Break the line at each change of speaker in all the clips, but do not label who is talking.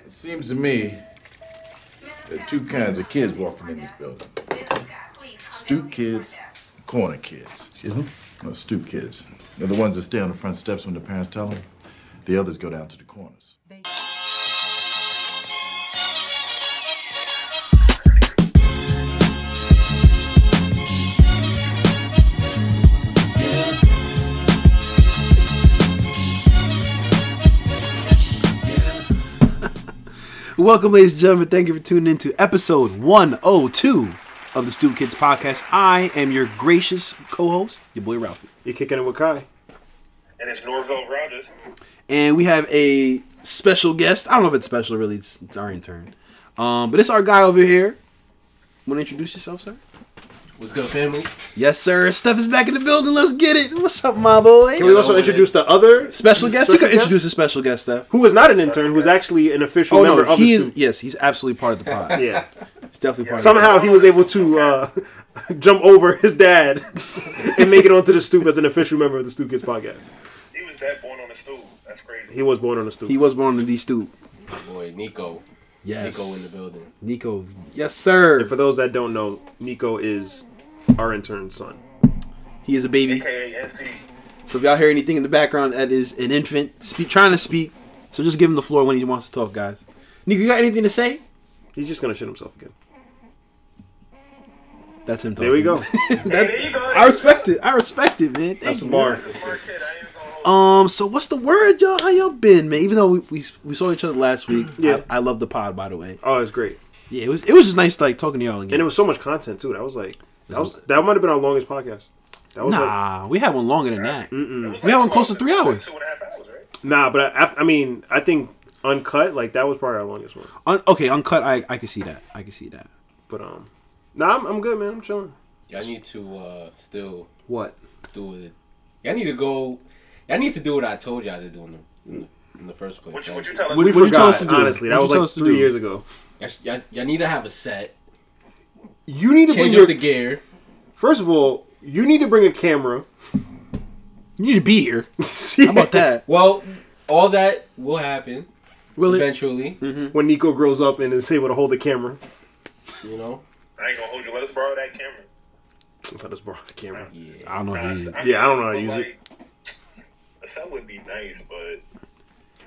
It seems to me there are two kinds of kids walking in this building stoop kids, corner kids.
Excuse me?
No, stoop kids. They're the ones that stay on the front steps when the parents tell them. The others go down to the corners.
Welcome, ladies and gentlemen. Thank you for tuning in to episode 102 of the Stoop Kids Podcast. I am your gracious co host, your boy Ralphie.
You kicking it with Kai?
And it's Norville Rogers.
And we have a special guest. I don't know if it's special, really. It's, it's our intern. Um, but it's our guy over here. Want to introduce yourself, sir?
What's good, family?
Yes, sir. Steph is back in the building. Let's get it. What's up, my boy?
Can we also
over
introduce the other
special guest? You
Special
could
guest?
introduce a special guest, Steph.
who is not an intern, who's actually an official
Oh,
member
no.
of
He
the
is,
student.
yes, he's absolutely part of the pod.
Yeah.
He's definitely part of
Somehow he was able to uh, jump over his dad and make it onto the stoop as an official member of the Stoop Kids podcast.
He was that born on a stool. That's crazy.
He was born on the stoop.
the He was born in the Stoop.
Boy, Nico.
Yes.
Nico in the building.
Nico. Yes, sir.
For those that don't know, Nico is our intern's son.
He is a baby.
AKA NC.
So if y'all hear anything in the background, that is an infant speak, trying to speak. So just give him the floor when he wants to talk, guys. Nico, you got anything to say?
He's just gonna shit himself again.
That's him talking.
There we go.
Hey, there you go.
I respect it. I respect it, man. Thank
That's a
you.
bar.
He's a smart kid. I ain't gonna hold
Um, so what's the word, y'all? How y'all been, man? Even though we, we, we saw each other last week,
Yeah.
I, I love the pod, by the way.
Oh, it's great.
Yeah, it was it was just nice like talking to y'all again.
And it was so much content too. That was like that was that might have been our longest podcast. That was like,
nah, we had one longer than that.
you. It was
We had one close to
twelve-
three
it
hours.
was like Two and a half hours, right?
nah, but I, I mean, I think uncut like that was probably our longest one.
Un- okay, uncut. I I can see that. I can see that.
But um, nah, I'm, I'm good, man. I'm chilling.
Y'all need to uh still
What?
do it. Y'all need to go. Y'all need to do what I told y'all to do in the, in the, in the first place.
What you,
Y'all-
what you tell us?
Would-
We
What'd you
forgot,
tell us to do?
honestly. That
What'd you
was
tell
like
us to
three
do?
years ago.
Y'all, y'all, y'all need to have a set.
You need to bring
Change
your,
up the gear.
first of all, you need to bring a camera.
You need to be here.
How
How about that?
Well, all that will happen
Will it?
eventually.
When Nico grows up and is able to hold the camera.
You know.
I ain't gonna hold you. Let us borrow that camera.
Let us borrow the camera.
Yeah.
I don't know. if
Nah,
we-
it's-
Yeah, I don't know how to
but,
use it.
Like, that would be nice, but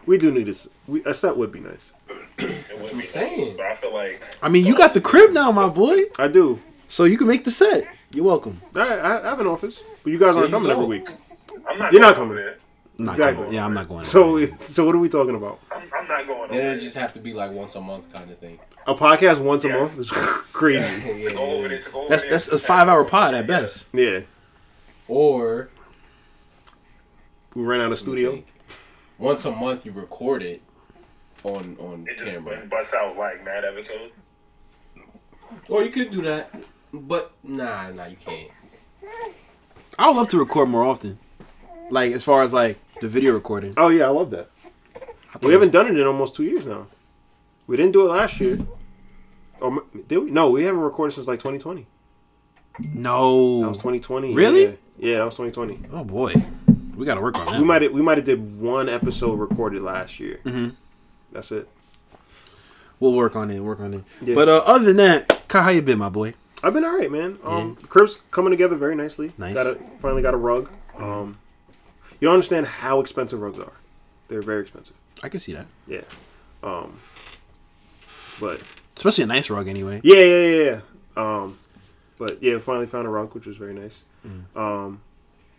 We do need this. We, a set would be nice.
it would
I'm
be
saying.
Nice, but I feel like
I mean, you got the crib now, my boy.
I do.
So you can make the set. You're welcome.
I, I I have an office, but you guys aren't
you
coming
go.
every week.
I'm not.
You're
You're
not
going
coming.
over there.
I'm not
Exactly.
going- Yeah, I'm not going.
So so what are we talking about?
I'm, I'm not going over
Then it
there.
just have to be like once a month kind of thing.
A podcast once a
Yeah.
month is crazy.
Yeah,
To go
it
over there.
is.
To go over
that's
there.
that's a five hour pod at best.
Yeah.
Or
We ran out of studio.
like, once a month you record it on on
It just
camera.
wouldn't bust out like mad episodes.
Or you could do that, but nah, nah, you can't.
I would love to record more often. Like as far as like the video recording.
Oh yeah, I love that. We haven't done it in almost two years now. We didn't do it last year. Or m- did we? No, we haven't recorded since like 2020. That
No.
was 2020.
Really?
Yeah, yeah that was 2020.
Oh boy, we gotta work on that.
We might have, we might have did one episode recorded last year. Mm-hmm. That's it.
We'll work on it. Work on it.
Yeah.
But uh, other than that, Kai, how you been, my boy?
I've been all right, man. Um, the crib's coming together very nicely.
Nice.
Got a, finally got a rug. Um, you don't understand how expensive rugs are. They're very expensive.
I can see that.
Yeah. Um, but
Especially a nice rug, anyway.
Yeah, yeah, yeah, yeah. Um, but yeah, finally found a rock, which was very nice.
Mm.
Um,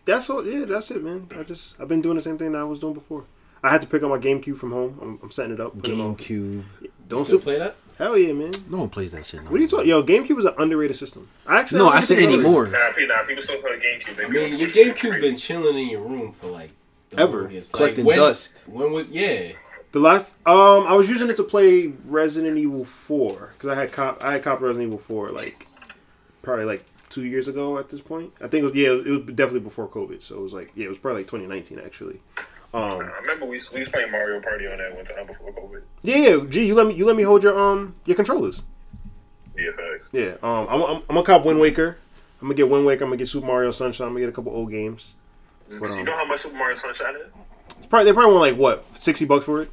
that's all. Yeah, that's it, man. I just I've been doing the same thing that I was doing before. I had to pick up my GameCube from home. I'm, I'm setting it up. putting it on.
GameCube.
Don't
still
still play that.
Hell yeah, man.
No one plays that shit. No.
What are you talking? Yo, GameCube is an underrated system. I actually
No,
don't
I
think
said
it's underrated.
anymore.
Nah, people, nah, people still play GameCube. They
I
be on
mean, your
Twitch, they be
GameCube
crazy.
been chilling in your room for like the
Ever.
longest.
Collecting
when,
dust.
When was yeah?
The last um, I was using it to play Resident Evil Four because I had cop I had cop Resident Evil Four like probably like two years ago at this point. I think it was yeah, it was definitely before COVID, so it was like yeah, it was probably like 2019 actually. Um,
I remember we, we was playing Mario Party on that one time before COVID.
Yeah, yeah. Gee, you let me you let me hold your um your controllers.
Yeah, facts.
Yeah. Um, I'm I'm, I'm gonna cop Wind Waker. I'm gonna get Wind Waker. I'm gonna get Super Mario Sunshine. I'm gonna get a couple old games. But,
you
um,
know how much Super Mario Sunshine is?
it's probably they probably want like what sixty bucks for it.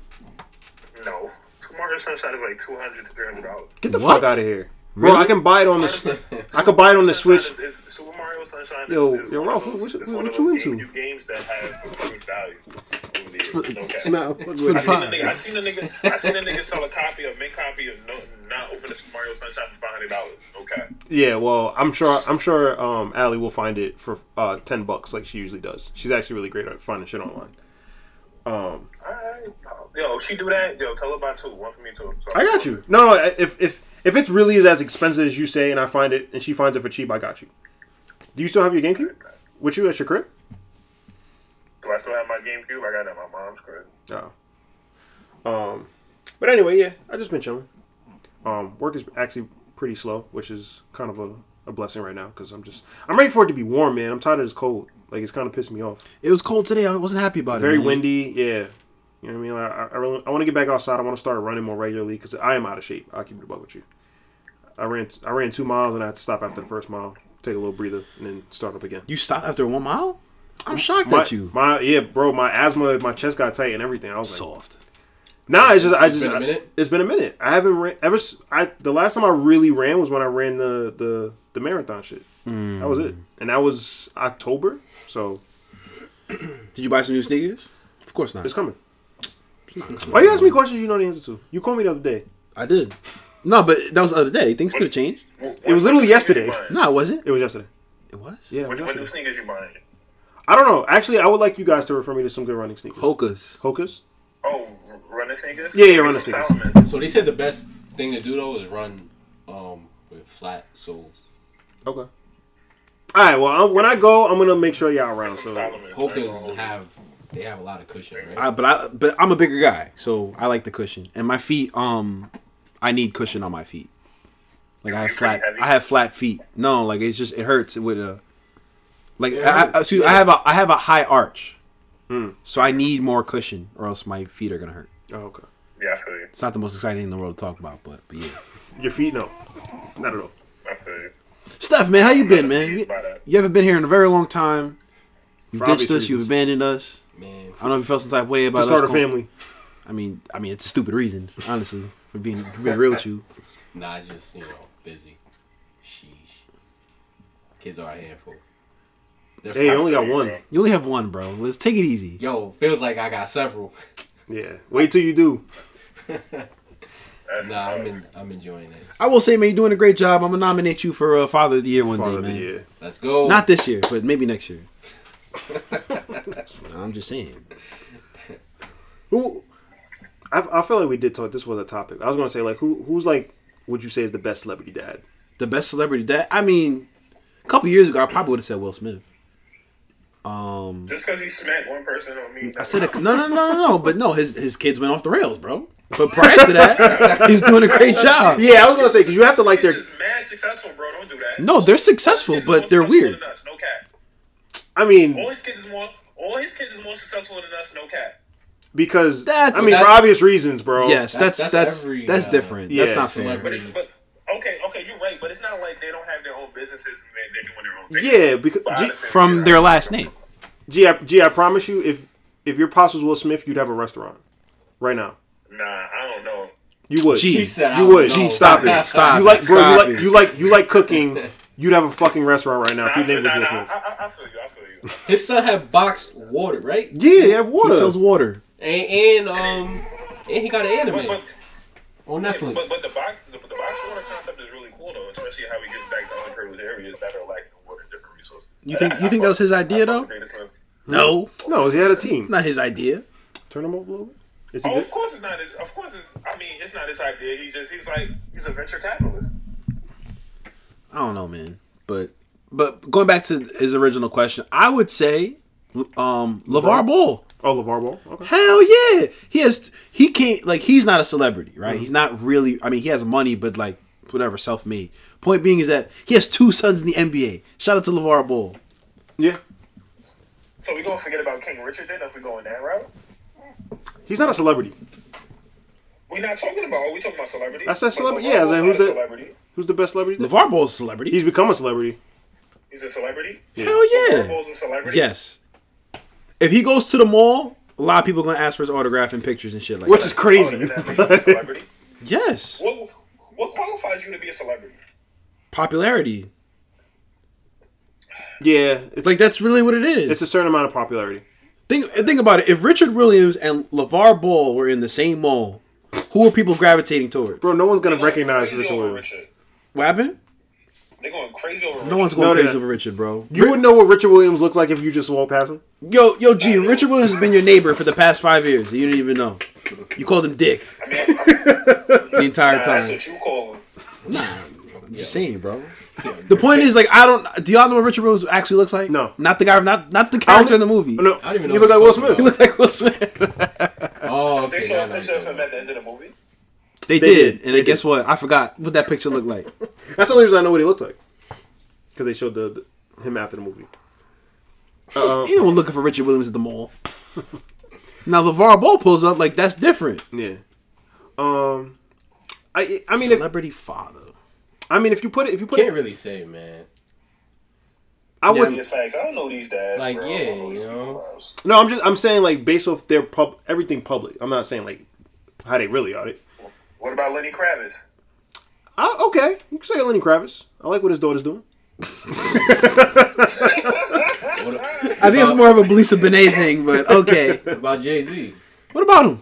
No. Super Mario Simpsons shot is like two hundred to three hundred dollars.
Get the
What?
fuck out of here, bro!
Really?
I can buy it on the. Sw- I could buy it on the Switch.
Is, is Super Mario Sunshine.
Yo,
is, is
yo,
one
Ralph,
of those-
what-
it's
what-
one of
what you
those
into?
game- Games that have huge value. over the years. No cap.
for the
I seen a
Fine.
nigga. I seen a nigga. I seen a nigga sell a copy, a mint copy of no, not open the Super Mario Sunshine for five hundred dollars. Okay.
Yeah, well, I'm sure. I'm sure. Um, Allie will find it for uh ten bucks, like she usually does. She's actually really great at finding shit online.
Alright. Yo, she do that. Yo, tell her about two. One for me too. So
I got you. No, no. If if if it's really as expensive as you say, and I find it, and she finds it for cheap, I got you. Do you still have your GameCube with you at your crib?
Do I still have my GameCube? I got it at my mom's crib.
No. Um, but anyway, yeah, I just been chilling. Um, work is actually pretty slow, which is kind of a, a blessing right now because I'm just I'm ready for it to be warm, man. I'm tired of this cold. Like it's kind of pissing me off.
It was cold today. I wasn't happy about it.
Very
man.
windy. Yeah. You know what I mean? Like, I, I, really, I want to get back outside. I want to start running more regularly because I am out of shape. I'll keep it above with you. I ran I ran two miles and I had to stop after the first mile, take a little breather, and then start up again.
You stopped after one mile? I'm shocked
My,
at you.
my yeah, bro. My asthma, my chest got tight and everything. I was like,
Soft.
Nah, it's just I
It's
just
been a minute?
it's been a minute. I haven't ran ever. s- I the last time I really ran was when I ran the the the marathon shit. That was it,
Mm.
and that was October. So
Did you buy some new sneakers? Of course not.
it's coming. Why you ask me questions you know the answer to? You called me the other day.
I did. No, but that was the other day. Things could have changed.
It was literally yesterday.
When,
No, it wasn't.
It was yesterday.
It was.
Yeah, it was
when new
yesterday.
sneakers you buying?
I don't know. Actually, I would like you guys to refer me to some good running sneakers.
Hokas.
Hokas.
Oh, r- running sneakers.
Yeah, yeah,
Get
running
some
sneakers.
Salomon.
So they said the best thing to do though is run um, with flat soles.
Okay. All right. Well, I'm, when I go, I'm gonna make sure y'all around.
Some
So
Salomon.
Hokas have they have a lot of cushion, right?
I, but I but I'm a bigger guy, so I like the cushion. And my feet, um, I need cushion on my feet. Like I have flat,
heavy?
I have flat feet. No, like it's just it hurts with a. Like I, I, excuse- I have a I have a high arch, so I need more cushion, or else my feet are gonna hurt.
Oh, okay.
Yeah, I feel you.
It's not the most exciting thing in the world to talk about, but but yeah.
Your feet? No, not at all.
I feel you.
Steph, man, how you been,
not
man?
confused by that.
You haven't been here in a very long time. You've
For
ditched
obvious
us. You've
reasons.
abandoned us.
Man,
I don't know if you felt some type of way about
To
us.
start a
going-
family.
I mean, I mean, it's a stupid reason, honestly, for being for being real with you.
nah, it's just you know busy. Sheesh, kids are a handful. They're
Hey, you
fine.
only got one.
You only have one, bro. Let's take it easy.
Yo, feels like I got several.
Yeah. Wait till you do.
That's,
Nah,
nah,
I'm in, I'm enjoying it.
I will say, man, you're doing a great job. I'm gonna nominate you for uh, Father of the Year one
Father
day,
of the
man.
year.
Let's go.
Not this year, but maybe next year. I'm just saying.
Who? I, I feel like we did talk. This was a topic. I was gonna say like who who's like would you say is the best celebrity dad?
The best celebrity that I mean, a couple years ago, I probably would have said Will Smith. Um,
Just because he smacked one person on me.
I said a, no, no, no, no, no, but no, his his kids went off the rails, bro. But prior to that, he's doing a great job.
Yeah, I was gonna say because you have to like
They're
their.
just mad successful, bro. Don't do that.
No, they're
His
successful,
kids is more
but they're
successful
weird.
than us, No cap.
I mean,
All his kids is more. All his kids is more successful than us. No cap.
because
That's-
I mean for
that's-
obvious reasons, bro.
Yes, that's
That's-
that's that's,
that's every, uh,
different.
yeah,
that's not
But
fair.
celebrity.
it's but okay, okay, you're right. But it's not like they don't have their own businesses and they- they're doing their own thing.
Yeah, because G,
From their last name.
G, I, G, I promise you, if if your pops was Will Smith, you'd have a restaurant right now.
Nah, I don't know.
You would.
Gee,
He said, I
you
don't
would.
know.
Gee, stop it.
Stop
you
it.
like, bro, you
Stop
like,
it.
you like, you like cooking. You'd have a fucking restaurant right now
Nah,
if
I,
your
feel,
name was
nah,
Will
nah,
Smith.
I, I, I feel you. I feel you.
His son had boxed water, right?
Yeah, you have water.
He sells water.
And, and um, and he got an
But,
anime
but,
on Netflix.
But, but the box, the, the box water concept is really cool though, especially how we get back to unprivileged areas that are lacking water and different resources.
You think you think that was his idea though? No,
No, he had a team.
not his idea.
Turn him over a little bit. Is he
Oh,
good?
of course it's not his. Of course it's. I mean, it's not his idea. He just he's like he's a venture capitalist.
I don't know, man. But but going back to his original question, I would say um LeVar Ball.
Oh, LeVar Ball. Okay.
Hell yeah. He has he can't like he's not a celebrity,
Mm-hmm.
right? He's not really I mean he has money but like whatever self-made. Point being is that he has two sons in the NBA. Shout out to LeVar Ball.
Yeah.
So we gonna forget about King Richard then if we go in that route?
He's not a celebrity.
We're not talking about. Are we talking about celebrity?
I said
But
celebrity.
LeBron
Yeah, I was like,
not
who's
a
that?
Celebrity.
Who's the best celebrity?
LeVar Ball's a celebrity.
He's become a celebrity.
He's a celebrity.
Hell
LeBron
yeah.
Ball's a celebrity.
Yes. If he goes to the mall, a lot of people are gonna ask for his autograph and pictures and shit like
Which
that.
is crazy.
Oh, then that makes him a celebrity.
Yes.
What what qualifies you to be a celebrity?
Popularity.
Yeah, it's
Like
like
that's really what it is.
it's a certain amount of popularity.
Think think about it. If Richard Williams and LeVar Ball were in the same mall, who are people gravitating towards?
Bro, no one's gonna
They're going
recognize
crazy
Richard
over
Williams.
Richard.
What happened?
They're going crazy over Richard.
No one's going
No, no,
crazy
no.
over Richard, bro.
You wouldn't know what Richard Williams looks like if you just walked past him.
Yo, yo, G. Richard Williams has been your neighbor for the past five years. You didn't even know. You called him Dick
I mean, I- I-
the entire time.
that's what you call him.
I'm just saying, bro. The point is, like, I don't. Do y'all know what Richard Williams actually looks like?
No.
not the guy. Not not the character in the movie.
Oh, no,
I don't even know
you look like
who
Will
you're talking
Smith.
Like Will Smith.
Oh,
They
okay.
saw
now
a
that
picture of
you're
him
talking
at the end of the movie.
They,
They
did,
did.
and then guess what? I forgot what that picture looked like.
That's the only reason I know what he looks like because they showed the, the him after the movie. Uh,
Anyone looking for Richard Williams at the mall? now LeVar Ball pulls up. Like that's different.
yeah. Um, I I mean if,
Celebrity father.
I mean if you put it if you put
Can't
it
really say, man.
I would
Yeah, facts. I don't know these dads.
Like,
bro. I
yeah,
don't these
you know.
people.
no I'm just I'm saying like based off their pub everything public. I'm not saying like how they really are it.
What about Lenny Kravitz?
I, okay, you can say Lenny Kravitz. I like what his daughter's doing.
I think it's more of a Belisa Benet thing, but okay.
What about Jay Z?
what about him?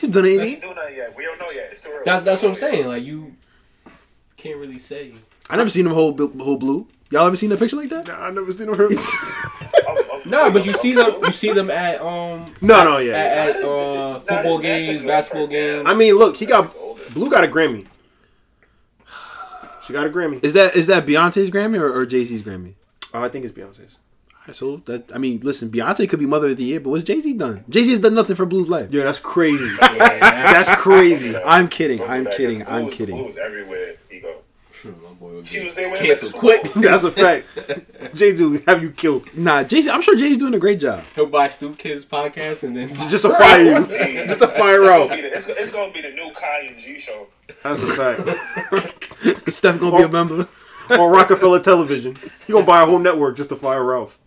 He's done
We
anything.
do not yet. We don't know yet. It's too early.
That's that's what I'm saying. Like you can't really say.
I never seen him whole bu- whole blue. Y'all ever seen a picture like that?
Nah, I've never seen her.
No, but you see them. You see them at um
no, no, yeah. yeah.
at, at uh, football games, basketball games.
I mean, look, he got Blue got a Grammy. She got a Grammy.
Is that is that Beyonce's Grammy or, or Jay Z's Grammy?
Oh, I think it's Beyonce's.
Alright, So that I mean, listen, Beyonce could be Mother of the Year, but what's Jay Z done? Jay Z has done nothing for Blue's life.
Yeah, that's crazy.
Yeah,
that's crazy.
I'm kidding. I'm
Back
kidding.
in the
I'm
blues,
kidding.
blues everywhere he go.
my boy would
She
get
was there when
canceled
they went
quick.
to
That's a fact. Jay Z, have you killed?
Nah, Jay Z. I'm sure Jay's doing a great job.
He'll buy Stoop Kids podcast and then
Just to fire you. Just to fire
It's gonna
out.
be the- It's, it's gonna be the new Kanye G show.
That's a fact.
Is Steph gonna be a member?
On Rockefeller Television, you gonna buy a whole network just to fire Ralph.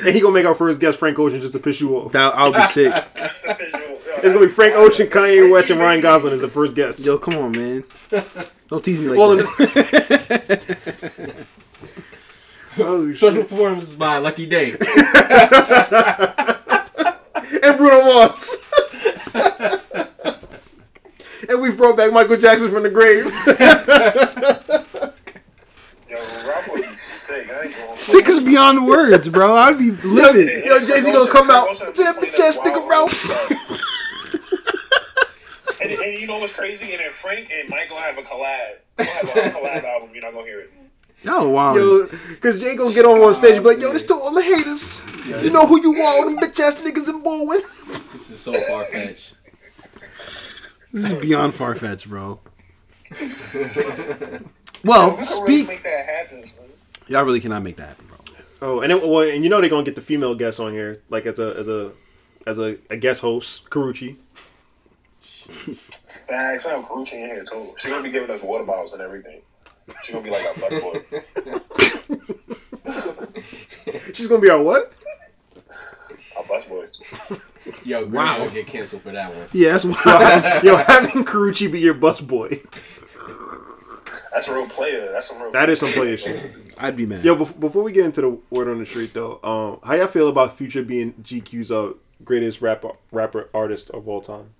and he gonna make our first guest Frank Ocean just to piss you off.
That I'll be sick.
That's the visual.
It's gonna be Frank Ocean, Kanye West, and Ryan Gosling as the first guest.
Yo, come on, man. Don't tease me like
Well,
that.
oh, shit.
Special performances by Lucky Day.
and Bruno Mars. and we brought back Michael Jackson from the grave.
Yo, Rob would be sick. I ain't gonna.
Sick is beyond words, bro. I'd be livid.
Yo, Jay Z gonna come out to the chest, nigga, Ralph.
And, and you know what's crazy? And then Frank and Michael have a collab. They'll have a collab album. You're not gonna hear it.
Y'all wild.
Yo, cause Jay gonna get on one stage and be like, yo, this to all the haters. You know who you are, all them bitch ass niggas in Baldwin.
This is so far fetched.
This is beyond far fetched, bro. well, speak.
Make that happen. son.
Y'all really cannot make that happen, bro.
Oh, and it, well, and you know they're gonna get the female guests on here, like as a as a as a, a guest host, Karuchi.
Facts. I'm Gucci in here too. She's gonna be giving us water bottles and everything. She's gonna be like a fuck boy.
She's gonna be our what?
A bus boy.
Yo, wow. gonna get canceled for that one.
Yeah, that's wild.
yo, having Karuchi be your bus boy.
That's a real player. That's a real.
That is some player shit.
I'd be mad.
Yo, bef- before we get into the word on the street though, um, how y'all feel about Future being GQ's uh, greatest rap rapper artist of all time?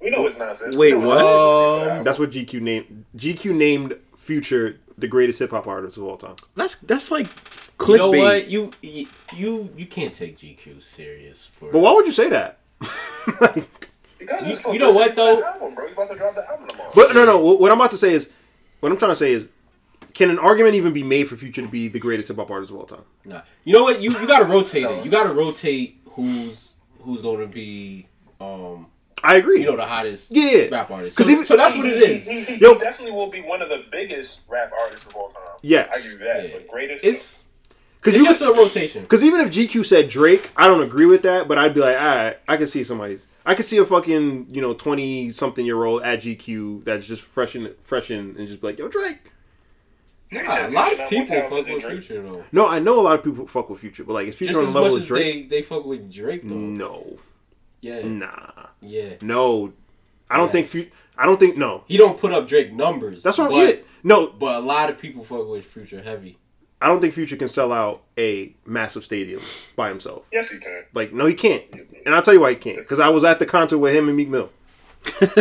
We know it's nonsense.
Wait,
We know
what?
it's
Um,
nonsense.
That's what GQ named. GQ named Future the greatest hip hop artist of all time.
that's that's like clickbait.
You know what? You you you, you can't take GQ serious. For
But why would you say that?
Because
You-
it's supposed
you know
to
what,
be
though?
the Album, bro. You about to drop the album tomorrow.
But no, no. What what I'm about to say is, what I'm trying to say is, can an argument even be made for Future to be the greatest hip hop artist of all time?
Nah. You know what? You you gotta rotate it. You gotta rotate who's who's gonna be um
I agree.
you know the hottest
Yeah.
rap artist.
'Cause
So,
even-
so that's what it is.
He, he, he
Yo.
definitely will be one of the biggest rap artists of all time.
Yes.
I give you that.
Yeah.
But greatest.
It's
Because
it's just a rotation.
Because even if GQ said Drake, I don't agree with that, but I'd be like, all right, I can see somebody's. I could see a fucking, you know, 20 something year old at GQ that's just fresh in, fresh in and just be like, yo, Drake.
Nah, a lot of people fuck with Future though.
No, I know a lot of people fuck with Future, but like, is Future
Just
on
as
the level as
much as
Drake?
they, they fuck with Drake though.
No.
Yeah,
Nah,
yeah.
no, I don't think.
Yes.
Fu- I don't think no.
He don't put up Drake numbers.
That's what.
but,
yeah, no,
but a lot of people fuck with Future heavy.
I don't think Future can sell out a massive stadium by himself.
Yes, he can.
Like, no, he can't. And I'll tell you why he can't. Because I was at the concert with him and Meek Mill.
But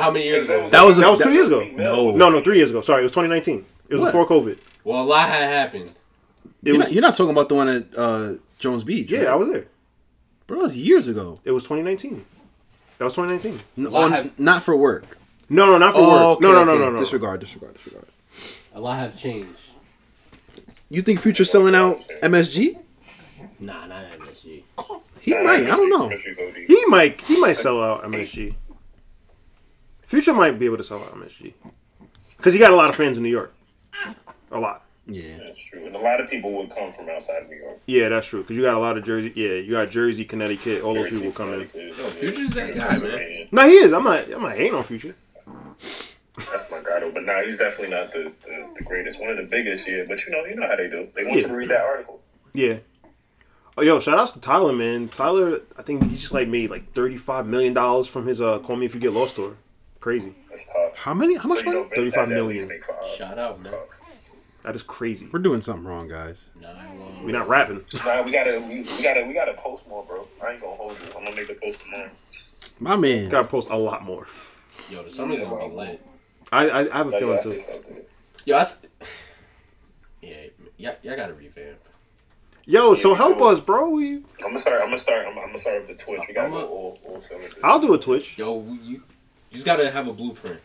how many years ago?
That was a,
That was two years ago.
No.
No, no, three years ago. Sorry, it was 2019. It was
Oh. What?
before COVID.
well, a lot had happened.
It
You're,
was,
not, you're not talking about the one at uh, Jones Beach.
yeah,
right?
I was there.
bro, that was years ago.
It was 2019. That was 2019.
N-
Well, I
on-
have-
not for work.
No, no, not for work. no, no, no, no, no.
Oh, Disregard, disregard, disregard.
A lot have changed.
You think Future selling out MSG?
Nah, not MSG.
He might. I don't know.
He might, he might sell out MSG. Future might be able to sell out MSG because he got a lot of fans in New York. A lot.
Yeah.
That's true. And a lot of people would come from outside New York.
Yeah, that's true. Because you got a lot of Jersey. Yeah, you got Jersey, Connecticut. All those people will come in.
Future's that guy, man.
No, he is. I'm not. I'm not hating on Future.
That's my guy, though. But now he's definitely not the, the, the greatest. One of the biggest, yeah. But you know, you know how they do. They want you to
Yeah.
read that article.
Yeah. Oh, yo, shout outs to Tyler, man. Tyler, I think he just like made like thirty-five million dollars from his uh, "Call Me If You Get Lost" tour. Crazy.
That's tough.
How many? How much
So, you know,
money?
Vince
35
had that
million.
lead for, uh,
Shout out, man.
That is crazy.
We're doing something wrong, guys.
Nah, I won't.
We're not rapping.
Nah, we gotta, we, we gotta, we gotta post more, bro. I ain't gonna hold you. I'm gonna make a post tomorrow.
My man.
Gotta post a lot more.
Yo, the summer's gonna be lit.
I I, I have a
That's
feeling
what I
too.
think about it.
Yo, that's. Yeah, y'all, y'all gotta revamp.
Yo, so help us, bro. We,
I'm gonna start. I'm gonna start. I'm, I'm gonna start with the Twitch. We gotta
I'm a-
go all, all filming.
I'll do a Twitch.
Yo, we- you, you just gotta have a blueprint.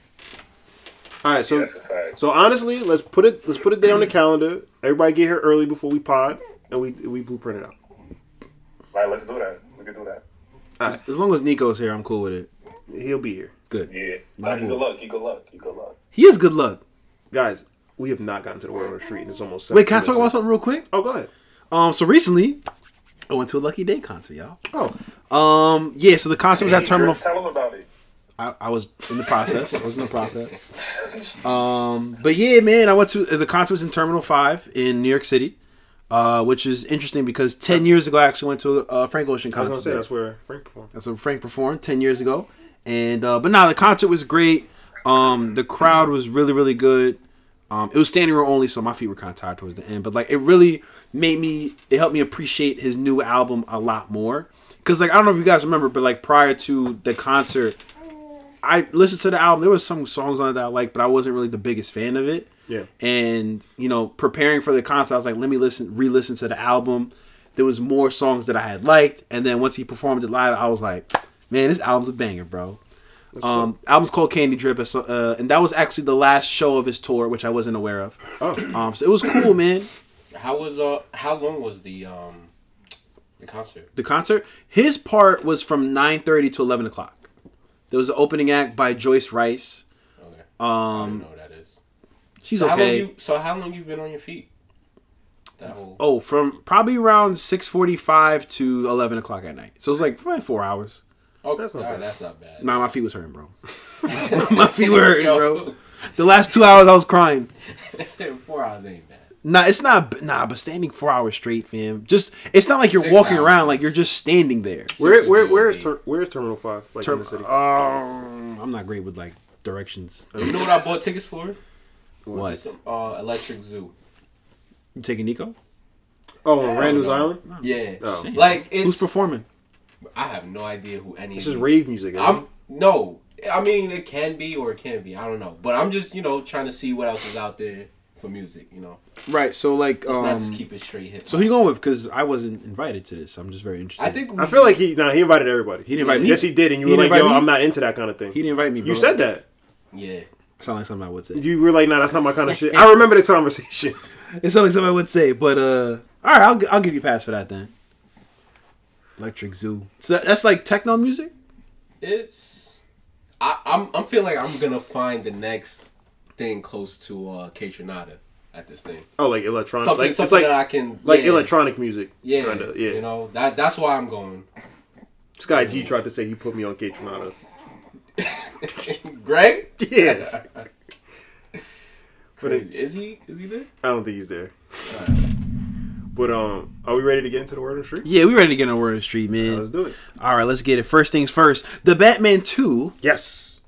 All right,
Yeah,
so
that's a fact.
so honestly, let's put it let's put it there on the calendar. Everybody get here early before we pod, and we we blueprint it out.
Like, let's do that. We can do that.
As, as long as Nico's here, I'm cool with it.
He'll be here,
Good.
Yeah.
My
Nah, you
boy.
good luck. You good luck. You good luck.
He is good luck.
guys. We have not gotten to the word on the street, and it's almost.
Wait, can I
17
talk about
minutes in.
something real quick?
Oh, go ahead.
Um, so recently, I went to a Lucky Day concert, y'all.
Oh,
Um, yeah. So the concert was
Hey,
at Terminal.
Chris, Tell them about it.
I, I was in the process. I was in the process. Um, but yeah, man, I went to the concert was in Terminal Five in New York City, uh, which is interesting because ten years ago I actually went to a, a Frank Ocean
I was
concert.
gonna say
there.
that's where Frank performed.
That's what Frank performed ten years ago, and uh, but nah, the concert was great. Um, the crowd was really really good. Um, it was standing room only, so my feet were kind of tired towards the end. But like, it really made me. It helped me appreciate his new album a lot more. Cause like I don't know if you guys remember, but like prior to the concert, I listened to the album. There was some songs on it that I liked, but I wasn't really the biggest fan of it.
Yeah.
And you know, preparing for the concert, I was like, let me listen, re-listen to the album. There was more songs that I had liked, and then once he performed it live, I was like, man, this album's a banger, bro. Um, album's called Candy Drip, it's, uh, and that was actually the last show of his tour, which I wasn't aware of.
Oh,
Um, so it was cool, man.
How was uh? How long was the um, the concert?
The concert, his part was from nine thirty to eleven o'clock. There was an opening act by Joyce Rice.
Okay. I don't
Um,
know what that is.
she's
So how long
okay.
you? So how long you been on your feet? That whole.
Oh, from probably around six forty-five to eleven o'clock at night. So it was like probably four hours.
Oh,
that's
that's
not
not,
bad.
that's not bad.
Nah, my feet was hurting, bro. my feet were hurting,
Yo,
bro. The last two hours I was crying.
Four hours ain't bad.
Nah, it's not. Nah, but standing four hours straight, fam. Just it's not like you're
Six
walking around.
hours.
Like you're just standing there.
where where where is ter- where is Terminal Five? Like in the city.
Um, I'm not great with like directions.
You know what I bought tickets for?
What?
Some, uh, Electric Zoo.
You taking Nico?
Oh, on Randall's
no.
Island.
Yeah.
Oh.
Damn.
Like it's.
Who's performing?
I have no idea who any.
It's
of
just
these-
rave music. isn't
I'm
it?
no. I mean, it can be or it can't be. I don't know. But I'm just you know trying to see what else is out there for music. You know,
Right. So like,
let's not just
um,
keep it straight hip.
so who you going with? Because I wasn't invited to this. I'm just very interested.
I think we,
I feel like he. Nah, he invited everybody.
he didn't invite me.
Yes, he did, and you
He
were
didn't
like, "Yo,
invite me?
I'm not into that kind of thing."
He didn't invite me.
You
bro.
said that.
yeah.
Sound like something I would say.
You were like, "Nah, that's not my kind of shit." I remember the conversation.
It sounds like something I would say, but uh, all right, I'll, gi- I'll give you a pass for that then. Electric Zoo. So that's like techno music.
It's I, I'm I'm feeling like I'm gonna find the next thing close to uh Catronata at this thing.
Oh, like electronic.
Something
like, it's
something
like
that I can
like
yeah,
electronic music.
Yeah,
kinda, yeah.
You know that that's why I'm going.
Sky G tried to say he put me on Gay Tronada.
Greg,
Yeah,
crazy. Is he is he there?
I don't think he's there. But um, are we ready to get into the word of the street?
Yeah, we ready to get on word of the street,
Let's
man.
do it.
All right, let's get it. First things first. The Batman Two
Yes.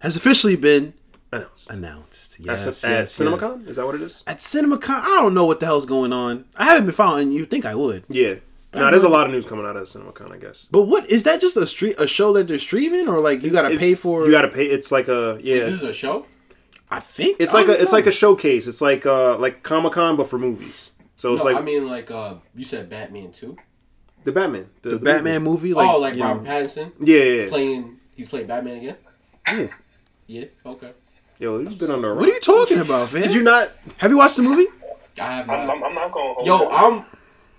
has officially been
Announced.
announced.
That's
Yes,
at
yes, yes.
CinemaCon. Is that what it is?
At CinemaCon, I don't know what the hell's going on. I haven't been following. You think I would?
Yeah. Nah, there's a lot of news coming out of CinemaCon. I guess.
But what is that? Just a street, a show that they're streaming, or like you gotta
It-
pay for?
You gotta pay. It's like a yeah.
This is a show.
I think
It's
I
like
don't
a it's
know.
like a showcase. It's like uh like Comic Con but for movies. So it's
no,
like
I mean, like uh, you said, Batman too.
the Batman.
the Batman movie. Like,
oh, like
you know.
Robert Pattinson
Yeah, yeah, yeah.
playing. He's playing Batman again.
Yeah.
Yeah. Okay.
Yo, you've been on the
What are you talking about, man?
Did you not?
have you watched the movie?
I have
I'm,
not.
I'm, I'm not going home.
Yo, I'm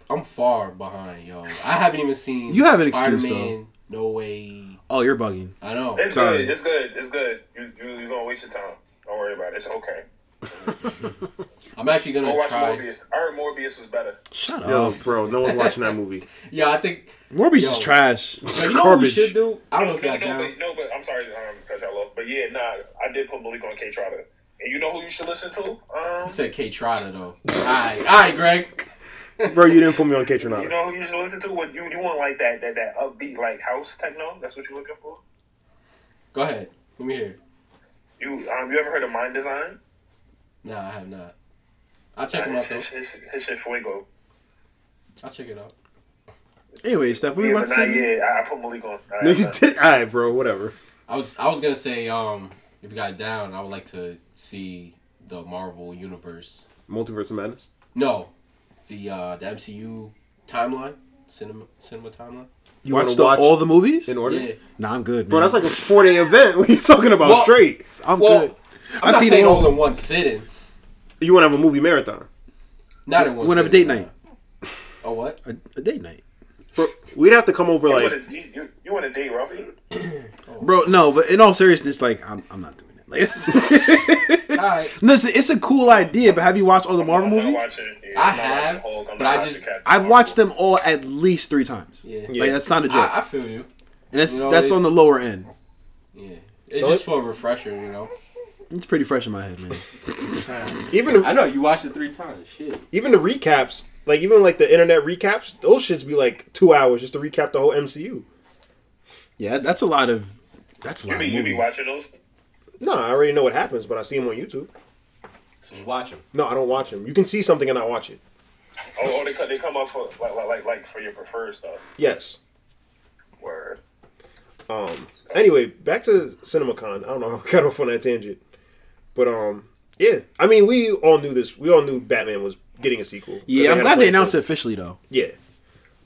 I'm far behind, yo. I haven't even seen.
You have an excuse,
Spider-Man, No way.
Oh, you're bugging.
I know.
It's
Sorry.
good. It's good. It's good. You you you gonna waste your time. Don't worry about it. It's okay.
I'm actually
Go
gonna
watch
try.
Morbius. I heard Morbius was better.
Shut
Yo,
up.
bro, no one's watching that movie.
Yeah, I think.
Morbius
Yo.
is trash.
But
It's
you know what we
garbage.
should do? I don't know
No,
if
no,
y'all down.
but, no, but I'm sorry um, to cut y'all off. But yeah, nah, I did put Malik on K Trotter. And you know who you should listen to? Um,
I said K. Trotter though. Alright, alright, Greg.
Bro, you didn't put me on
you
Catronata.
know who you should listen to? What you you want like that that that upbeat like house techno? That's what you're looking for.
Go ahead. Let me hear.
You um you ever heard of Mind Design?
Nah, I have not. I'll check him
His
out though.
his- his- his shit fuego.
I'll check it out.
Anyway, Steph, what were
Yeah,
you about
but
to
nah,
say?
yeah, I, I put Malik on. All
No,
right,
you
nah.
did. All right, bro. Whatever.
I was I was gonna say um if you guys down, I would like to see the Marvel universe.
Multiverse of Madness.
No, the uh the MCU timeline, cinema cinema timeline.
You
watch
wanna
the, all the movies?
in order.
Yeah.
Nah, I'm good, man.
Bro, that's like a four day event. What are you talking about?
Well-
Straight.
I'm
Well,
good.
I'm
I've
not
seen
saying
it
all
all.
in one sitting.
You want to have a movie marathon?
Not in one.
Wanna have a
sitting,
date night.
nah. Oh what?
A, a date night.
Bro, we'd have to come over
You
like
wanna- you, you, you want to date Ruffy?
Bro, no, but in all seriousness, like, I'm, I'm not doing it. Like, it's-
Alright.
Listen, it's a cool idea, but have you watched all the Marvel
I'm not
movies?
watching- yeah,
I
I'm not
have,
watching Hulk, I'm
but
not
I
watching
just-
Captain
I've
Marvel.
watched them all at least three times.
Yeah.
Like, that's not a joke.
I, I feel you.
and that's,
you know,
that's
it's-
on the lower end.
Yeah. It's just for a refresher, you know.
It's pretty fresh in my head, man.
even
I know you watched it three times. Shit.
even the recaps, like even like the internet recaps, those shits be like two hours just to recap the whole MCU.
Yeah, that's a lot of. That's a
You
lot
be
of
you be
movies.
watching those?
No, I already know what happens, but I see them on YouTube.
So you watch them.
No, I don't watch them. You can see something and not watch it.
Oh, oh they, co- they come up for like, like like like for your preferred stuff.
Yes.
Word.
Um. Anyway, back to CinemaCon. I don't know how I got off on that tangent, but um, yeah. I mean, we all knew this. We all knew Batman was getting a sequel.
Yeah, I'm
had
glad
a
they
plan
announced
for
it officially though,
Yeah.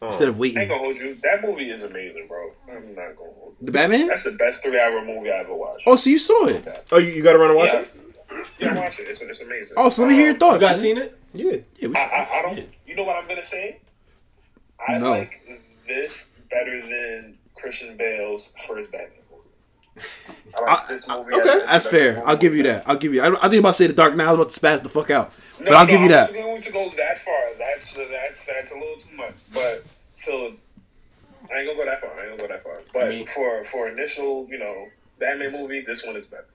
instead of
I ain't
waiting.
gonna hold you. That movie is amazing, bro. I'm not gonna hold you.
The Batman?
That's the best three hour movie I ever watched.
Oh, so you saw it?
Oh, you, you got around to watch
yeah.
it?
Yeah, watch it. It's, it's amazing.
Oh, so let me hear your
Um,
thoughts.
You guys
man.
seen it?
Yeah.
Yeah, we
I,
saw
I, I
it.
don't. You know what I'm gonna say? I
No.
like this better than Christian Bale's first Batman movie. I like this movie.
okay,
as- as the
That's
best
fair.
movie.
I'll give you that. I'll give you. I, I think I'm about to say the Dark Knight. I was about to spaz the fuck out, but
No,
I'll
no,
give you
I
that.
wasn't going to go that far. That's that's that's a little too much. But so I ain't gonna go that far. I ain't gonna go that far. But
I mean-
for for initial, you know, Batman movie, this one is better.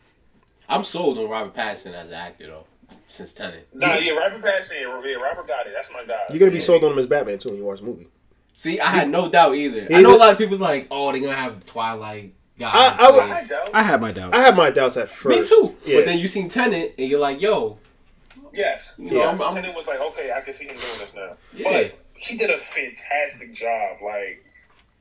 I'm sold on Robert Pattinson as an actor though. Since Tenet.
Nah, yeah, Robert Pattinson, yeah, Robert got it. That's my guy.
You're gonna be sold on him as Batman too when you watch the movie.
See, I had no doubt either. I
he's
know
a-
a lot of people's like, oh, they're gonna have Twilight guy.
I- I would-
I
play.
doubt.
I have my doubts.
I had my doubts at first.
me too.
Yeah.
But then you seen Tenet and you're like, yo,
Yes. You
know,
know,
I'm- I'm-
Tenet was like, okay, I can see him doing this now.
Yeah.
But he did a fantastic job. Like,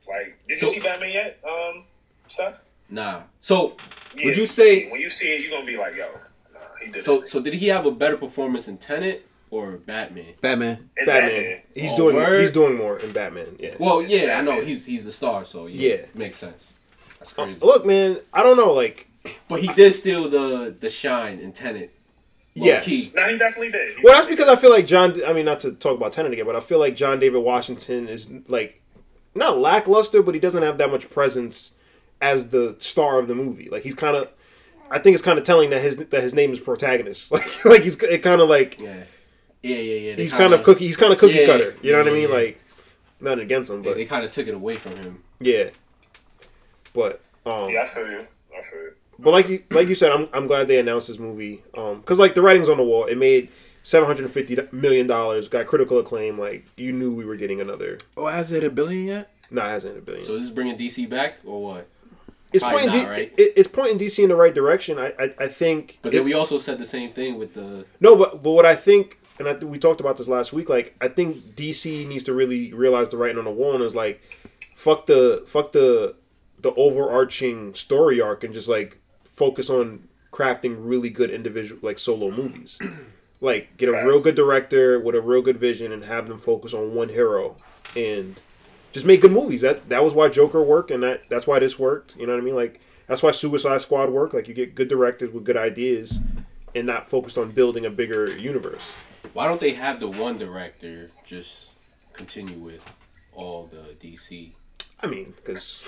like, did you
So-
see Batman yet? Um, stuff.
nah. So
Yeah.
would you say
when you see it, you're gonna be like, yo, nah, he did
so
it.
so did he have a better performance in Tenet or Batman?
Batman.
And
Batman. He's
Oh,
doing.
word.
He's doing more in Batman. Yeah.
Well, yeah, I
Batman.
know he's he's the star, so yeah,
Yeah.
makes sense. That's crazy.
Look, man. I don't know. Like,
But he did steal the the shine in Tenet. Low
yes.
key.
No, he definitely did. He
Well, that's because I feel like John. I mean, not to talk about Tennant again, but I feel like John David Washington is like not lackluster, but he doesn't have that much presence as the star of the movie. Like he's kind of. I think it's kind of telling that his that his name is protagonist. Like like he's it kind of like
Yeah, yeah, yeah, yeah. They
he's kind of cookie he's kind of cookie
Yeah,
cutter. You know what I
yeah,
mean?
yeah.
Like nothing against him,
They,
but
they kind of took it away from him.
yeah. But um,
Yeah, I feel you. I feel you.
um, But like you like you said, I'm, I'm glad they announced this movie because like the writing's on the wall. It made seven hundred and fifty million dollars. Got critical acclaim. Like you knew we were getting another.
Oh, has it a billion yet?
No, it hasn't hit a billion.
So is this bringing DC back or what?
it's
probably
pointing.
not,
D-
right?
it, it's pointing DC in the right direction. I I, I think.
But
it-
then we also said the same thing with the
No, but but what I think, and I think we talked about this last week. Like I think DC needs to really realize the writing on the wall and is like, fuck the fuck the the overarching story arc and just like focus on crafting really good individual like solo movies. like get a real good director with a real good vision and have them focus on one hero and just make good movies. That that was why Joker worked and that that's why this worked. You know what I mean? Like that's why Suicide Squad worked. Like you get good directors with good ideas and not focused on building a bigger universe.
why don't they have the one director just continue with all the DC?
I mean, because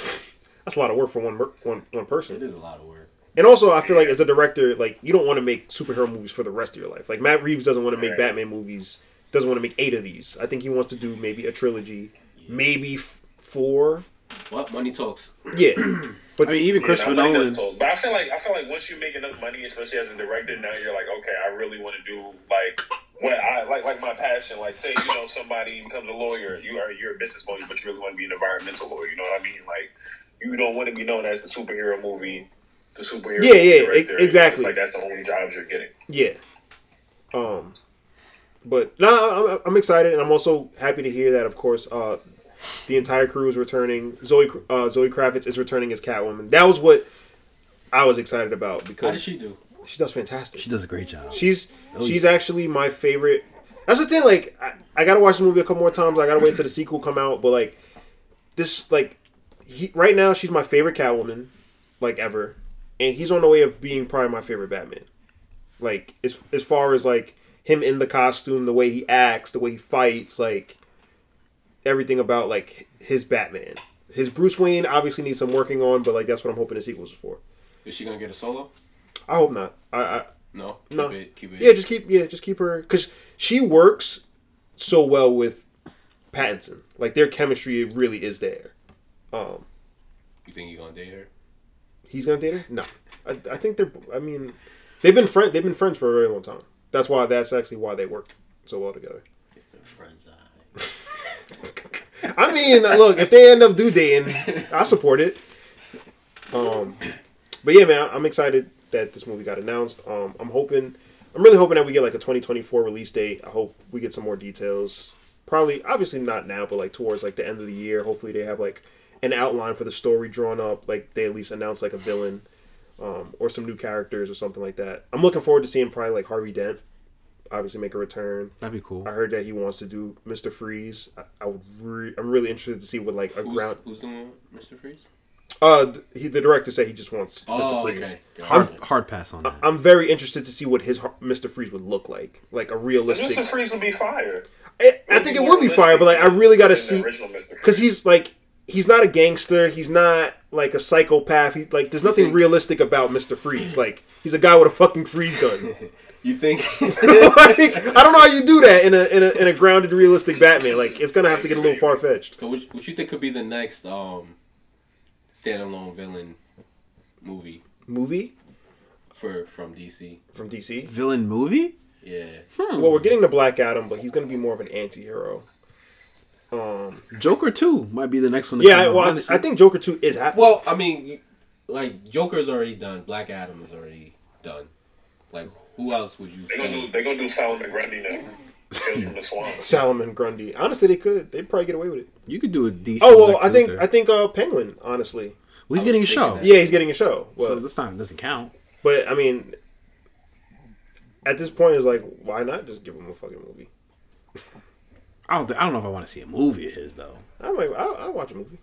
that's a lot of work for one mer- one one
It
person.
is a lot of work.
And also, I feel like as a director, like you don't want to make superhero movies for the rest of your life. Like Matt Reeves doesn't want to make
Right.
Batman movies. Doesn't want to make eight of these. I think he wants to do maybe a trilogy, maybe f- four.
Well, money talks.
Yeah, but
I mean, even Christopher
Yeah, I think that's
Nolan.
close. But I feel like I feel like once you make enough money, especially as a director, now you're like, okay, I really want to do like what I like, like my passion. Like, say you know somebody becomes a lawyer, you are you're a business lawyer, but you really want to be an environmental lawyer. You know what I mean? Like, you don't want to be known as a superhero movie, the superhero.
Yeah, yeah,
movie director.
e- exactly.
Like that's the only jobs you're getting.
Yeah. Um, but no, I'm, I'm excited, and I'm also happy to hear that. Of course, uh, the entire crew is returning. Zoe uh, Zoe Kravitz is returning as Catwoman. That was what I was excited about
How does
because she,
she do?
does fantastic.
does a great job. Oh,
she's she's actually my favorite. That's the thing. Like, I, I gotta watch the movie a couple more times. I gotta wait until the sequel come out. But like, this like, he, right now she's my favorite Catwoman, like ever, and he's on the way of being probably my favorite Batman like as as far as like him in the costume, the way he acts, the way he fights, like everything about like his Batman. His Bruce Wayne obviously needs some working on, but like that's what I'm hoping the sequels is for.
Is she gonna get a solo?
I hope not. I, I
No. Keep
No.
it. Keep it.
yeah, just keep yeah, just keep her because she works so well with Pattinson. Like their chemistry really is there. Um,
you think you gonna date her?
he's gonna date her? No, I, I think they're. I mean, they've been friend. They've been friends for a very long time. That's why. That's actually why they work so well together.
Friends. eye.
I mean, look, if they end up do dating, I support it. Um, but yeah, man, I'm excited that this movie got announced. Um, I'm hoping, I'm really hoping that we get like a 2024 release date. I hope we get some more details. Probably, obviously not now, but like towards like the end of the year. Hopefully, they have like an outline for the story drawn up. Like they at least announce like a villain um, or some new characters or something like that. I'm looking forward to seeing probably like Harvey Dent obviously make a return.
That'd be cool.
I heard that he wants to do Mr. Freeze. I, I would re- I'm really interested to see what like a
Who's,
ground.
who's doing Mr. Freeze?
Uh, th- he the director said he just wants Mr.
Oh,
Freeze.
okay.
Hard,
Got it.
hard pass on that.
I'm very interested to see what his har- Mr. Freeze would look like, like a realistic.
Mr. Freeze would be fire.
I, I think it would be fire, but like I really got to see because
because
he's like he's not a gangster. He's not like a psychopath. He like there's nothing realistic about Mr. Freeze. Like he's a guy with a fucking freeze gun.
You think?
like I don't know how you do that in a in a in a grounded realistic Batman. Like it's gonna have to get a little far fetched.
so what, what you think could be the next um standalone villain movie
movie
for from DC?
from DC.
Villain movie? Hmm.
Yeah.
Well, we're getting the Black Adam, but he's going to be more of an anti-hero. Um,
Joker two might be the next one. to
yeah,
come out,
well, I,
honestly.
I think Joker 2 is happening.
Well, I mean, you- like Joker's already done. Black Adam is already done. Like, who else would you
they're gonna do
say?
they're gonna do Solomon Grundy now. Tales from the Swamp.
Salomon Grundy. Honestly, they could. They'd probably get away with it.
you could do a decent.
Oh well,
Lex
I think
Luthor.
I think uh, Penguin. Honestly,
well, he's
I
getting a
was
show,
thinking that.
yeah, he's getting a show. Well,
so that's not doesn't count.
but I mean, at this point, it's like, why not just give him a fucking movie?
I don't. thi- I don't know if I want to see a movie of his though.
I might. I'll, I'll watch a movie.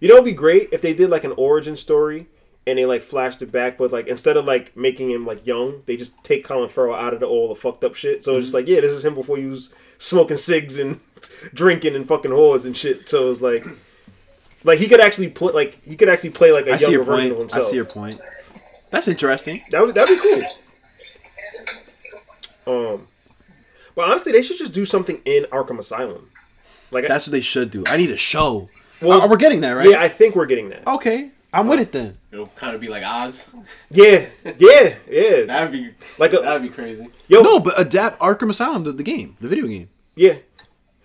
You know, it'd be great if they did like an origin story and they like flashed it back, but like instead of like making him like young, they just take Colin Farrell out of the all the fucked up shit. So it's
Mm-hmm.
just like, yeah, this is him before he was smoking cigs and drinking and fucking whores and shit. So it's like, like he could actually play like he could actually play like a
I see
younger
your
version
point.
of
I
himself.
see your point. That's interesting.
That would that'd be cool. Um, but honestly, they should just do something in Arkham Asylum. Like, I-
That's what they should do. I need a show.
Well,
Well, we're getting that right.
yeah, I think we're getting that.
okay. I'm with it then.
It'll kind of be like Oz.
Yeah, yeah, yeah.
That'd be
Like a-
that'd be crazy.
Yo,
No, but adapt Arkham Asylum to the game, the video game.
Yeah.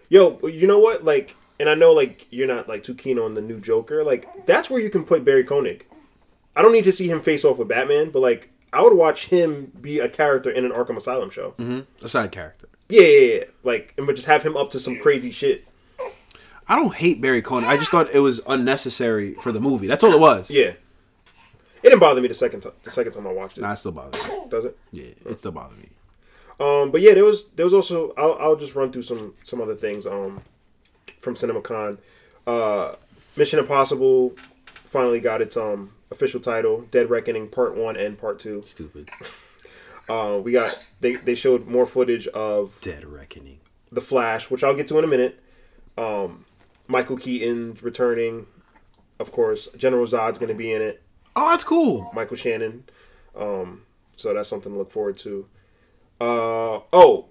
Yo, you know what? Like, and I know like you're not like too keen on the new Joker. Like, that's where you can put Barry Koenig. I don't need to see him face off with Batman, but like I would watch him be a character in an Arkham Asylum show.
A side character.
Yeah, yeah, yeah. Like, and but just have him up to some crazy shit.
I don't hate Barry Conan. I just thought it was unnecessary for the movie. That's all it was.
Yeah. It didn't bother me the second time. The second time I watched it,
Nah, it still bothers me.
does it?
Yeah, it still bothers me.
Um, but yeah, there was there was also I'll, I'll just run through some some other things um from CinemaCon. Uh, Mission Impossible finally got its um official title, Dead Reckoning Part One and Part Two.
Stupid.
Uh, we got they they showed more footage of
Dead Reckoning.
The Flash, which I'll get to in a minute. Um, Michael Keaton returning, of course. General Zod's going to be in it.
Oh, that's cool.
Michael Shannon. Um, so that's something to look forward to. Uh, oh,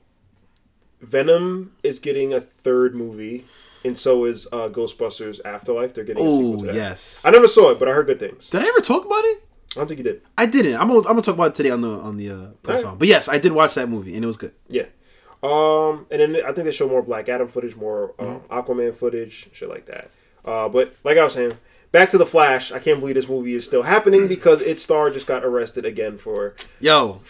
Venom is getting a third movie, and so is uh, Ghostbusters Afterlife. They're getting a sequel
Oh,
to that.
yes.
I never saw it, but I heard good things. I
Did I ever talk about it?
don't think you did.
I didn't. I'm gonna, I'm gonna talk about it today on the on the uh, press
Alright.
on. But yes, I did watch that movie and it was good.
Yeah. Um, and then I think they show more Black Adam footage, more um, Aquaman footage, shit like that. Uh, but like I was saying, back to the Flash. I can't believe this movie is still happening because its star just got arrested again for
Yo,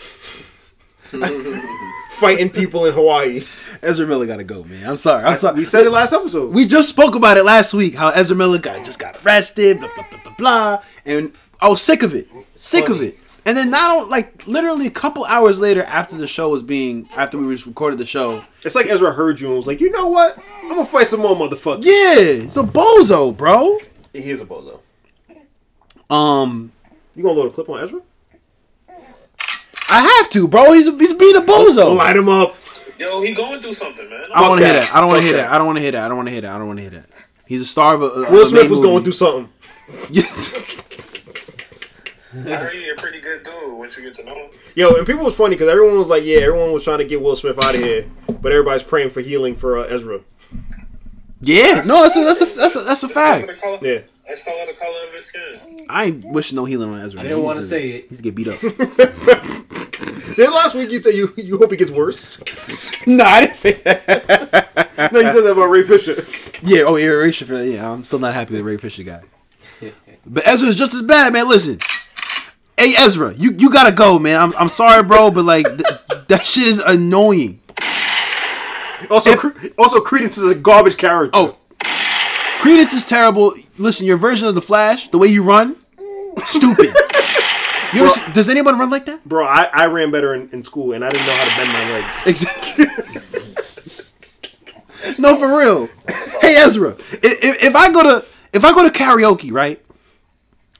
fighting people in Hawaii.
Ezra Miller gotta go, man. I'm sorry. I'm sorry.
We said it last episode.
We just spoke about it last week. How Ezra Miller got just got arrested, blah blah blah blah blah, and I was sick of it, sick of
Funny.
it. And then not on, like literally a couple hours later, after the show was being after we just recorded the show,
It's like Ezra heard you and was like, you know what? I'm gonna fight some more motherfuckers.
yeah, it's a bozo, bro.
He is a bozo.
Um,
You gonna load a clip on Ezra?
I have to, bro. He's he's being a bozo.
Light him up.
Yo, he going through something, man.
I don't want to hear
that.
that. I don't want
Oh, Fuck
to hear
that.
that. I don't want to hear that. I don't want to hear that. I don't want to hear that. He's a star of a. a
Will
a
Smith
main
was
movie.
going through something.
Yes.
I heard you're a pretty good dude once you get to know him.
Yo, and people was funny because everyone was like, yeah, everyone was trying to get Will Smith out of here, but everybody's praying for healing for uh, Ezra.
yeah. No, that's a that's a that's a, that's a fact.
Let's call it the color-
Yeah.
Let's call it the color of his skin.
I ain't wishing no healing on Ezra.
I didn't
He's
wanna
just-
say it.
He's get beat up.
Then last week you said you you hope it gets worse.
no, I didn't say that.
no, you said that about Ray Fisher.
Yeah, oh yeah, Ray Fisher. Yeah, I'm still not happy with Ray Fisher guy. But Ezra is just as bad, man. Listen, hey Ezra, you you gotta go, man. I'm I'm sorry, bro, but like th- that shit is annoying.
Also, Cre- also Credence is a garbage character.
Oh, Credence is terrible. Listen, your version of the Flash, the way you run, stupid. You ever see- does anyone run like that?
bro, I, I ran better in, in school and I didn't know how to bend my legs.
Exactly. no, for real. Hey Ezra, if, if, if I go to if I go to karaoke, right,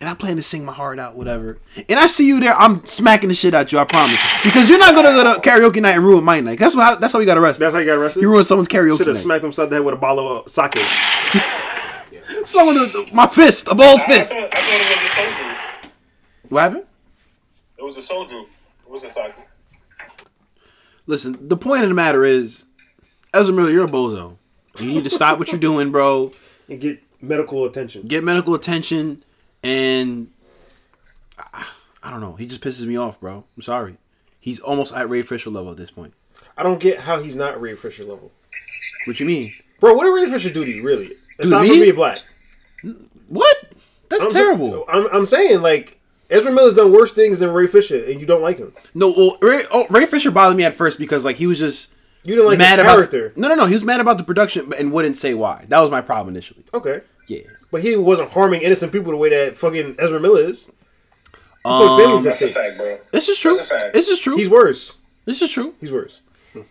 and I plan to sing my heart out, whatever, and I see you there, I'm smacking the shit out you. I promise, because you're not gonna go to karaoke night and ruin my night. That's what. That's how we got arrested.
That's how you got arrested.
you ruined someone's karaoke
Should
night.
have smacked him upside the head with a bottle of sake.
Slung with the- the- my fist, a bald
I, I,
fist.
thought, I thought it was a soldier.
What happened?
It was a soldier. It was a soccer.
Listen, the point of the matter is, Ezra Miller, you're a bozo. You need to stop what you're doing, bro.
And get medical attention.
get medical attention and I, I don't know. He just pisses me off, bro. I'm sorry. He's almost at Ray Fisher level at this point.
I don't get how he's not Ray Fisher level.
What you mean?
Bro, what did Ray Fisher do to you, really? Aside
me?
from being black.
What? That's
I'm
terrible.
I'm, I'm saying, like, Ezra Miller's done worse things than Ray Fisher, and you don't like him.
no, well, Ray, oh, Ray Fisher bothered me at first because like he was just
You didn't like
mad
his
about
character.
No, no, no. He was mad about the production but- and wouldn't say why. That was my problem initially.
Okay.
Yeah.
But he wasn't harming innocent people the way that fucking Ezra Miller is. Put
Um,
families at
That's a
stake.
fact, bro.
this is true.
That's a fact.
This is true.
He's worse.
This is true.
He's worse.
And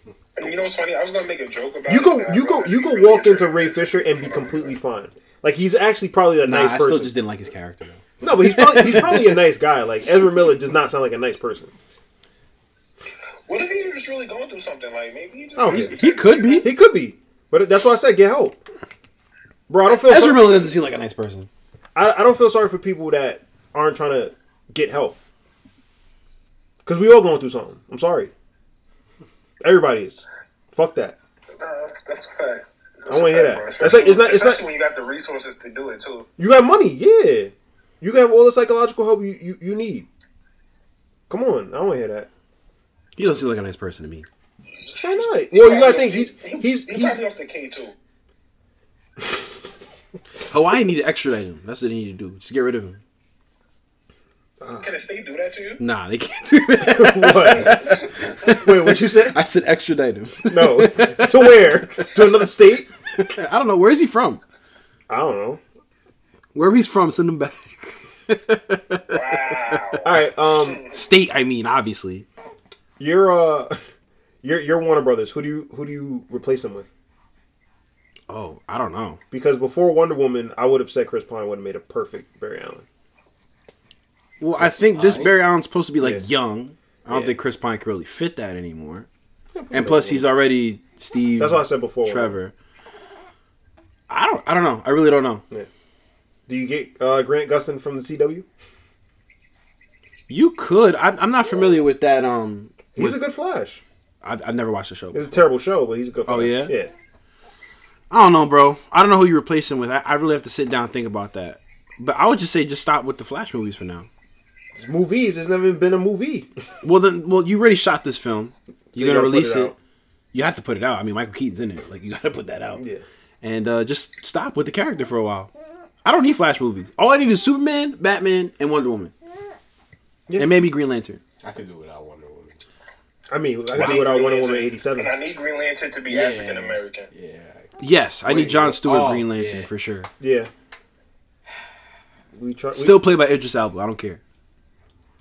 you know what's funny? I was gonna make a joke about
You
it,
go,
and I
you go,
realized
you
he
go
really
walk
is
into
a
Ray
racist.
Fisher and be completely fine. Like he's actually probably a
Nah,
nice
I
person.
still just didn't like his character. though.
No, but he's probably, he's probably a nice guy. Like Ezra Miller does not sound like a nice person.
What if he was really going through something? Like maybe he just.
Oh, he-
He could be.
He could be, but that's why I said get help, bro. I don't feel
Ezra
so-
Miller doesn't seem like a nice person.
I, I don't feel sorry for people that aren't trying to get help. Cause we all going through something. I'm sorry. Everybody is. Fuck that.
Nah, that's a fact. That's
I wanna
a
hear
fact,
that.
bro.
That's like- it's not- it's not-
especially when you got the resources to do it too.
You got money, yeah. You can have all the psychological help you, you, you need. Come on, I don't wanna hear that.
He doesn't seem like a nice person to me.
Why not? Well, you gotta think he's he's
he's
he's
probably off the K two.
Hawaii need to extradite him. That's what they need to do. Just get rid of him.
Can a state do that to you?
Nah, they can't do that.
what? Wait, what you say?
I said extradite him.
No. to where? To another state?
I don't know. Where is he from?
I don't know.
Wherever he's from, send him back.
Wow.
All right. Um,
State, I mean, obviously.
you're uh, you're you're Warner Brothers. Who do you who do you replace them with?
Oh, I don't know.
Because before Wonder Woman, I would have said Chris Pine would have made a perfect Barry Allen.
Well, I think this Barry Allen's supposed to be like
Yeah.
young. I don't
Yeah.
think Chris Pine could really fit that anymore. And plus, he's already Steve.
That's what I said before.
Trevor. I don't. I don't know. I really don't know.
Do you get uh, Grant Gustin from the CW?
You could. I, I'm not familiar with that. Um,
He's a good Flash.
I, I've never watched the show.
It's a terrible show, but he's a good. Flash.
Oh, yeah?
Yeah.
I don't know, bro. I don't know who you replace him with. I, I really have to sit down and think about that. But I would just say just stop with the Flash movies for now.
It's movies. It's never been a movie.
Well then, well you already shot this film. You're
you
gonna
gotta put
release
it
it.
out.
You have to put it out. I mean, Michael Keaton's in it. Like you gotta put that out.
Yeah.
And uh, just stop with the character for a while. I don't need Flash movies. All I need is Superman, Batman, and Wonder Woman,
Yeah.
and maybe Green Lantern.
I could do without Wonder Woman.
I mean, I could do without Wonder Woman '87.
And I need Green Lantern to be African American.
Yeah.
Yes, I need
Wait,
John
what?
Stewart
Oh,
Green Lantern
yeah.
for sure.
Yeah. We try. we-
Still played by Idris Elba. I don't care.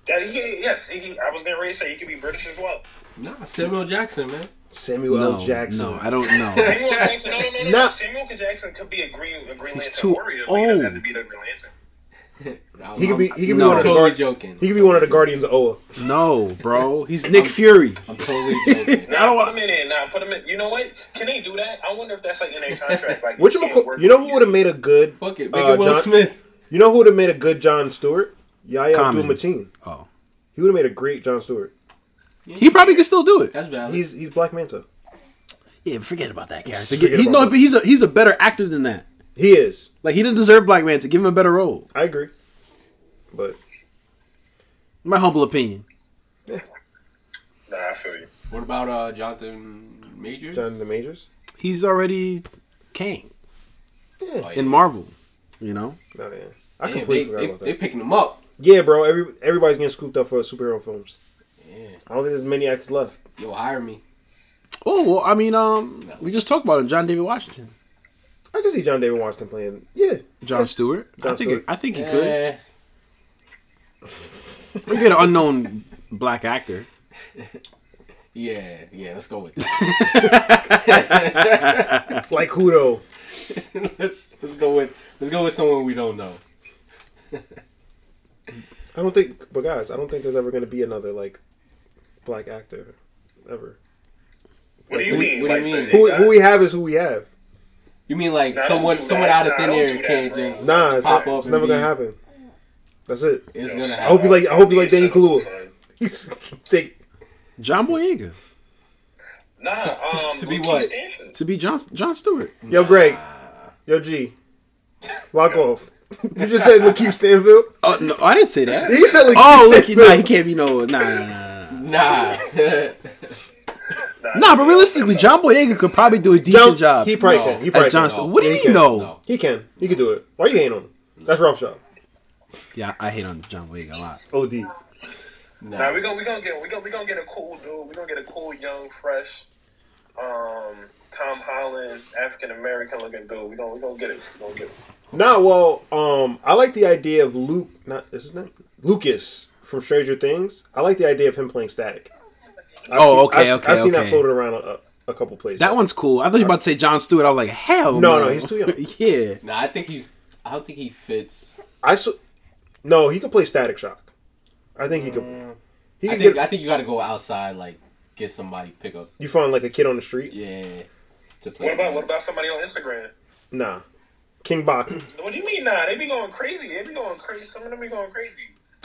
Yeah, he, can- yes, he, can- I was getting ready to say he could be British as well.
Nah, Samuel Jackson, man.
Samuel
no,
L. Jackson.
no, I don't know.
Samuel Jackson, no, no, no, no,
Nah.
no. Samuel K. Jackson could be a Green, a Green
He's too
Lantern warrior, but he doesn't have to
old.
be the Green Lantern.
He could be.
I'm,
He could be
No.
one of the
totally
guard-
joking.
He could be one of the Guardians of Oa.
no, bro. He's Nick Fury.
I'm totally joking.
Nah, put him in there. Nah, put him in. You know what? Can they do that? I wonder if that's like in their contract. Like,
Which
you
you,
can't work
you know who
with
would have made a good?
Fuck it. Make
uh,
it Will
John-
Smith.
You know who would have made a good John Stewart? Yaya
Common.
Abdul-Mateen.
Oh,
He would have made a great John Stewart.
he probably could still do it.
That's valid.
He's he's Black Manta.
Yeah, but forget about that character.
Forget
He's
about
no,
that.
but he's a he's a better actor than that.
He is.
Like he didn't deserve Black Man to give him a better role.
I agree. But
My humble opinion.
Nah, I feel you.
what about uh, Jonathan Majors?
John the Majors.
He's already Kang
Oh, yeah.
in Marvel. You know,
No, Eh, yeah. I
Damn,
completely
they,
forgot
they,
about
they
that.
picking him up.
Yeah, bro. Every everybody's getting scooped up for superhero films.
Yeah.
I don't think there's many acts left.
Yo, hire me.
Oh, well, I mean, um, we just talked about him, John David Washington,
I just see John David Washington playing. Yeah,
John Stewart. I
John
think
Stewart.
I think he could.
Yeah.
We get an unknown black actor.
Yeah, yeah, let's go with
like who though?
that. let's let's go with let's go with someone we don't know.
I don't think, but guys, I don't think there's ever going to be another like black actor ever.
What do you
What do
mean?
you- what do you
Like,
mean?
the-
Who, who we have is who we have.
You mean like
Nah, don't
someone
do that.
someone out of
Nah,
thin
don't
air
do that,
can't
bro.
just
Nah, it's,
pop
not-
up?
it's
and
never
be-
gonna happen. That's it.
It's gonna
I
happen.
I hope you like. I hope you like Danny Kalua.
Son.
Take
John Boyega
Nah, um,
to be
Lakeith
what?
Stanford.
to be John John Stewart.
yo, Greg, yo, G, lock off. You just said Lakeith Stanfield.
Oh no, I didn't say that.
He said Lakeith.
Oh, look,
Stanfield.
nah, he can't be no, nah, nah, nah. nah.
Nah.
Nah, but realistically, John Boyega could probably do a decent
John,
job.
He probably
No.
can. He probably
as John
can.
Stewart. What do you
Yeah, he
mean
can.
though?
No.
He can. He can do it. Why you hating on him? That's rough shot.
Yeah, I hate on John Boyega a lot.
Od.
Nah,
nah.
we gonna we gonna get we gonna we gonna get a cool dude. We gonna get a cool young, fresh, um, Tom Holland, African American looking dude. We gonna we gonna get it. We gonna get it.
Nah, well, um, I like the idea of Luke. Not is his name Lucas from Stranger Things. I like the idea of him playing Static. I've
Oh,
seen-
okay,
I've,
okay,
I've seen
okay.
that floated around a, a couple places.
That one's cool. I thought you were about to say John Stewart. I was like, hell
No, no, he's too young.
yeah.
Nah, I think he's I don't think he fits.
I saw. No, he could play Static Shock. I think he could. He
I
could
think
get,
I think you gotta go outside, like get somebody pick up.
you find like a kid on the street.
Yeah. To play.
What about what about somebody on Instagram?
Nah, King Bach. All
What do you mean? Nah, they be going crazy. They be going crazy. Some of them be going crazy.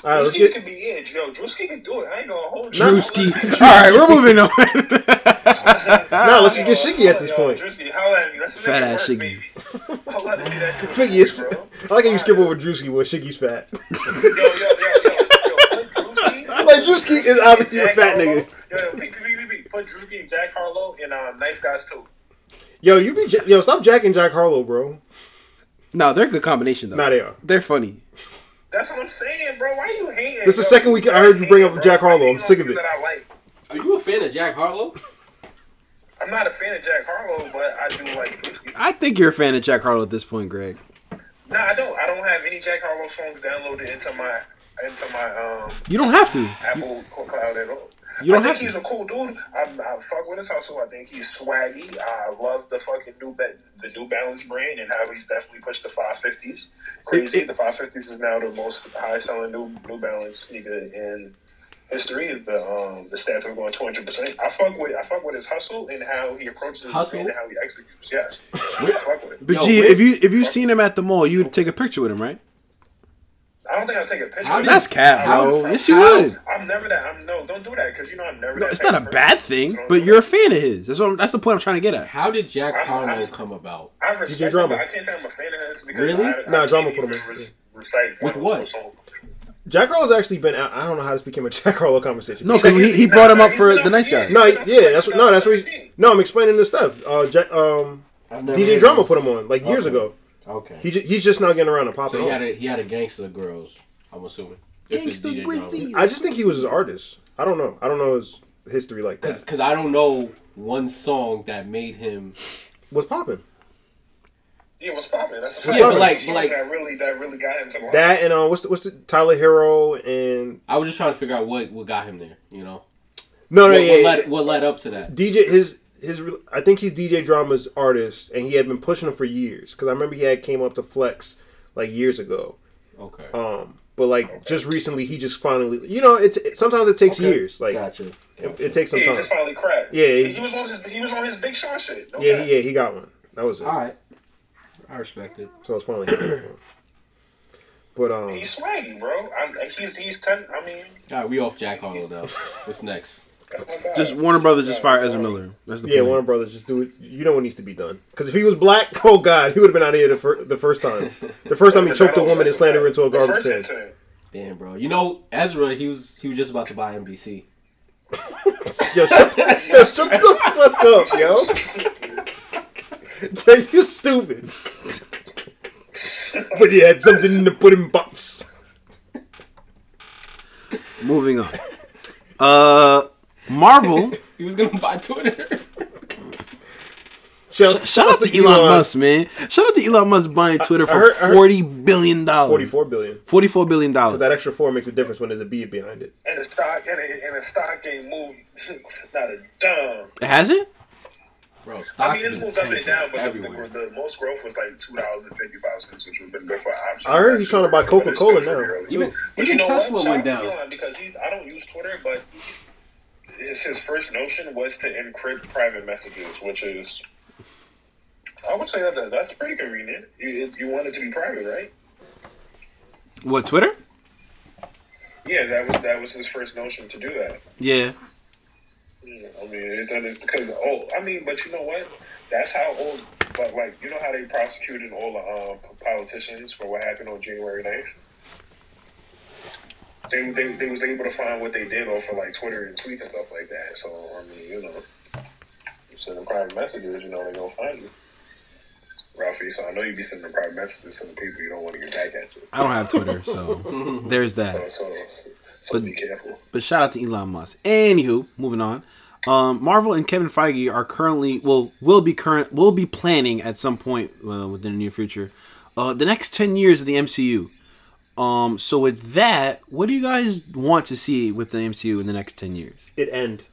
right, let's
Drewski
get.
could be it, yo. Drewski could do it. I ain't gonna hold you.
Drewski. All right, we're moving on.
Nah, let's just get Shiggy at this
Yo,
point.
Drewski, holla at me. Let's make
Fat
it
ass Shiggy.
work, baby. I love to see that.
Figures.
bro.
I like how you skip over Drewski where Shiggy's fat.
Yo, yo, yo, yo, yo. Put Drewski-
Like Drewski is obviously a
Jack
fat
Harlow.
nigga.
Yo, yo, P- P- P- P- put Drewski and Jack Harlow and uh, Nice Guys too.
Yo, you be ja- yo stop jacking Jack Harlow, bro.
No, they're a good combination though.
Nah, they are.
They're funny.
That's what I'm saying, bro. Why you hating?
This is the second week I heard you bring up Jack Harlow. I'm sick of it.
That I like.
Are you a fan of Jack Harlow?
I'm not a fan of Jack Harlow, but I do like Drewski.
I think you're a fan of Jack Harlow at this point, Greg.
No, I don't. I don't have any Jack Harlow songs downloaded into my into my um
You don't have to.
Apple Cloud at all.
You don't
I think
have
he's a cool dude. I, I fuck with his hustle. I think he's swaggy. I love the fucking new ba- the New Balance brand and how he's definitely pushed the 550s. Crazy,
it-
the 550s is now the most high selling new New Balance sneaker in history. The um the stats are going 200. percent I fuck with I fuck with his hustle and how he approaches his
Hustle?
brand and how he executes. Yes, I fuck with it.
But
Yo,
gee,
wait.
if you if you seen him at the mall, you'd take a picture with him, right?
I don't think I'll take a picture.
How
of
did-
it.
That's cat, bro.
How-
Yes, you
how-
would.
I'm never that. I'm no. Don't do that because you know I'm never.
No,
that
it's
type
not a
of person.
bad thing,
Don't
but
do
you're
that.
a fan of his. That's what I'm, that's the point I'm trying to get at.
How did Jack
I'm-
Harlow
I'm-
come about?
I respect
DJ Drama.
him, but I can't say I'm a fan of his because
Really?
I, I
Nah,
can't
Drama put
even
him in.
re- recite
With
one of
what?
those songs.
Jack Harlow's actually been out. I don't know how this became a Jack Harlow conversation.
No, so he, he brought him up for the nice guys.
No, yeah, that's what, no, that's what. He's, no, I'm explaining this stuff. Uh, Jack, um,
I've never heard
DJ
of
Drama
this.
put him on like years
Okay.
ago.
Okay.
He ju- he's just now getting around to popping
so he had
off.
a he had a gangster girls. I'm assuming.
Gangsta Grizzly.
I just think he was his artist. I don't know. I don't know his history like that.
Because I don't know one song that made him.
What's popping?
Yeah, what's poppin'? That's a
Yeah,
fact.
but
like-
That's
but
the
like-
song that really that really got him to the
That and uh, what's the, what's the Tyler Hero and
I was just trying to figure out what what got him there. You know.
no no
What,
Oh, yeah,
what
yeah.
led what led up to that?
DJ his his re- I think he's DJ Drama's artist and he had been pushing him for years because I remember he had came up to Flex like years ago.
Okay.
Um, but like just recently he just finally you know it's it, sometimes it takes
Okay.
years like
Gotcha.
it, it takes some
Yeah, he
time.
just finally cracked.
Yeah, he-
he, was on his he was on his Big Sean shit. No
Yeah
cap.
he, yeah he got one. That was it.
All right. I respect it.
So it's finally happening for him. But um,
He's swaggy, bro. I'm, he's he's ten. I mean,
All right, we off Jack Harlow now. What's next?
oh my God.
Just Warner Brothers just fired Ezra Miller. That's the
yeah,
point.
Warner Brothers just do it. You know what needs to be done because if he was black, oh god, he would have been out of here the, fir- the first time. The first time he choked a woman and slammed her into a
The
garbage
first
can.
incident.
Damn, bro. You know Ezra, he was he was just about to buy NBC.
Yo, shut, the- yo, shut the fuck up, yo. Yo, you stupid. but he had something to put in bops.
Moving on. Uh, Marvel.
He was gonna buy Twitter.
Just
Shout out to Elon, Musk, man. Shout out to Elon Musk buying Twitter for
heard- I heard-
forty billion dollars.
Uh, Forty-four billion.
Forty-four billion dollars.
That extra four makes a difference when there's a B behind it.
And the stock and a, and the stock game moved not a dumb.
Has it?
Bro,
I
stocks
mean,
have
it's
been
moved up and down,
tanking
but the,
everywhere.
the, the most growth was like two dollars and fifty five cents, which would have been good for options.
I heard he's trying to buy Coca-Cola now.
Even-
But you
even
know
Tesla
what? Shout
went
out to
down.
Elon because he's, I don't use Twitter, but he's, it's his first notion was to encrypt private messages, which is, I would say that that's pretty convenient. You, if you want it to be private, right?
What Twitter?
Yeah, that was that was his first notion to do that.
Yeah.
Yeah, I mean, it's, and it's because oh, I mean, but you know what? That's how old. But like, you know how they prosecuted all the um, politicians for what happened on January 9th? They, they they was able to find what they did off of like Twitter and tweets and stuff like that. So I mean, you know, you send them private messages, you know, they gonna find you. Ralphie, so I know you be sending private messages to the people you don't want to get back at you.
I don't have Twitter, so there's that.
So, so, so
But-
be careful.
But shout out to Elon Musk. Anywho, moving on. Um, Marvel and Kevin Feige are currently will will be current will be planning at some point uh, within the near future, uh, the next ten years of the MCU. Um, so with that, what do you guys want to see with the MCU in the next ten years?
It end.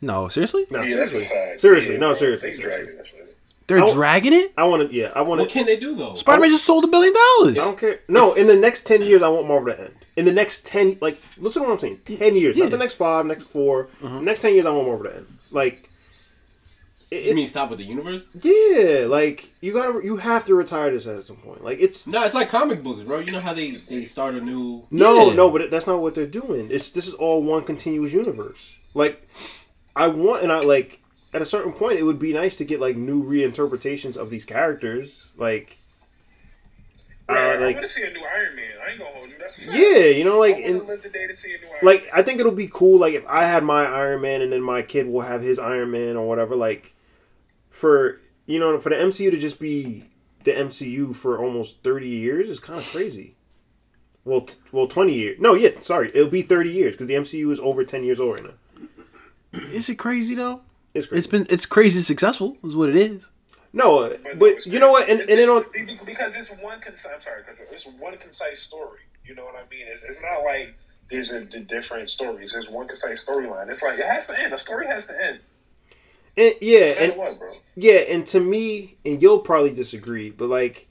No, seriously,
No,
Yeah, that's a
seriously.
fact.
Seriously,
Yeah,
no,
bro,
seriously.
They
seriously.
dragging this. man.
they're
I-
dragging it.
I want to. Yeah, I want
What
to.
can they do though?
Spider Man just sold a billion
I
dollars.
don't care. No, in the next ten years, I want Marvel to end. In the next ten, like, listen to what I'm saying. Ten years,
Yeah. Uh-huh.
not the next five, next 4 next ten years, I want Marvel to end. Like, it-
You mean
it's
stop with the universe?
yeah, like you gotta, you have to retire this at some point. Like, it's
No, it's like comic books, bro. You know how they they start a new.
no,
Yeah.
no, but that's not what they're doing. It's this is all one continuous universe. Like, I want, and I like at a certain point, it would be nice to get like new reinterpretations of these characters. Like,
I,
I
I
uh, like
want to see a new Iron Man. I ain't gonna hold you. That's a fact.
yeah, you know, like
I want
and,
to live the day to see a new Iron Man.
like I think it'll be cool. Like if I had my Iron Man and then my kid will have his Iron Man or whatever. Like for you know for the MCU to just be the MCU for almost thirty years is kind of crazy. Well, t- well, twenty years. No, yeah, sorry, it'll be thirty years because the MCU is over ten years old right now.
Is it crazy though?
It's crazy.
It's been it's crazy successful is what it is.
no, uh,
But no,
but
it's
you know what? And,
crazy.
and then on
It's- it's- because it's one concise. I'm sorry, Pedro. it's one concise story. You know what I mean? It's, it's not like there's a, the different stories. There's one concise storyline. It's like it has to end. A story has to end.
and, yeah,
And
and
what, bro?
Yeah, and to me, and you'll probably disagree, but like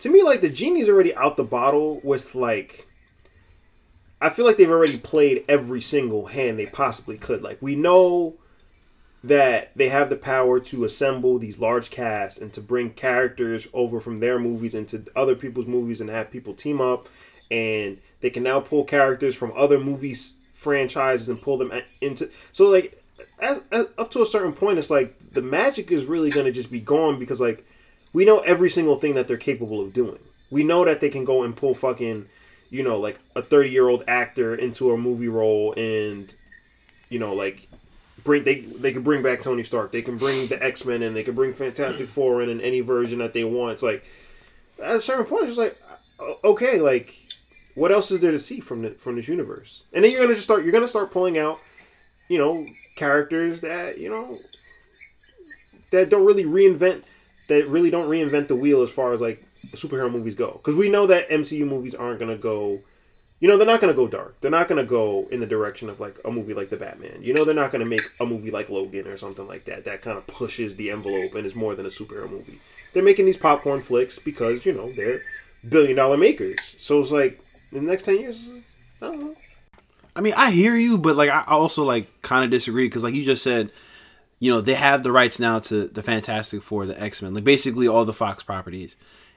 to me, like the genie's already out the bottle with like I feel like they've already played every single hand they possibly could. Like we know that they have the power to assemble these large casts and to bring characters over from their movies into other people's movies and have people team up and they can now pull characters from other movies franchises and pull them into so like as, as, up to a certain point, it's like the magic is really going to just be gone because like we know every single thing that they're capable of doing. We know that they can go and pull fucking, you know, like a thirty-year-old actor into a movie role, and you know, like bring they they can bring back Tony Stark, they can bring the X Men, and they can bring Fantastic Four in, in any version that they want. It's like at a certain point, it's just like o- okay, like what else is there to see from the, from this universe? And then you're gonna just start you're gonna start pulling out you know characters that you know that don't really reinvent that really don't reinvent the wheel as far as like superhero movies go because we know that mcu movies aren't gonna go you know they're not gonna go dark they're not gonna go in the direction of like a movie like the batman you know they're not gonna make a movie like logan or something like that that kind of pushes the envelope and is more than a superhero movie they're making these popcorn flicks because you know they're billion dollar makers so it's like in the next 10 years i don't know
I mean, I hear you, but like I I also like kind of disagree because like you just said, you know, they have the rights now to the Fantastic Four, the X Men, like basically all the Fox properties,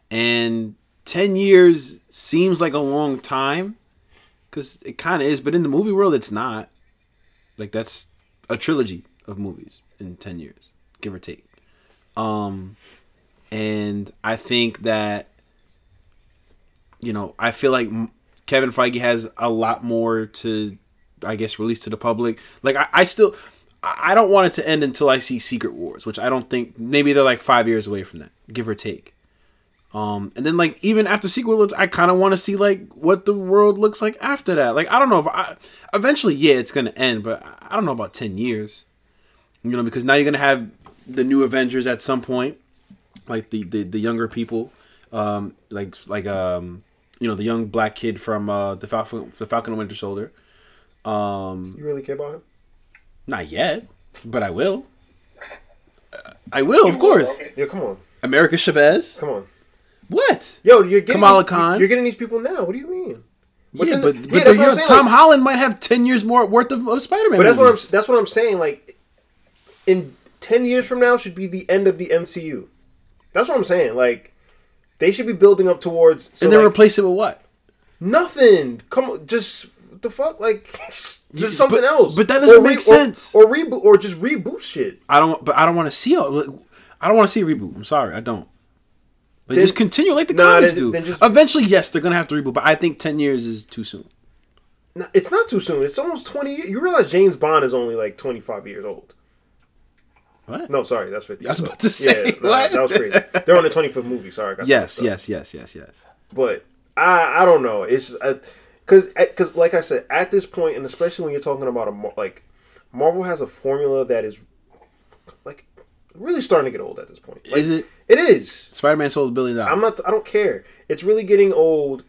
and ten years seems like a long time because it kind of is, but in the movie world, it's not. Like that's a trilogy of movies in ten years, give or take. Um, and I think that you know, I feel like m- Kevin Feige has a lot more to, I guess, release to the public. Like, I, I still, I I don't want it to end until I see Secret Wars, which I don't think, maybe they're like five years away from that, give or take. Um, and then like even after Secret Wars, I kind of want to see like what the world looks like after that. Like I don't know if I eventually, yeah, it's gonna end, but I- I don't know about ten years. You know, because now you're gonna have the new Avengers at some point, like the the, the younger people, um, like like um, you know, the young black kid from uh, the Falcon, the Falcon and Winter Soldier.
you really care about him
Not yet, but I will. Uh, I will, of course.
yeah come on
America Chavez.
come on
What?
Yo, you're getting
Kamala
these,
Khan.
You're getting these people now. What do you mean? But
yeah,
then-
but,
yeah,
but
that's
the
what I'm
year-
saying,
Tom
like-
Holland might have ten years more worth of, of Spider-Man.
But that's what I'm.
movies.
That's what I'm saying. Like, in ten years from now should be the end of the MCU. That's what I'm saying. Like, they should be building up towards. So
and then
like,
replace it with what?
nothing. Come on, just what the fuck, like. Just something
but-
else,
but that doesn't
Or
make
or-
sense.
Or, reboot, or just reboot shit.
I don't. But I don't want to see. all- I don't want to see a reboot. I'm sorry, I don't. But
Then-
just continue like the
Nah,
comics
then-
do.
then just-
Eventually, yes, they're gonna have to reboot. But I think ten years is too soon.
No, It's not too soon. It's almost twenty. years. You realize James Bond is only like twenty five years old.
What?
No, sorry, that's fifty.
I was about to say,
nah,
what?
that was crazy. They're on the twenty fifth movie. Sorry, I got
Yes,
yes.
yes, yes, yes, yes.
but I I don't know. It's just because because like I said, at this point, and especially when you're talking about a Mar- like Marvel has a formula that is like really starting to get old at this point. Like,
Is it
It is.
Spider-Man sold a billion dollars?
I'm not. I don't care. It's really getting old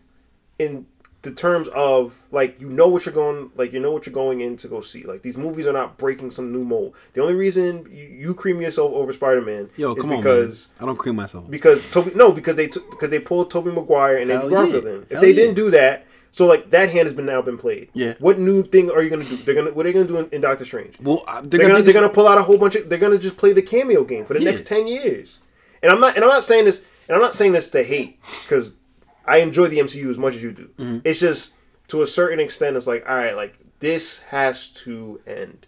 in the terms of like you know what you're going like you know what you're going in to go see. Like these movies are not breaking some new mold. The only reason you, you cream yourself over Spider Man
Yo,
is
come on,
because
man. I don't cream myself.
because Toby no because they took because they pulled Toby Maguire and Andrew
Hell yeah.
Garfield in. If
Hell
they
yeah.
didn't do that, so like that hand has been now been played.
Yeah.
What new thing are you gonna do? They're gonna what are they gonna do in, in Doctor Strange?
well, uh, they're,
They're
gonna,
gonna
think
they're gonna pull out a whole bunch of they're gonna just play the cameo game for the
Yeah.
next ten years. And I'm not and I'm not saying this and I'm not saying this to hate because I enjoy the MCU as much as you do. It's just to a certain extent it's like all right like this has to end.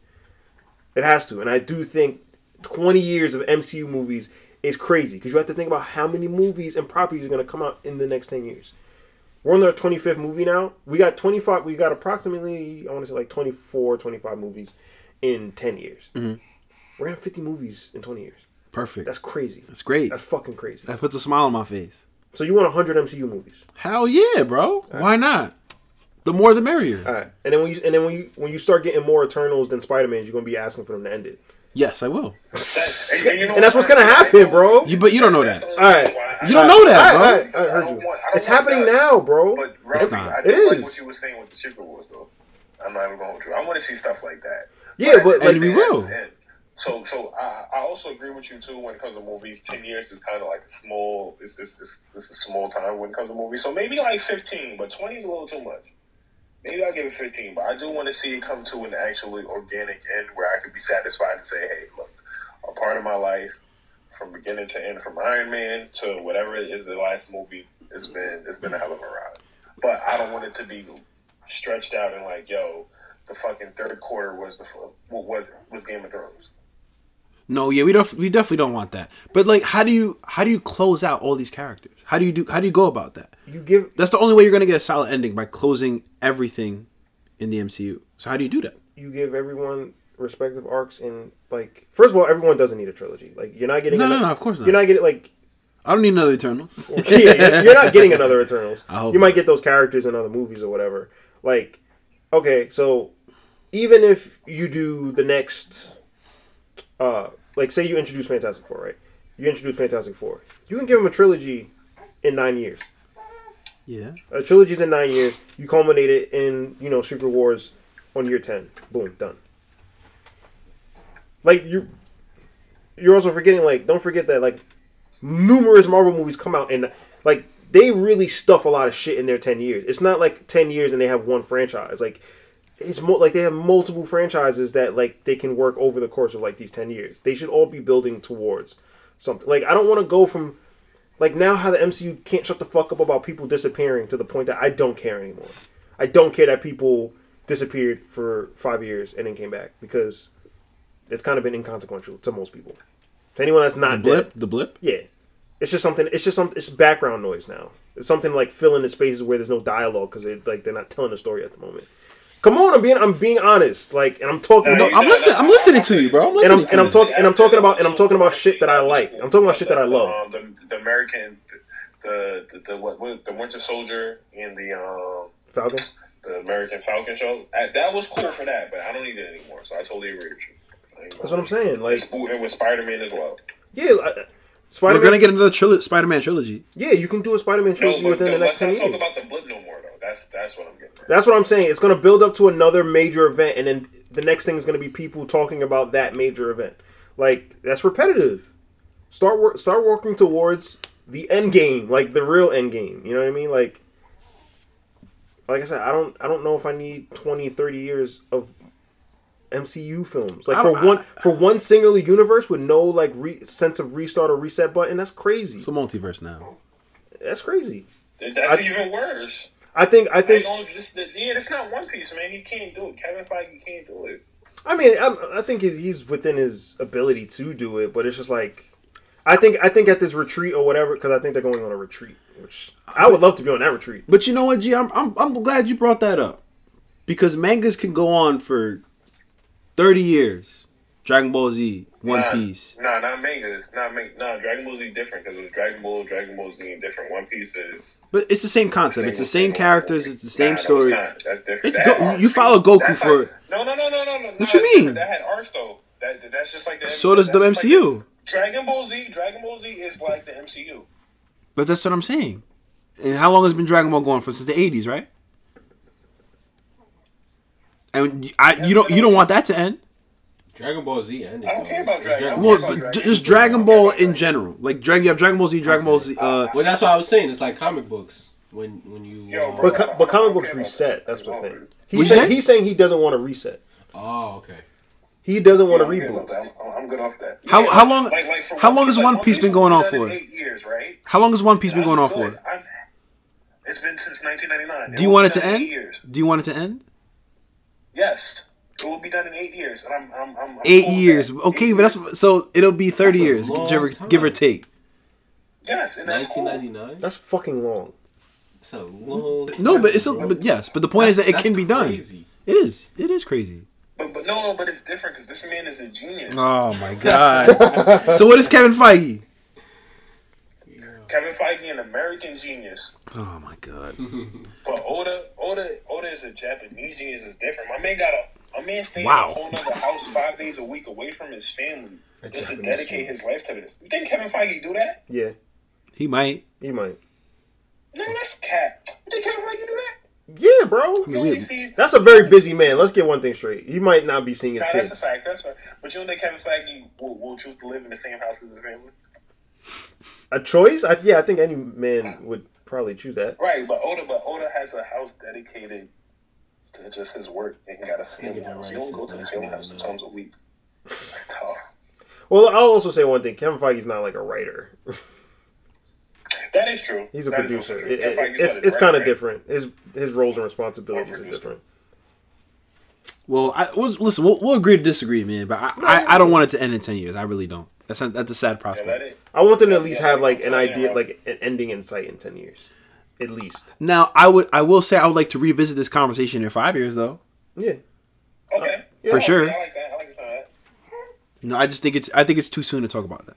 It has to, and I do think 20 years of MCU movies is crazy because you have to think about how many movies and properties are going to come out in the next ten years. We're on our 25th movie now. We got 25. We got approximately I want to say like 24, 25 movies in 10 years. We're gonna have 50 movies in 20 years.
Perfect. That's,
That's crazy.
great.
That's fucking crazy.
that puts a smile on my face.
So you want 100 MCU movies?
Hell yeah, bro. Why not? The more the merrier.
All right. And then when you and then when you when you start getting more Eternals than Spider Man, you're gonna be asking for them to end it.
Yes, I will.
And, you know
And that's what's gonna happen, bro.
You but you don't know that.
Alright.
You don't know that,
All
bro.
right, all right, I heard you. It's happening now, bro.
But Robbie,
not.
I did
It
like
is.
what you were saying with the Secret Wars, though. I'm not even going to hold you. I want to see stuff like that.
Yeah, but
I
like,
think
we
it has to
will.
end. So, so I, I also agree with you too when it comes to movies. Ten years is kind of like a small. It's, it's, it's, it's a small time when it comes to movies. So maybe like fifteen, but twenty is a little too much. Maybe I'll give it fifteen, but I do want to see it come to an actually organic end where I could be satisfied and say, "Hey, look, a part of my life from beginning to end, from Iron Man to whatever it is the last movie, it's been it's been a hell of a ride." But I don't want it to be stretched out and like, yo, the fucking third quarter was the fu- what was was Game of Thrones.
No, yeah, we don't. We definitely don't want that. But like, how do you how do you close out all these characters? How do you do? How do you go about that?
you give
That's the only way you're gonna get a solid ending by closing everything in the MCU. So how do you do that?
you give everyone respective arcs and like first of all, everyone doesn't need a trilogy. Like you're not getting
No,
ano-
no, no, of course not.
You're not getting like
I don't need another Eternals.
yeah, you're, you're not getting another Eternals.
hope
You might
not.
get those characters in other movies or whatever. Like, okay, so even if you do the next, uh, like say you introduce Fantastic Four, right? You introduce Fantastic Four. You can give them a trilogy in nine years.
yeah,
A trilogy's in nine years. You culminate it in you know Secret Wars on year ten. Boom, done. Like you, you're also forgetting. Like, don't forget that like numerous Marvel movies come out and like they really stuff a lot of shit in their ten years. It's not like ten years and they have one franchise. Like it's mo- like they have multiple franchises that like they can work over the course of like these ten years. They should all be building towards something. Like I don't want to go from like now how the MCU can't shut the fuck up about people disappearing to the point that I don't care anymore. I don't care that people disappeared for five years and then came back because it's kind of been inconsequential to most people. To anyone that's not
the blip,
dead.
the blip.
Yeah, it's just something. It's just some. It's background noise now. It's something like filling the spaces where there's no dialogue because they like they're not telling a story at the moment. Come on, I'm being I'm being honest. Like, and I'm talking.
No,
No,
you-
I'm listening. I'm listening to you, bro. I'm
and
listening
I'm
to
and I'm
you.
talking and I'm talking about and I'm talking about shit that I like. I'm talking about shit that I love.
Um, the, the American, the the, the what, what the Winter Soldier and the um
Falcon.
the American Falcon show. I, that was cool for that, but I don't need it anymore. So I totally agree with you.
That's what I'm saying. Like,
saying. And with Spider Man as well.
yeah, Spider
We're gonna
Man.
get another trilo- Spider-Man trilogy.
Yeah, you can do a Spider Man trilogy
but
within the next
let's
ten
not talk
years.
about the blip no more though. That's that's what I'm getting. At.
That's what I'm saying. It's going to build up to another major event, and then the next thing is going to be people talking about that major event. Like that's repetitive. Start wor- start working towards the end game, like the real end game. You know what I mean? Like, like I said, I don't I don't know if I need 20, 30 years of MCU films. Like
I
for
don't-
one for one singular universe with no like re- sense of restart or reset button. That's crazy.
It's a multiverse now.
that's crazy.
That's
I-
even worse.
I think I
They
think
don't just yeah, it's not One Piece, man. He can't do it. Kevin Feige can't do it.
I mean, I'm, I think he's within his ability to do it, but it's just like, I think I think at this retreat or whatever, because I think they're going on a retreat, which I would love to be on that retreat.
But you know what, G? I'm I'm I'm glad you brought that up because mangas can go on for thirty years. Dragon Ball Z, One
Nah,
Piece.
Nah, not manga. It's not manga. Nah, Dragon Ball Z different because it was Dragon Ball, Dragon Ball Z, and different. One Piece is.
But it's the same concept. It's the same characters. It's the same
Nah, no,
story.
it's not. That's different.
It's
That
Go-
had arcs.
you follow Goku
That's
for-
Like, no, no, no, no, no, no.
What you
that's different.
mean?
That had arcs though. That, that's just like the.
So does the
that's just like
MCU.
Dragon Ball Z. Dragon Ball Z is like the MCU.
But that's what I'm saying. And how long has been Dragon Ball going for? Since the 80s, right? And y- I, you don't you don't want that to end.
Dragon Ball Z ended.
I don't
though.
care about
It's
Dragon Ball.
Well,
Yeah,
j-
Dragon
just
Ball.
Dragon Ball in general. Like Dragon, you have Dragon Ball Z, Dragon Ball Z. Uh,
Well, that's what I was saying. It's like comic books. When when you
Yo,
uh,
bro.
But co- but comic books reset. That's the thing.
What'd
He's
you
saying,
say?
he's saying he doesn't want to reset.
oh okay.
He doesn't want to
I'm good off
reboot.
that. I'm, I'm good off that.
How- how long-
for
how long has One Piece been going on
was done
for?
in Eight years, right?
how long has One Piece been
I'm
going on
good.
for?
I'm- It's been since 1999.
Do you want it
was
to
done in
end?
eight years.
Do you want it to end?
Yes. It will be done in eight years, and I'm I'm, I'm, I'm
Eight
cool with
years.
that.
Okay,
Eight
but
years.
that's so it'll be thirty
That's a
years,
long
give or,
time.
give or take.
yes, and that's cool.
1999.
That's fucking long.
That's a long.
No,
time,
but it's a,
bro.
but yes, but the point is that it
That's
can be done.
crazy.
It is. It is crazy.
But but no, but it's different because this man is a genius.
Oh my god. so what is Kevin Feige?
Kevin Feige, an American genius.
Oh my god.
But Oda, Oda, Oda is a Japanese genius. It's different. My man got a my man stayed
Wow.
in a whole nother house five days a week away from his family just to
Japanese
dedicate his life to this. You think Kevin Feige do that?
Yeah,
He might.
you might.
No, that's cat. You think Kevin Feige do that?
Yeah, bro.
You only see.
That's a very busy man. Let's get one thing straight. He might not be seeing his
Nah, that's a
kids.
fact. That's right. But you don't think Kevin Feige will, will choose to live in the same house as his family?
A choice? I, yeah, I think any man would probably choose that.
Right, but Oda, but Oda has a house dedicated to just his work, and he got a family
Yeah,
house.
right,
You don't
it's
go to the
nice,
family
man,
house two
man.
times a week. That's tough.
Well, I'll also say one thing. Kevin Feige's not like a writer.
That is true.
He's a
That is
producer.
also
It-
true.
it-
Kevin Feige's
it's
not a
it's kind of
director,
different. His his roles and responsibilities are
producer.
different.
Well, I we'll, listen. We'll, we'll agree to disagree, man. But I, I, I don't want it to end in ten years. I really don't. That's a, that's a sad
right? Yeah, that
prospect.
is-
I want them to at least
Yeah,
have like
yeah,
an
yeah.
idea, like an ending in sight in ten years, at least.
Now, I would I will say I would like to revisit this conversation in five years, though.
Yeah. Uh,
Okay. Yeah,
For sure.
I like that. I like the sound of that.
No, I just think it's I think it's too soon to talk about that.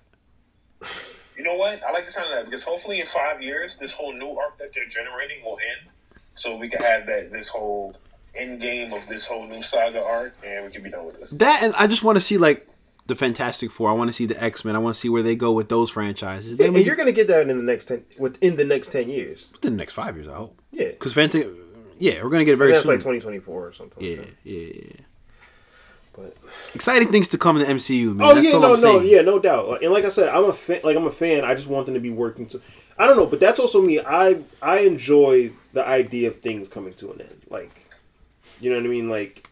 You know what? I like the sound of that because hopefully in five years, this whole new arc that they're generating will end, so we can have that this whole end game of this whole new saga arc, and we can be done with this.
That and I just want to see like the Fantastic Four. I want to see the X Men. I want to see where they go with those franchises. Then
And
we
you're gonna get that in the next ten within the next ten years.
in the next five years, I hope.
Yeah.
Because Fantastic, yeah, we're gonna get it very
That's
soon.
like 2024 or something. like
yeah,
that.
yeah, yeah.
But-
exciting things to come in the MCU, man.
Oh
that's
yeah,
all
no,
I'm
no,
saying.
yeah, no doubt. Like- And like I said, I'm a fan. Like I'm a fan. I just want them to be working. To, I don't know, but that's also me. I I enjoy the idea of things coming to an end. Like, you know what I mean? Like,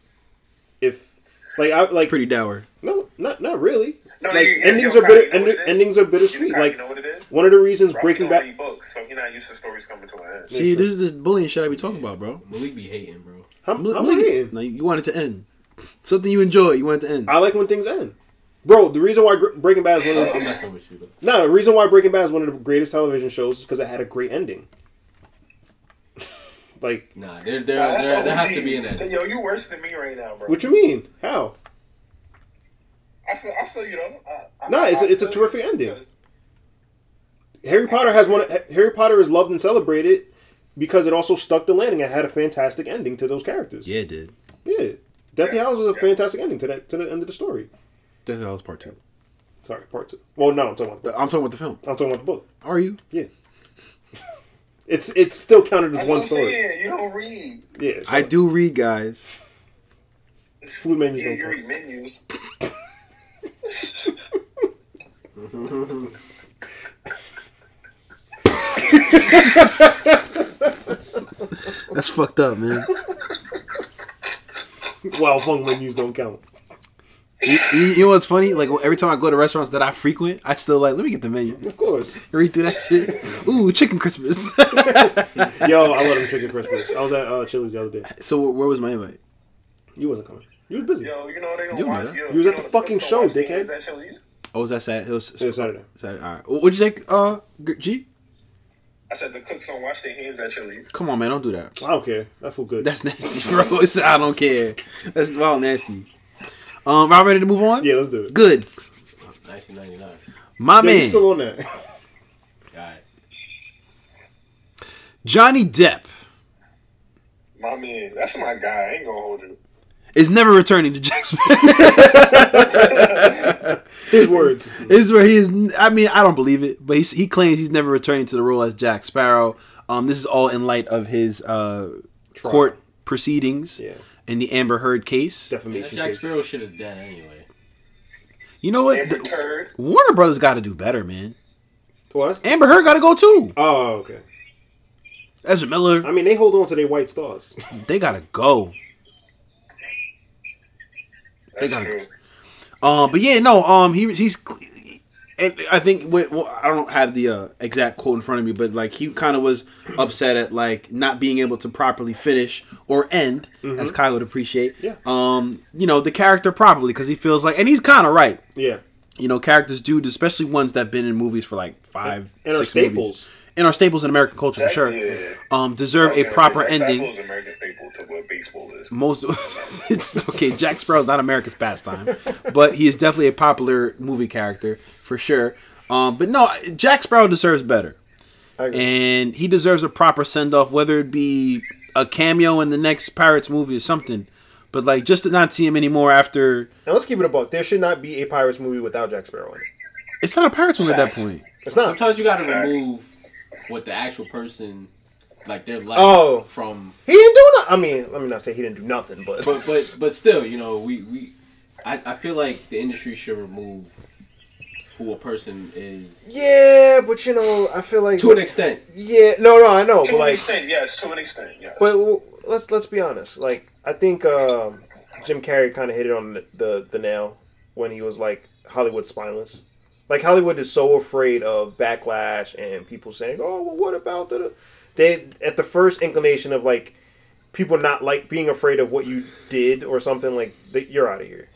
if like I like
Pretty dour.
no, not not really.
No,
like
you- you-
endings
you
are
know, Kyle,
bitter.
you know
End,
what it is?
endings are bittersweet.
Kyle,
Like
you know what it is?
one of the reasons
Rocky
Breaking
don't
Bad.
read books, so he's not used to stories coming to an end.
See, this is the bullying shit I be talking about, bro.
Malik be hating, bro.
I'm,
Look-
I'm
look at-
hating.
No, you want it to end. Something you enjoy, you want it to end.
I like when things end, bro. The reason why Gr- Breaking Bad is one of the,
I'm messing with you, though.
No, the reason why Breaking Bad is one of the greatest television shows is because it had a great ending. like,
Nah, there, there,
Nah, that's
there, there has
OD.
to be an end.
Yo, you worse than me right now, bro.
what you mean? How?
I feel, I feel you though. I- I-
Nah, it's a-
I
it's a
feel
terrific
you.
ending. Harry Potter has one. Harry Potter is loved and celebrated because it also stuck the landing and had a fantastic ending to those characters.
Yeah, it did.
yeah. Deathly Hallows is a fantastic ending to that to the end of the story.
That's that was part two.
Sorry, part two. Well, no, I'm talking about the book.
I'm talking about the film.
I'm talking about the book.
Are you?
It's it's still counted as
That's
one
what I'm
story.
saying. You don't read.
Yeah,
I do read, guys.
Food menus
You,
don't
you
count.
read menus.
That's fucked up, man.
Well, hung menus don't count.
you, you- you know what's funny? Like every time I go to restaurants that I frequent, I still like let me get the menu.
Of course.
Read through that shit. Ooh, chicken Christmas.
Yo, I love them chicken crispers. I was at uh, Chili's the other day.
so where was my invite?
You wasn't coming. You was busy.
Yo, you know they don't
You
watch.
know that.
Yo,
You was at
know
the fucking
folks
show,
don't watch
dickhead.
games at Chili's.
Oh, was that Saturday? It was
It was Saturday.
Saturday. All right. What'd you say? Uh, G- G.
I said the cooks don't wash their hands at Chili's.
Come on, man. Don't do that.
I don't care. That feel good.
That's nasty, bro. It's, I don't care. That's wild nasty. Um, y'all ready to move on?
yeah, let's do it.
Good.
1999.
My
Yo, you
man,
still on that.
All right.
Johnny Depp
My man, that's my guy. I ain't gonna hold you.
is never returning to Jackson.
His words.
This is where he is. I mean, I don't believe it, but he's, he claims he's never returning to the role as Jack Sparrow. Um, this is all in light of his uh, court proceedings
Yeah.
in the Amber Heard case.
That
Defamation
Jack
case.
Sparrow shit is dead anyway.
You know what?
Amber
The-
Turd.
Warner Brothers got to do better, man.
Well, that's-
Amber Heard got to go too.
oh, okay.
Ezra
I
Miller,
mean, they hold on to their white stars.
they got to go.
That's
gotta-
true.
Um, but yeah, no. Um, he he's and I think wh- well, I don't have the uh, exact quote in front of me, but like he kind of was upset at like not being able to properly finish or end, as Kyle would appreciate.
Yeah.
Um, you know the character properly because he feels like, and he's kind of right.
Yeah.
You know, characters do, especially ones that've been in movies for like five,
And are
six
staples.
movies, and are staples in American culture for
That-
sure.
yeah.
Um, deserve a
American-
proper
that
ending.
was American staple to what baseball is.
Most it's okay. Jack Sparrow's not America's pastime, but he is definitely a popular movie character for sure. Um, but no, Jack Sparrow deserves better, and he deserves a proper send off, whether it be a cameo in the next Pirates movie or something. But like, just to not see him anymore after
Now let's keep it a buck. There should not be a Pirates movie without Jack Sparrow in it.
it's not a Pirates movie at that point.
It's not.
Sometimes you gotta remove what the actual person, like their life,
Oh.
from.
He didn't do nothing. I mean, let me not say he didn't do nothing, but,
But but but still, you know, we we, I, I feel like the industry should remove who a person is
yeah, but you know, I feel like
to an extent.
Yeah, no, no, I know,
To
but
an
like,
extent, yes. To an extent, yes.
but w- let's let's be honest. Like, I think um, Jim Carrey kind of hit it on the, the the nail when he was like, Hollywood's spineless. Like Hollywood is so afraid of backlash and people saying, "Oh, well, what about the?" They at the first inclination of like people not like being afraid of what you did or something like they, you're out of here.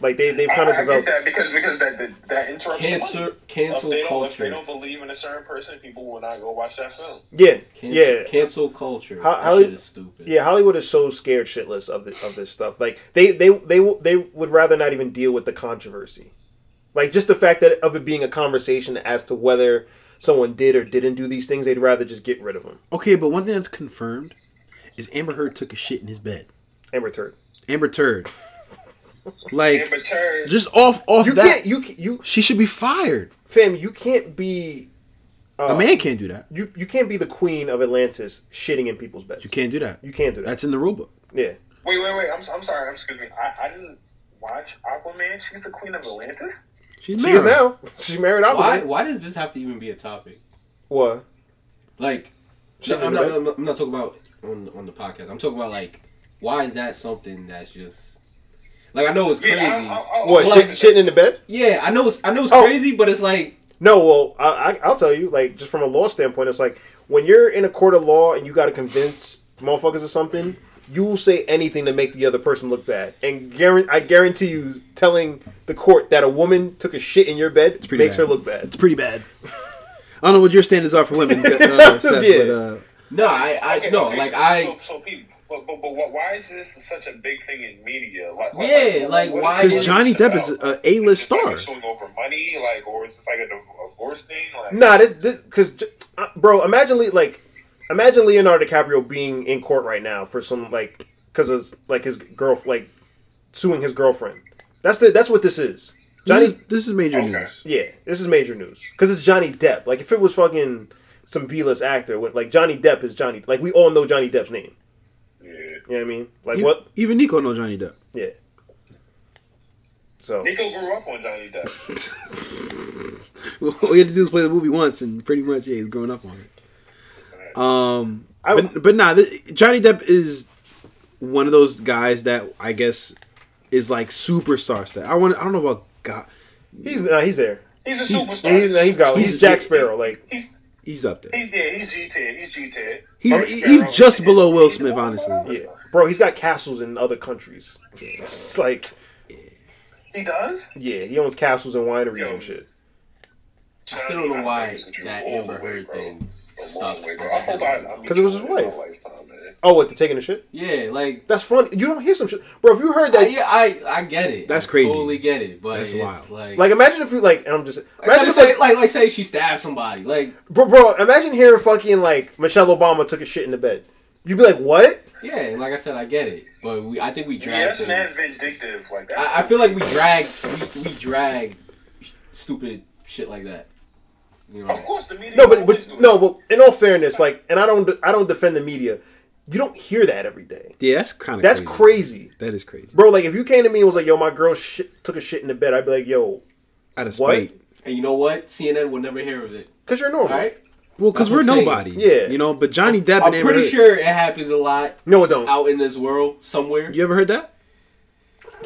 Like they they've kind of
I, I get
developed.
that because because that that, that interrupts the money.
Cancer,
If
cancel
they, don't, if they
culture,
don't believe in a certain person, people will not go watch that film.
Yeah,
cancel,
yeah.
cancel culture.
How-
That
how-
shit is stupid.
Yeah, Hollywood is so scared shitless of this of this stuff. Like they they they they would rather not even deal with the controversy. Like just the fact that of it being a conversation as to whether someone did or didn't do these things, they'd rather just get rid of them.
Okay, but one thing that's confirmed is Amber Heard took a shit in his bed.
Amber Turd. Amber
Amber Turd, like
Amber Turd,
just off off
You
that,
can't you ca- you
she should be fired.
fam. You can't be uh,
a man can't do that.
you you can't be the queen of Atlantis shitting in people's beds.
You can't do that.
You can't do that.
That's in the rule book.
yeah.
Wait, wait, wait. I'm, I'm sorry. I'm excuse me. I, I didn't watch Aquaman. She's the queen of Atlantis.
She's
She
married.
is now. She's married.
Why
Aquaman.
why does this have to even be a topic?
What?
Like,
Shit
I'm,
in
not,
the
I'm, not, I'm not talking about on on the podcast. I'm talking about like, why is that something that's just like I know it's crazy.
Yeah, I- I- I-
What?
I-
Shit, shitting in the bed?
Yeah, I know it's I know it's
Oh.
crazy, but it's like
No, well, I, I, I'll tell you, like, just from a law standpoint, it's like when you're in a court of law and you got to convince motherfuckers of something, you will say anything to make the other person look bad. And guaran- I guarantee you, telling the court that a woman took a shit in your bed
pretty
makes
bad.
her look bad.
It's pretty bad. I don't know what your standards are for women, uh, Steph,
Yeah.
but uh,
no, I I
Okay,
no
okay,
like
so-
I
So, so people, but, but, but wh- why is this such a big thing in media? Like,
Yeah, like,
what
why
is
is-
because Johnny
this
Depp is
about?
a A list
Is this like
star.
a suing over money, like, or is this like a div- divorce thing? Like,
Nah, this, this, cause, j- uh, bro, imagine, Le- like, imagine Leonardo DiCaprio being in court right now for some, like, cause of, like, his girl, like, suing his girlfriend. That's the, that's what this is. Johnny,
This is, this is major
Okay.
news.
Yeah, this is major news because it's Johnny Depp. Like, if it was fucking some B-list actor, with like Johnny Depp is Johnny. Like, we all know Johnny Depp's name.
Yeah.
You know what I mean? Like,
E-
what?
Even Nico knows Johnny Depp.
Yeah. So
Nico grew up on Johnny Depp.
All you have to do is play the movie once, and pretty much yeah, he's grown up on it. Um,
I-
but but nah, th- Johnny Depp is one of those guys that I guess is like superstar star. I want I don't know about God.
he's nah, he's there.
He's a
He's
superstar.
he's, nah, he's got he's,
He's-
Jack Sparrow. Like,
He's,
He's up there.
he's yeah, he's G tier. He's G tier.
He's
Mark
he's
Sparrow.
just below Will Smith, honestly.
yeah, bro, he's got castles in other countries. It's like,
He does.
yeah, he owns castles and wineries and shit.
I still don't know why that Amber Heard thing stuck.
Because it was his wife. Oh, what? The taking a shit?
Yeah, like
That's funny. You don't hear some shit, bro. If you heard that,
I, Oh, yeah, I I get it.
That's
I
crazy.
Totally get it, but
That's
it's
wild.
like
like, imagine if you like, and I'm just
like,
imagine if,
like, like like say she stabbed somebody. Like
Bro, bro, imagine hearing fucking like Michelle Obama took a shit in the bed. You'd be like, what?
yeah, and like I said, I get it, but we I think we dragged.
Yeah, that's mad
things-
vindictive. Like that.
I, I feel like we drag we, we drag stupid shit like that. You know,
Of course, the media.
No, but
always
but
do
no,
it.
but in all fairness, like, and I don't I don't defend the media. You don't hear that every day.
Yeah, that's kind of
That's crazy,
That is crazy.
bro. Like, if you came to me and was like, yo, my girl shit, took a shit in the bed, I'd be like, yo,
Out of
What?
spite.
and you know what? CNN will never hear of it.
cause you're
All
normal.
right,
Well, because
That's
we're
what I'm saying.
nobody.
Yeah.
You know, but Johnny Depp
I'm
and Amber
pretty
Heard-
sure it happens a lot
No, it don't.
out in this world somewhere.
You ever heard that?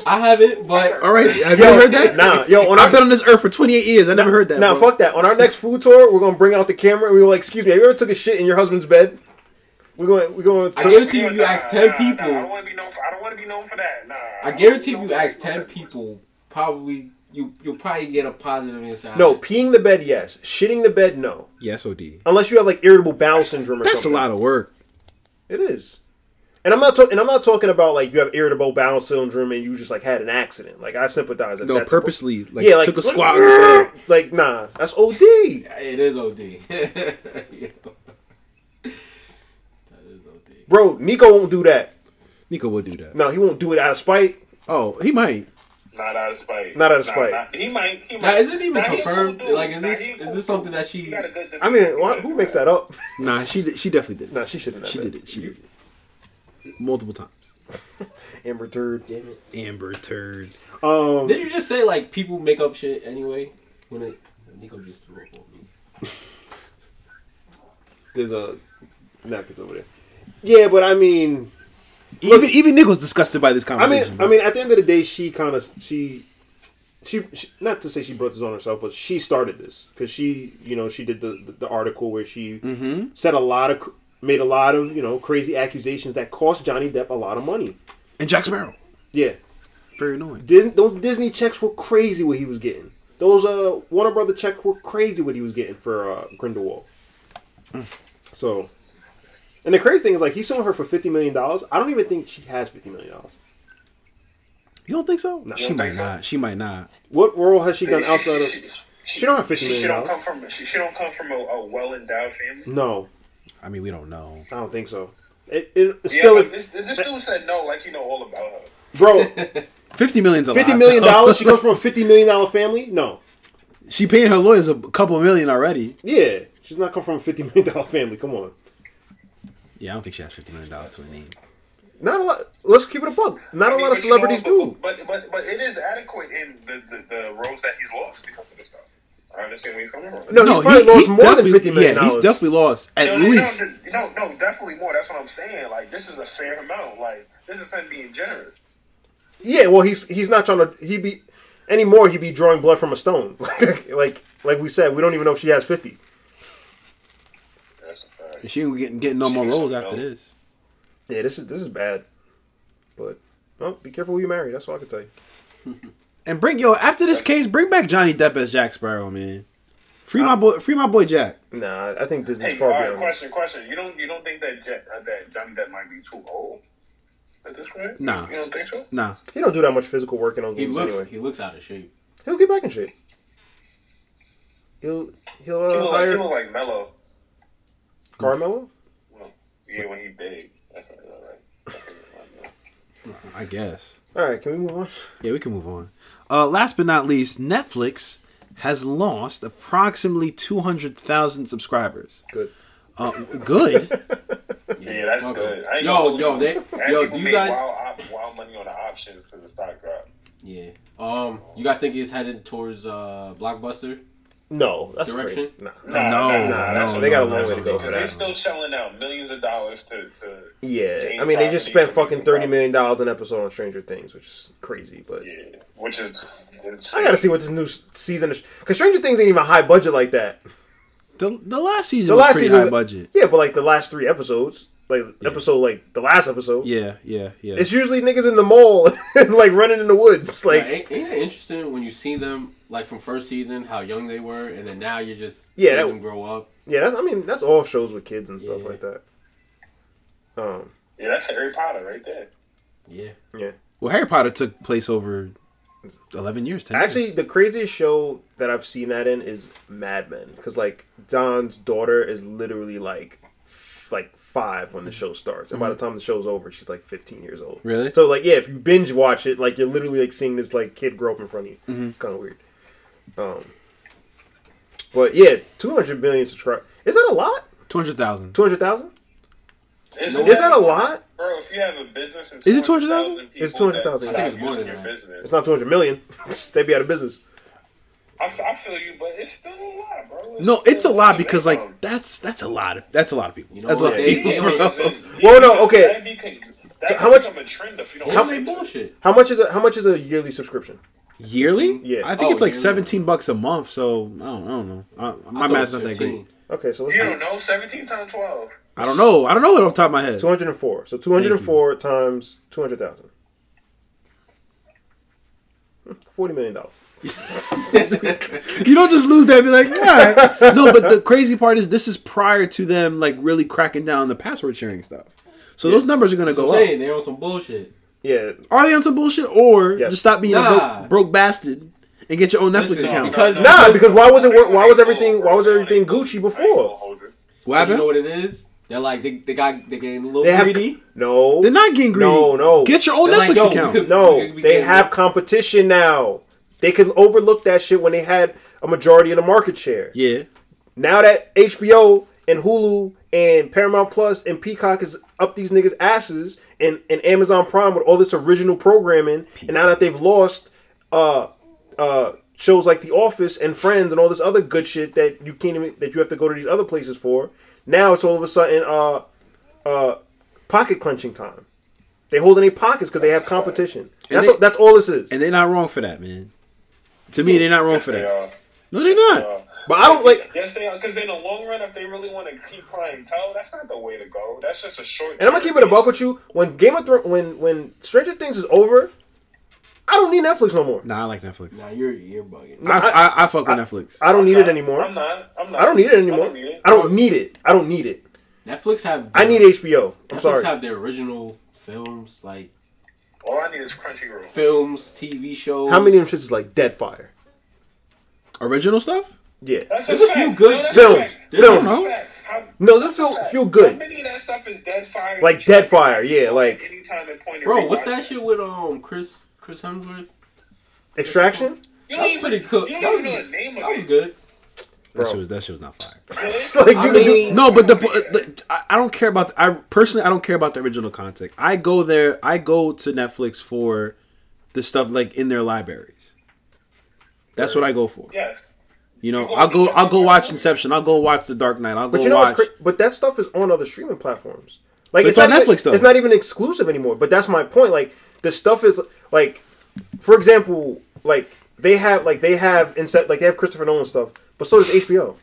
I haven't, but
All right, have y'all heard that?
Nah, yo, on our
I've been on this earth for 28 years. I never heard that.
Nah,
bro.
fuck that. On our next food tour, we're gonna bring out the camera and we were like, "Excuse me, have you ever took a shit in your husband's bed?" We're going, we're going.
I guarantee you, you ask ten
Nah, I don't
people.
want to be known for. I don't want to be known for that. Nah.
I guarantee if you ask ten people, probably you you'll probably get a positive inside.
no, peeing the bed, yes. Shitting the bed, no.
Yes, OD.
Unless you have like irritable bowel syndrome or
That's a
something.
lot of work.
It is. And I'm not talking. And I'm not talking about like you have irritable bowel syndrome and you just like had an accident. Like I sympathize. if
No,
that's-
purposely, like,
yeah, like
took a
like,
squat.
Like nah, that's OD.
it is OD. Yeah. That is OD.
Bro, Nico won't do that.
Nico would do that.
No, he won't do it out of spite.
Oh, he might.
Not out of spite.
Not out of
Nah,
spite.
nah. He might. He might.
Now, is it even
Nah, he a cool
confirmed?
dude.
Like, is
Nah,
this
he a cool
is this something that she?
dude. He got a good
I mean, why, who makes that up?
Nah, she did- she definitely did.
nah, she shouldn't.
she did it. She did it multiple times.
it. Amber Turd. Damn it.
Amber turd.
Um.
Did you just say like people make up shit anyway? When it Nico just threw up on me.
There's a napkins over there. Yeah, but I mean,
Even even Nick was disgusted by this
I
conversation.
mean,
bro.
I mean, at the end of the day, she kind of she, she, she, not to say she brought this on herself, but she started this because she, you know, she did the the, the article where she said a lot of cr- made a lot of you know crazy accusations that cost Johnny Depp a lot of money.
and Jack Sparrow,
Yeah,
very annoying.
Disney those Disney checks were crazy what he was getting. Those uh Warner Brother checks were crazy what he was getting for uh, Grindelwald. So, and the crazy thing is like he's suing her for fifty million dollars. I don't even think she has fifty million dollars.
You don't think so? she
don't
might
think so.
not. She might not.
What role has she done
She-
outside of?
she- she-
She don't have $50
She, she
million
don't come from. She, she don't come from a, a well endowed family.
No,
I mean, we don't know.
I don't think so. It, it it's
Yeah,
still,
but this, this dude said no, like you know all about her.
bro,
Fifty million's a
fifty
lot,
million
though.
dollars. She comes from a fifty million dollar family. No,
She paying her lawyers a couple million already.
yeah, she's not come from a fifty million dollar family. Come on,
Yeah, I don't think she has fifty million dollars to her name.
not a lot. Let's keep it a buck. Not
I
a
mean,
lot of
but
celebrities
you know,
do.
But, but but it is adequate in the, the, the roles that he's lost because of this stuff. I understand where he's coming from.
No, he's probably lost more than
definitely-
fifty million
Yeah, he's
dollars.
definitely lost at
no, no,
least.
No, no, no, definitely more. That's what I'm saying. Like this is a fair amount. Like this is him being generous.
Yeah, well, he's he's not trying to. He be anymore. He be drawing blood from a stone. like like we said, we don't even know if she has fifty.
That's uh, a fact.
And she ain't getting, getting no more
She's
roles
something
after
else.
this.
Yeah, this is this is bad. But well, be careful who you marry. That's all I can tell you.
And bring yo after this case, bring back Johnny Depp as Jack Sparrow, man. Free my boy, free my boy Jack.
Nah, I think Disney's
Hey, all
far
right,
beyond.
question, question. You don't you don't think that Jet, uh, that Johnny Depp might be too old at this point?
Nah.
you don't think so?
Nah,
He don't do that much physical work in those
He
games
looks
anyway.
he looks out of shape.
He'll get back in shape. He'll he'll
He
uh,
look, like,
hire
he look like Mello.
Carmelo.
Well, yeah, when he big. That's not right. That's not right.
I guess.
All right, can we move on?
Yeah, we can move on. Uh, last but not least, Netflix has lost approximately two hundred thousand subscribers.
Good.
Uh, good.
Yeah, that's
Okay.
good. I ain't
Yo,
gonna-
yo, they,
And
yo,
people
do you
made
guys?
wild, op- wild money on the options because the stock dropped?
Yeah. Um, you guys think it's headed towards uh blockbuster?
No, that's
Direction?
crazy. Nah,
Nah,
no,
nah,
no,
that's
so they got a
no,
long
no,
way to
no,
go
no.
for
Because they're
that.
still shelling out millions of dollars to. to
Yeah, I mean they just spent fucking thirty million dollars an episode on Stranger Things, which is crazy. But
Yeah, which is.
I gotta see what this new s- season is. Cause Stranger Things ain't even high budget like that.
The, the last season
The
was
last
pretty
season,
high budget.
Yeah, but like the last three episodes, like episode like the last episode,
Yeah, yeah, yeah.
it's usually niggas in the mall and like running in the woods.
Like,
Like
ain't, ain't it interesting when you see them like from first season how young they were, and then now you're just
Yeah,
yeah
that-
them grow up.
yeah, that's, I mean that's all shows with kids and stuff
Yeah.
like that. Um,
Yeah, that's Harry Potter right there.
Yeah.
well, Harry Potter took place over eleven years. 10 years.
Actually, the craziest show that I've seen that in is Mad Men, because like Don's daughter is literally like, f- like five when the show starts, and by the time the show's over, she's like fifteen years old.
Really?
So like, yeah, if you binge watch it, like you're literally like seeing this like kid grow up in front of you. It's kind of weird. Um, but yeah, two hundred million subscribers. Is that a lot?
two hundred thousand.
Two hundred thousand?
Is,
Is that a lot?
Bro, if you have a business and
Is it
200,000
It's
people that
200,000.
stop
I think it's
you
more than
in your
that.
It's
business.
not two hundred million. They'd be out of business.
I, I feel you, but it's still a lot, bro. It's
No,
still
it's a lot because
Damn.
like that's that's a lot. Of, that's a lot of people.
You know
that's a
what?
lot of
They-
people.
they-
bro.
Listen,
Well, no,
because
okay.
That'd be, con- that'd That
how
how
much-
much become a trend if you don't
How
pay
many
attention.
bullshit?
How much is a how much is a yearly subscription?
Yearly?
Yeah.
I think
Oh,
it's like
yearly.
seventeen bucks a month. So I don't, I don't know. I, my
I thought it
math's
was
not that
15.
great.
Okay, so let's
You don't know, seventeen times twelve.
I don't know. I don't know it off the top of my head.
two hundred and four. So two hundred and four times two hundred thousand. Forty million dollars.
You don't just lose that and be like, "All right." no. But the crazy part is this is prior to them like really cracking down on the password sharing stuff. So those numbers are gonna
I'm
go up.
saying they on some bullshit.
Yeah,
Are they on some bullshit or
Yes.
just stop being a
Nah.
broke, broke bastard and get your own Netflix
Listen,
account?
Oh, because-
Nah, because why was it? Why was everything? Why was everything Gucci before?
What
You know
happened?
what it is? They're like they, they got they getting a little
They have
greedy.
no.
They're not getting greedy.
No, no.
Get your own
They're like,
Netflix
yo, we
account.
could-
No,
We
they
can-
have competition now. They could overlook that shit when they had a majority of the market share.
Yeah.
Now that HBO and Hulu and Paramount Plus and Peacock is up these niggas' asses and, and Amazon Prime with all this original programming, and now that they've lost uh uh shows like The Office and Friends and all this other good shit that you can't even that you have to go to these other places for, now it's all of a sudden uh uh pocket clenching time. They hold in their pockets because they have competition. That's
they-
all, that's all this is.
And they're not wrong for that, man. To me, they're not wrong for
They
that.
are.
No, they're not.
Uh,
But I don't like.
Yes, they are. Because in the long run, if they really want to keep clientele, that's not the way to go. That's just a short.
And I'm gonna keep it a buck with you. When Game of Thrones, when when Stranger Things is over, I don't need Netflix no more.
Nah, I like Netflix.
Nah, you're you're bugging.
I, I, I fuck with Netflix.
I don't need it
I'm
anymore.
not. I'm not.
I don't need it
I
anymore.
don't need it.
I don't need it. I don't need it.
Netflix have.
I need HBO. I'm
Netflix
sorry.
have their original films like
All I need is Crunchyroll.
films, TV shows.
How many of them shits is like dead fire?
Original stuff?
Yeah.
That's
There's
a
a
fact.
few good
no, that's a
films.
fact.
Films.
That's a
No.
fact. How-
No, does
that's
it
a
feel
fact.
feel good?
How many of that stuff is dead fire?
Like
that
dead
you can
fire,
watch
yeah,
at
like-
any time and point and
Bro, what's
rewatch
that
it.
shit with um Chris Chris Hemsworth?
Extraction,
You
That
don't
was
even-
pretty cool.
You
That
don't even
was-
know the name
That was
of it.
good.
That
Bro.
shit was that shit was not fire.
It's like you
I
can
mean-
do.
No, but the the- I I don't care about. The, I personally I don't care about the original content. I go there. I go to Netflix for the stuff like in their libraries. That's what I go for.
Yes.
You know, I'll go. I'll go watch Inception. I'll go watch The Dark Knight. I'll go
But you know,
watch.
what's cra- but that stuff is on other streaming platforms. Like
But it's on
not even-
Netflix, though.
It's not even exclusive anymore. But that's my point. Like the stuff is like, for example, like they have like they have instead like they have Christopher Nolan stuff, but so does HBO.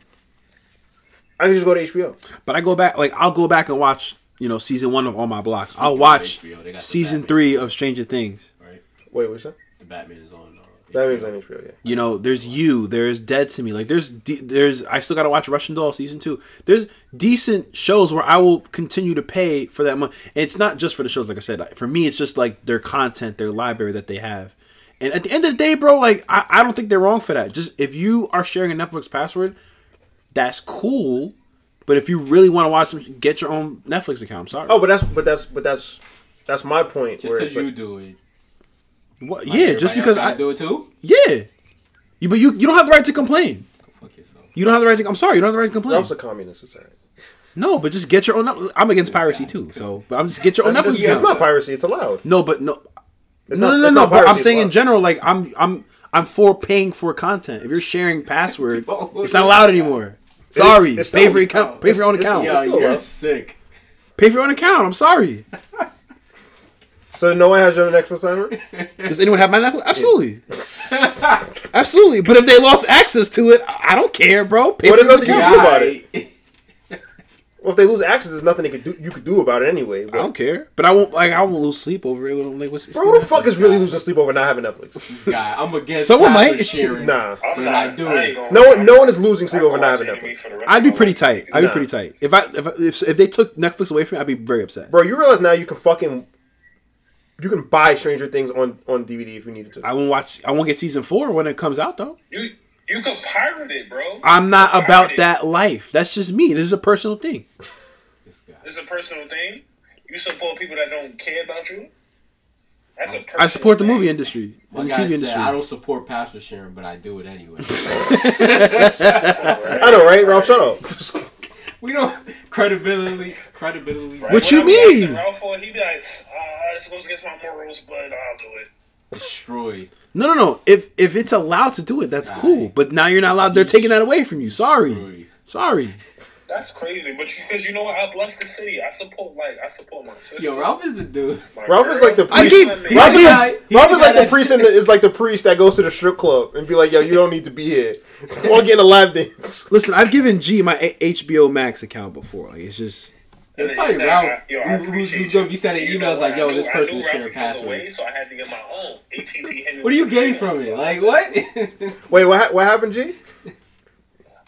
I can just go to HBO.
But I go back, like I'll go back and watch, you know, season one of All My Blocks. I'll watch
HBO, they got the
season
Batman.
three of Stranger Things.
Right.
Wait, what's that?
The Batman is on. Uh,
That means on HBO. Yeah.
You know, there's you, there's Dead to Me, like there's de- there's I still gotta watch Russian Doll season two. There's decent shows where I will continue to pay for that money. And it's not just for the shows, like I said. Like, For me, it's just like their content, their library that they have. And at the end of the day, bro, like I, I don't think they're wrong for that. Just if you are sharing a Netflix password, that's cool. But if you really want to watch them, get your own Netflix account. I'm sorry.
Oh, but that's but that's but that's that's my point.
Just
where
because
it's like-
you do it.
What?
like,
yeah, just
everybody
because
else
I
gotta do it too.
yeah, you but you you don't have the right to complain.
Fuck yourself.
You don't have the right to. I'm sorry, you don't have the right to complain.
Ralph's a communist. It's alright.
no, but just get your own. Netflix- I'm against piracy too, so but I'm just get your own
That's-
Netflix
It's, it's
account.
not piracy. It's allowed.
no, but no,
It's
no,
not-
no, no,
it's
no.
not
But I'm
piracy,
saying
it's
in
allowed.
general, like I'm I'm I'm for paying for content. If you're sharing password,
Oh,
it's not allowed anymore. Sorry,
it's
pay for your
still-
account. Pay for your own
it's-
account.
Yeah,
it's still
you're
up.
sick.
Pay for your own account. I'm sorry.
So no one has your Netflix password.
Does anyone have my Netflix? Absolutely, absolutely. But if they lost access to it, I I don't care, bro. Pay
But
for
there's
your own
nothing you
account.
can do about it.
I-
Well, if they lose access, there's nothing they could do. You could do about it anyway.
I
But,
don't care, but I won't like I won't lose sleep over it. I'm like, what's it's
bro, who the fuck is really losing sleep over not having Netflix?
God, I'm against.
Someone
password
might.
Sharing.
Nah,
I'm
But
not.
I do
I
it.
ain't gonna
no
watch
one, no one is losing sleep
it.
over not
Watch
having
anime
Netflix.
for the rest
I'd
of
be
my
pretty
life.
tight. I'd be
Nah.
pretty tight. If I if, I- if if they took Netflix away from me, I'd be very upset.
Bro, you realize now you can fucking you can buy Stranger Things on on DVD if you needed to.
I won't watch. I won't get season four when it comes out though.
You you could pirate it, bro.
I'm not
Pirate
about
it.
that life. That's just me. This is a personal thing.
This guy.
It's a personal thing. You support people that don't care about you. That's a personal
I support the
thing.
movie industry
My
and the
guy
TV
said,
industry.
I don't support password sharing, but I do it anyway.
I know, right? Ralph, shut up.
we don't credibility, credibility.
Right?
What
When
you
I'm asking
mean?
Ralph for, it, he be like, uh, this goes against my morals, but I'll do it.
destroyed.
No, no, no. If if it's allowed to do it, that's
Nah.
cool. But now you're not allowed. They're taking that away from you. Sorry,
Destroyed.
sorry.
That's crazy, but because you know what, I bless the city. I support like I support my sister.
Yo, Ralph is the dude.
my
Ralph is
girl.
like the
I
priest.
keep-
Ralph,
he's
is-
the guy-
Ralph
he's
is
the guy
like the
that-
priest in the, is like the priest that goes to the strip club and be like, "Yo, you don't need to be here. Go and get in a lap dance."
Listen, I've given G my A- HBO Max account before. Like, it's just
It's
Nah,
probably
nah,
Ralph.
yo, I
who- who's,
appreciate
who's gonna be
you.
sending
You know
emails
what?
like,
I
yo,
knew-
this
I
person
knew
should
Ralph
have
was on
passed
the way,
away.
so I had to get my own. AT&T Henry
What do you
was
gain
there.
from it? Like what?
Wait, what ha- what happened, G?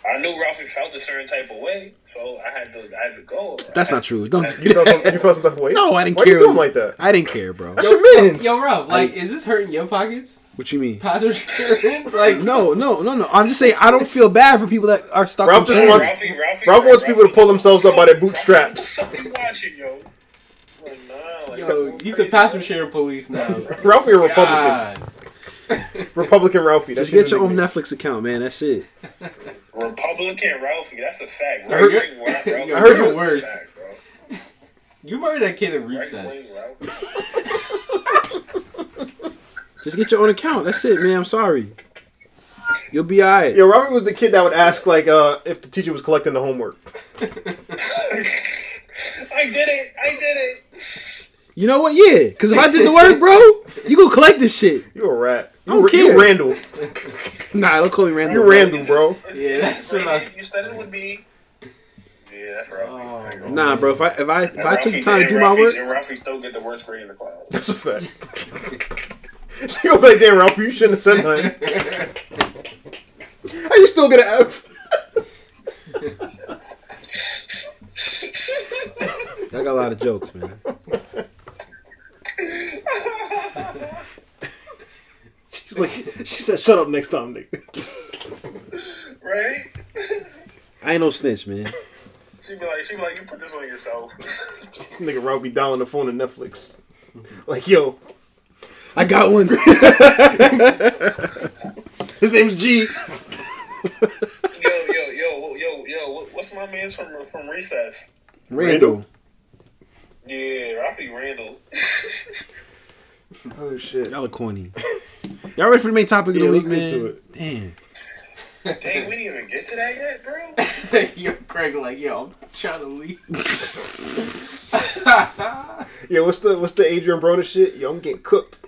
I knew Ralphie felt a certain type of way, so I had to I had to go.
that's not true. Don't
You
do
felt
that.
some, you felt some type of way.
No, I didn't
Why
care.
you do him like that?
I didn't care, bro.
That's your man's.
Yo, Ralph, like, is this hurting your pockets?
What you mean?
Positive insurance? Like,
No, no, no, no. I'm just saying I don't feel bad for people that are stuck.
Ralph
in
just
jail.
wants- Ralph wants people to pull themselves up by their bootstraps.
Something watching, yo. Like, nah, like,
yo, he's the passenger sharing police now.
Ralphie a Republican.
God.
Republican Ralphie. That's
Just get your
his
own
nickname.
Netflix account, man. That's it.
Republican Ralphie, that's a fact.
heard-
Right wing Ralph- Ralph-
I heard you
that's a
worse.
fact, bro.
You murdered that kid in
Right
recess.
wing Ralph.
Just get your own account. That's it, man. I'm sorry. You'll be alright.
Yo, Ralphie was the kid that would ask like uh, if the teacher was collecting the homework.
I did it! I did it!
You know what? Yeah, because if I did the work, bro, you gonna collect this shit.
You a rat.
I don't
You,
care.
you Randall.
Nah, don't call me Randall.
You Randall, bro.
Yeah, that's what I.
You said it would be. Yeah, that's Ralphie.
Oh,
There you go.
Nah, bro. If I if I if I took the
Ralphie-
time to
and
do my
Ralphie-
work,
and Ralphie still get the worst grade in the class.
That's a fact. she gonna be like, damn, Ralph, you shouldn't have said nothing. How you still get an F?
I got a lot of jokes, man.
She's like, she said, "Shut up next time, nigga."
Right?
I ain't no snitch, man.
She'd be like, she'd be like, you put this on yourself.
This nigga Ralph be dialing the phone to Netflix. Like, yo,
I got one.
his name's G.
yo, yo, yo, yo, yo, what- what's my man's from from recess?
Randall.
Yeah, Ralphie Randall.
Oh shit.
Y'all are corny. Y'all ready for the main topic of
Yeah,
the week,
let's
man?
get to it.
Damn.
Dang, we didn't even get to that yet, bro.
yo, Craig, like, yo, I'm trying to leave.
Yo, what's the what's the Adrian Broner shit? Yo, I'm getting cooked.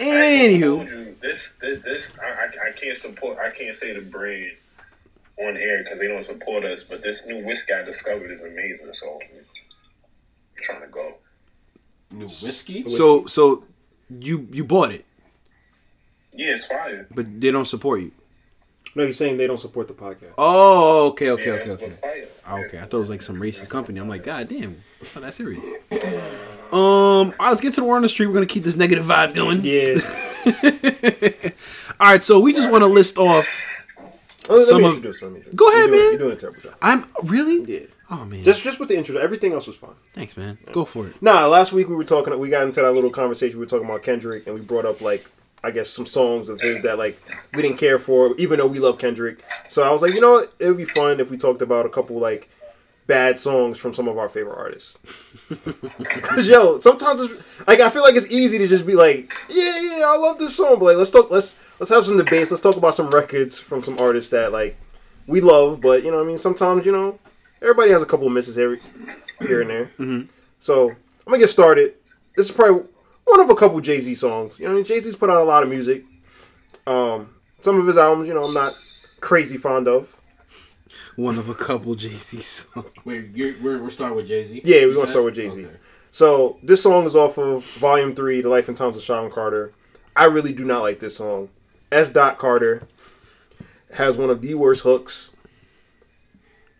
Anywho,
Told you, this, this, this I, I, I can't support. I can't say the brand on air because they don't support us. But this new whiskey I discovered is amazing. So I'm trying to go.
New whiskey?
so so you you bought it,
Yeah, it's fire.
but they don't support you.
No, he's saying they don't support the podcast.
Oh, okay, okay,
Yeah,
okay,
it's
okay.
fire.
Oh, okay, I thought it was like some racist company. I'm like, God damn, it's not that serious. Um, all right, let's get to the war on the street. We're gonna keep this negative vibe going.
Yeah,
All right, so we just want to list off.
Oh, let
Some
me
of-
introduce him.
Go ahead,
you're doing,
man.
You're doing a terrible job.
I'm really.
yeah.
Oh man,
Just, just with the intro. Everything else was fine.
thanks, man. Go for it.
Nah, last week we were talking. We got into that little conversation. We were talking about Kendrick, and we brought up like I guess some songs of his that like we didn't care for, even though we love Kendrick. So I was like, you know, what? it would be fun if we talked about a couple like bad songs from some of our favorite artists. Cause yo, sometimes it's, like I feel like it's easy to just be like, yeah, yeah, I love this song, but like let's talk, let's let's have some debates. Let's talk about some records from some artists that like we love, but you know, what I mean, sometimes you know, everybody has a couple of misses every here and there. So I'm gonna get started. This is probably one of a couple Jay Z songs. You know, I mean, Jay Z's put out a lot of music. Um, some of his albums, you know, I'm not crazy fond of.
One of a couple JC songs.
Wait, you're, we're, we're starting with Jay Z?
Yeah, we're gonna start with Jay Z. So this song is off of Volume Three, The Life and Times of Sean Carter. I really do not like this song. S. Dot Carter has one of the worst hooks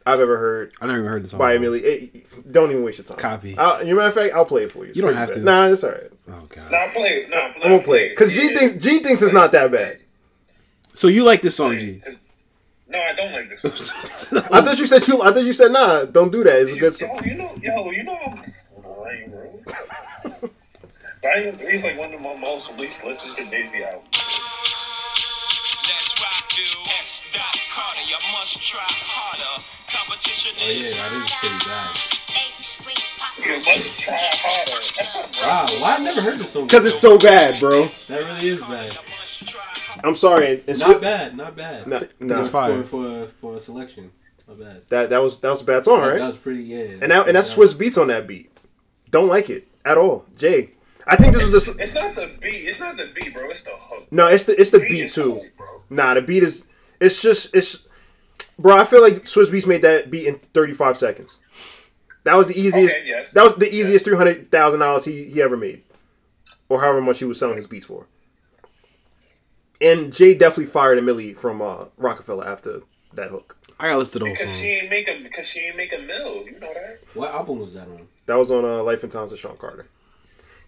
I've ever heard
I never even heard this song.
by Emily. It, don't even waste your time.
Oh. Copy.
Uh, you matter of fact, I'll play it for you. It's
You don't
pretty
have
bad.
to.
Nah, it's alright.
Oh god.
Nah, play it. Nah,
I'm gonna play it because G
Yeah.
thinks G thinks it's not that bad.
So you like this song, G?
No, I don't like this. One.
I thought you said you. I thought you said nah. Don't do that. It's a good song.
yo, oh, you know, yo, you know, I'm lame, bro. Volume three is like one of my most least listened to Jay Z albums.
That's right, dude. S. Dot Carter, you must try harder. Competition
Oh, yeah,
is
that is pretty bad.
You must try harder. That's a
Wow, why I never heard this song?
Because it's so bad, bro.
That really is bad.
must try harder.
I'm sorry. And, and
Not
Swift,
bad, not bad.
nah, nah.
That's
for,
fire.
for for a selection. Not bad.
that that was that was a bad song,
That
right?
was pretty, yeah.
And that and that's Swiss beats on that beat. Don't like it at all, Jay. I think this is the
It's not the beat. It's not the beat, bro. It's the hook.
no. It's the it's the beat
is
too.
old, bro.
Nah, the beat is it's just it's bro. I feel like Swiss Beats made that beat in 35 seconds. That was the easiest.
Okay, yes.
That was the easiest three hundred thousand dollars he he ever made, or however much he was selling his beats for. And Jay definitely fired a Millie from uh, Rockefeller after that hook.
I gotta listen to the whole
Cause she
song.
ain't make a cause she ain't make a mill. You know that.
What album was that on?
That was on uh, Life and Times of Sean Carter.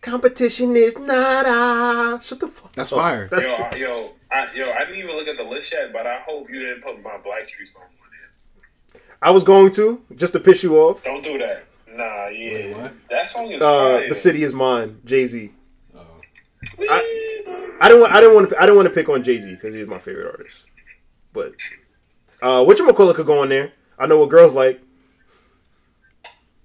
Competition is not a shut the fuck.
That's
up.
fire.
Yo, I, yo, I, yo, I didn't even look at the list yet, but I hope you didn't put my Black Street song on there.
I was going to just to piss you off.
Don't do that. Nah, yeah,
Wait, what?
that song is
Uh,
fire.
the city is mine, Jay Z.
Oh.
I don't want. I didn't want to. I didn't want to pick on Jay Z because he's my favorite artist. But uh, what you could go on there. I know what girls like.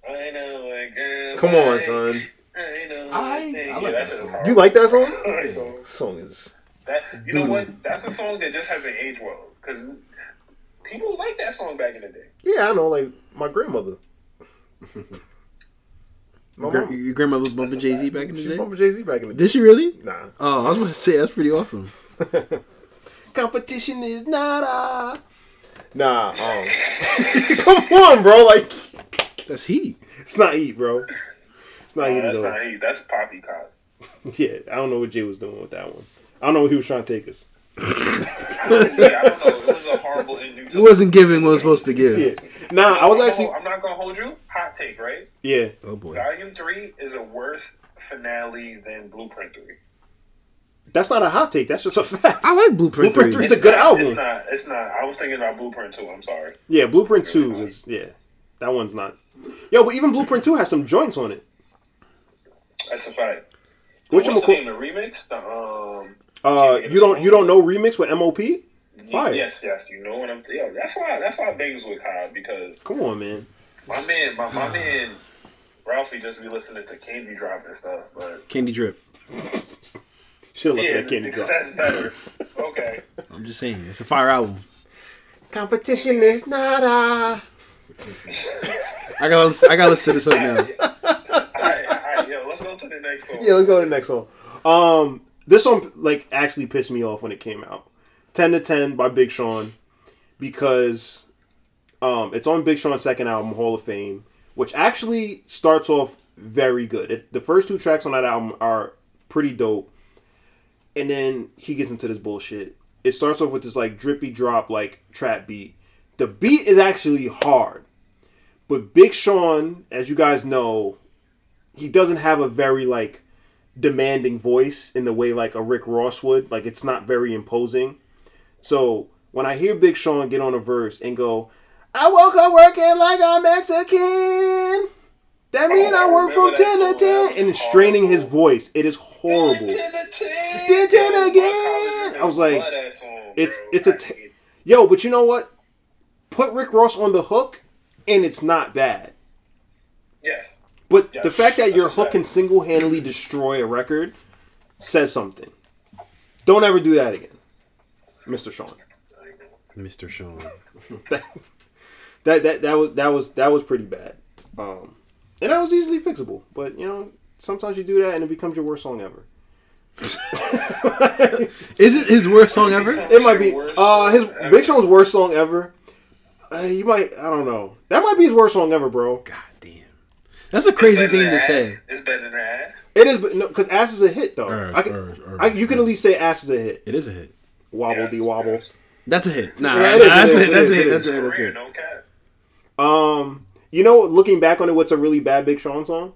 I know a girl.
Come on, son.
I know. a
I-
thing.
I like
Yeah,
that
shit
song.
hard.
You like that song?
Alright, bro.
That song is.
That you know what? That's a song that just hasn't aged well because people like that song back in the day.
Yeah, I know. Like my grandmother. My
Gra-
mom.
your grandmother was bumping Jay Z back in the
She
day.
bumped Jay Z back in the day.
Did she really?
Nah.
Oh, I was gonna say that's pretty awesome.
Competition is not a. Nah. Um, come on, bro. Like
That's heat.
it's not eat, bro. It's not
Nah,
eat at
that's
all.
not he. That's poppycock.
Yeah, I don't know what Jay was doing with that one. I don't know what he was trying to take us.
yeah, I don't know. It was a horrible ending.
It wasn't giving what it was supposed to give.
Yeah. Nah, I was actually.
I'm not gonna hold you. Hot take, right?
Yeah.
Oh boy.
Volume three is a worse finale than Blueprint three.
That's not a hot take. That's just a fact.
I like Blueprint,
Blueprint
3.
It's a good
not,
album.
It's not. It's not. I was thinking about Blueprint too. I'm sorry.
Yeah, Blueprint 2 is. Yeah. That one's not. Yo, but even Blueprint 2 has some joints on it.
That's a fact.
Which
What's the
one?
name? The remix. The um.
Uh, you don't you don't know remix with MOP? Fire.
Yes, yes. You know what I'm. Yo, that's why. That's why Bangs with Hot because
Come on, man.
my man, my, my man, Ralphie just be listening to Candy Drop and stuff. But
Candy Drip.
Should have left
yeah,
that candy
because
drop.
that's better. Okay.
I'm just saying, it's a fire album.
Competition is not a.
I gotta listen, I gotta listen to this up now.
All right, all right. Yo, let's go to the next one.
Yeah, let's go to the next song. Um, this one like actually pissed me off when it came out. Ten to Ten by Big Sean, because um, it's on Big Sean's second album, Hall of Fame, which actually starts off very good. It, the first two tracks on that album are pretty dope, and then he gets into this bullshit. It starts off with this like drippy drop like trap beat. The beat is actually hard, but Big Sean, as you guys know, he doesn't have a very like demanding voice in the way like a Rick Ross would. Like it's not very imposing. So when I hear Big Sean get on a verse and go, I woke up working like a Mexican. That mean I work from
remember that
ten to
song. That
ten,
was
and it's straining his voice. It is horrible. Did ten again? I was like,
Love that song,
it's
bro.
it's a
I hate
t- yo, but you know what? Put Rick Ross on the hook, and it's not bad.
Yes.
But
Yeah,
the fact that
that's
your
what's
hook
up.
can single handedly destroy a record says something. Don't ever do that again, Mr. Sean.
Mr. Sean.
That that that was that was that was pretty bad, um, and that was easily fixable. But you know, sometimes you do that and it becomes your worst song ever.
Is it his worst song ever?
It might be
Your worst
uh his
song ever.
Big Sean's worst song ever. Uh, you might I don't know. That might be his worst song ever, bro.
God damn. That's a crazy
Better
thing
than
to say.
ass. It's better than ass.
It is, but no, because ass is a hit though.
Ass,
I can,
ass, ass.
I, you can at least say ass is a hit.
It is a hit.
Wobble de wobble.
That's a hit. Nah,
Yeah,
nah,
it is,
that's
it
a
is,
hit. That's a
it
hit.
is.
That's a hit. That's a
Career,
hit.
no cap.
Um, you know, looking back on it, what's a really bad Big Sean song?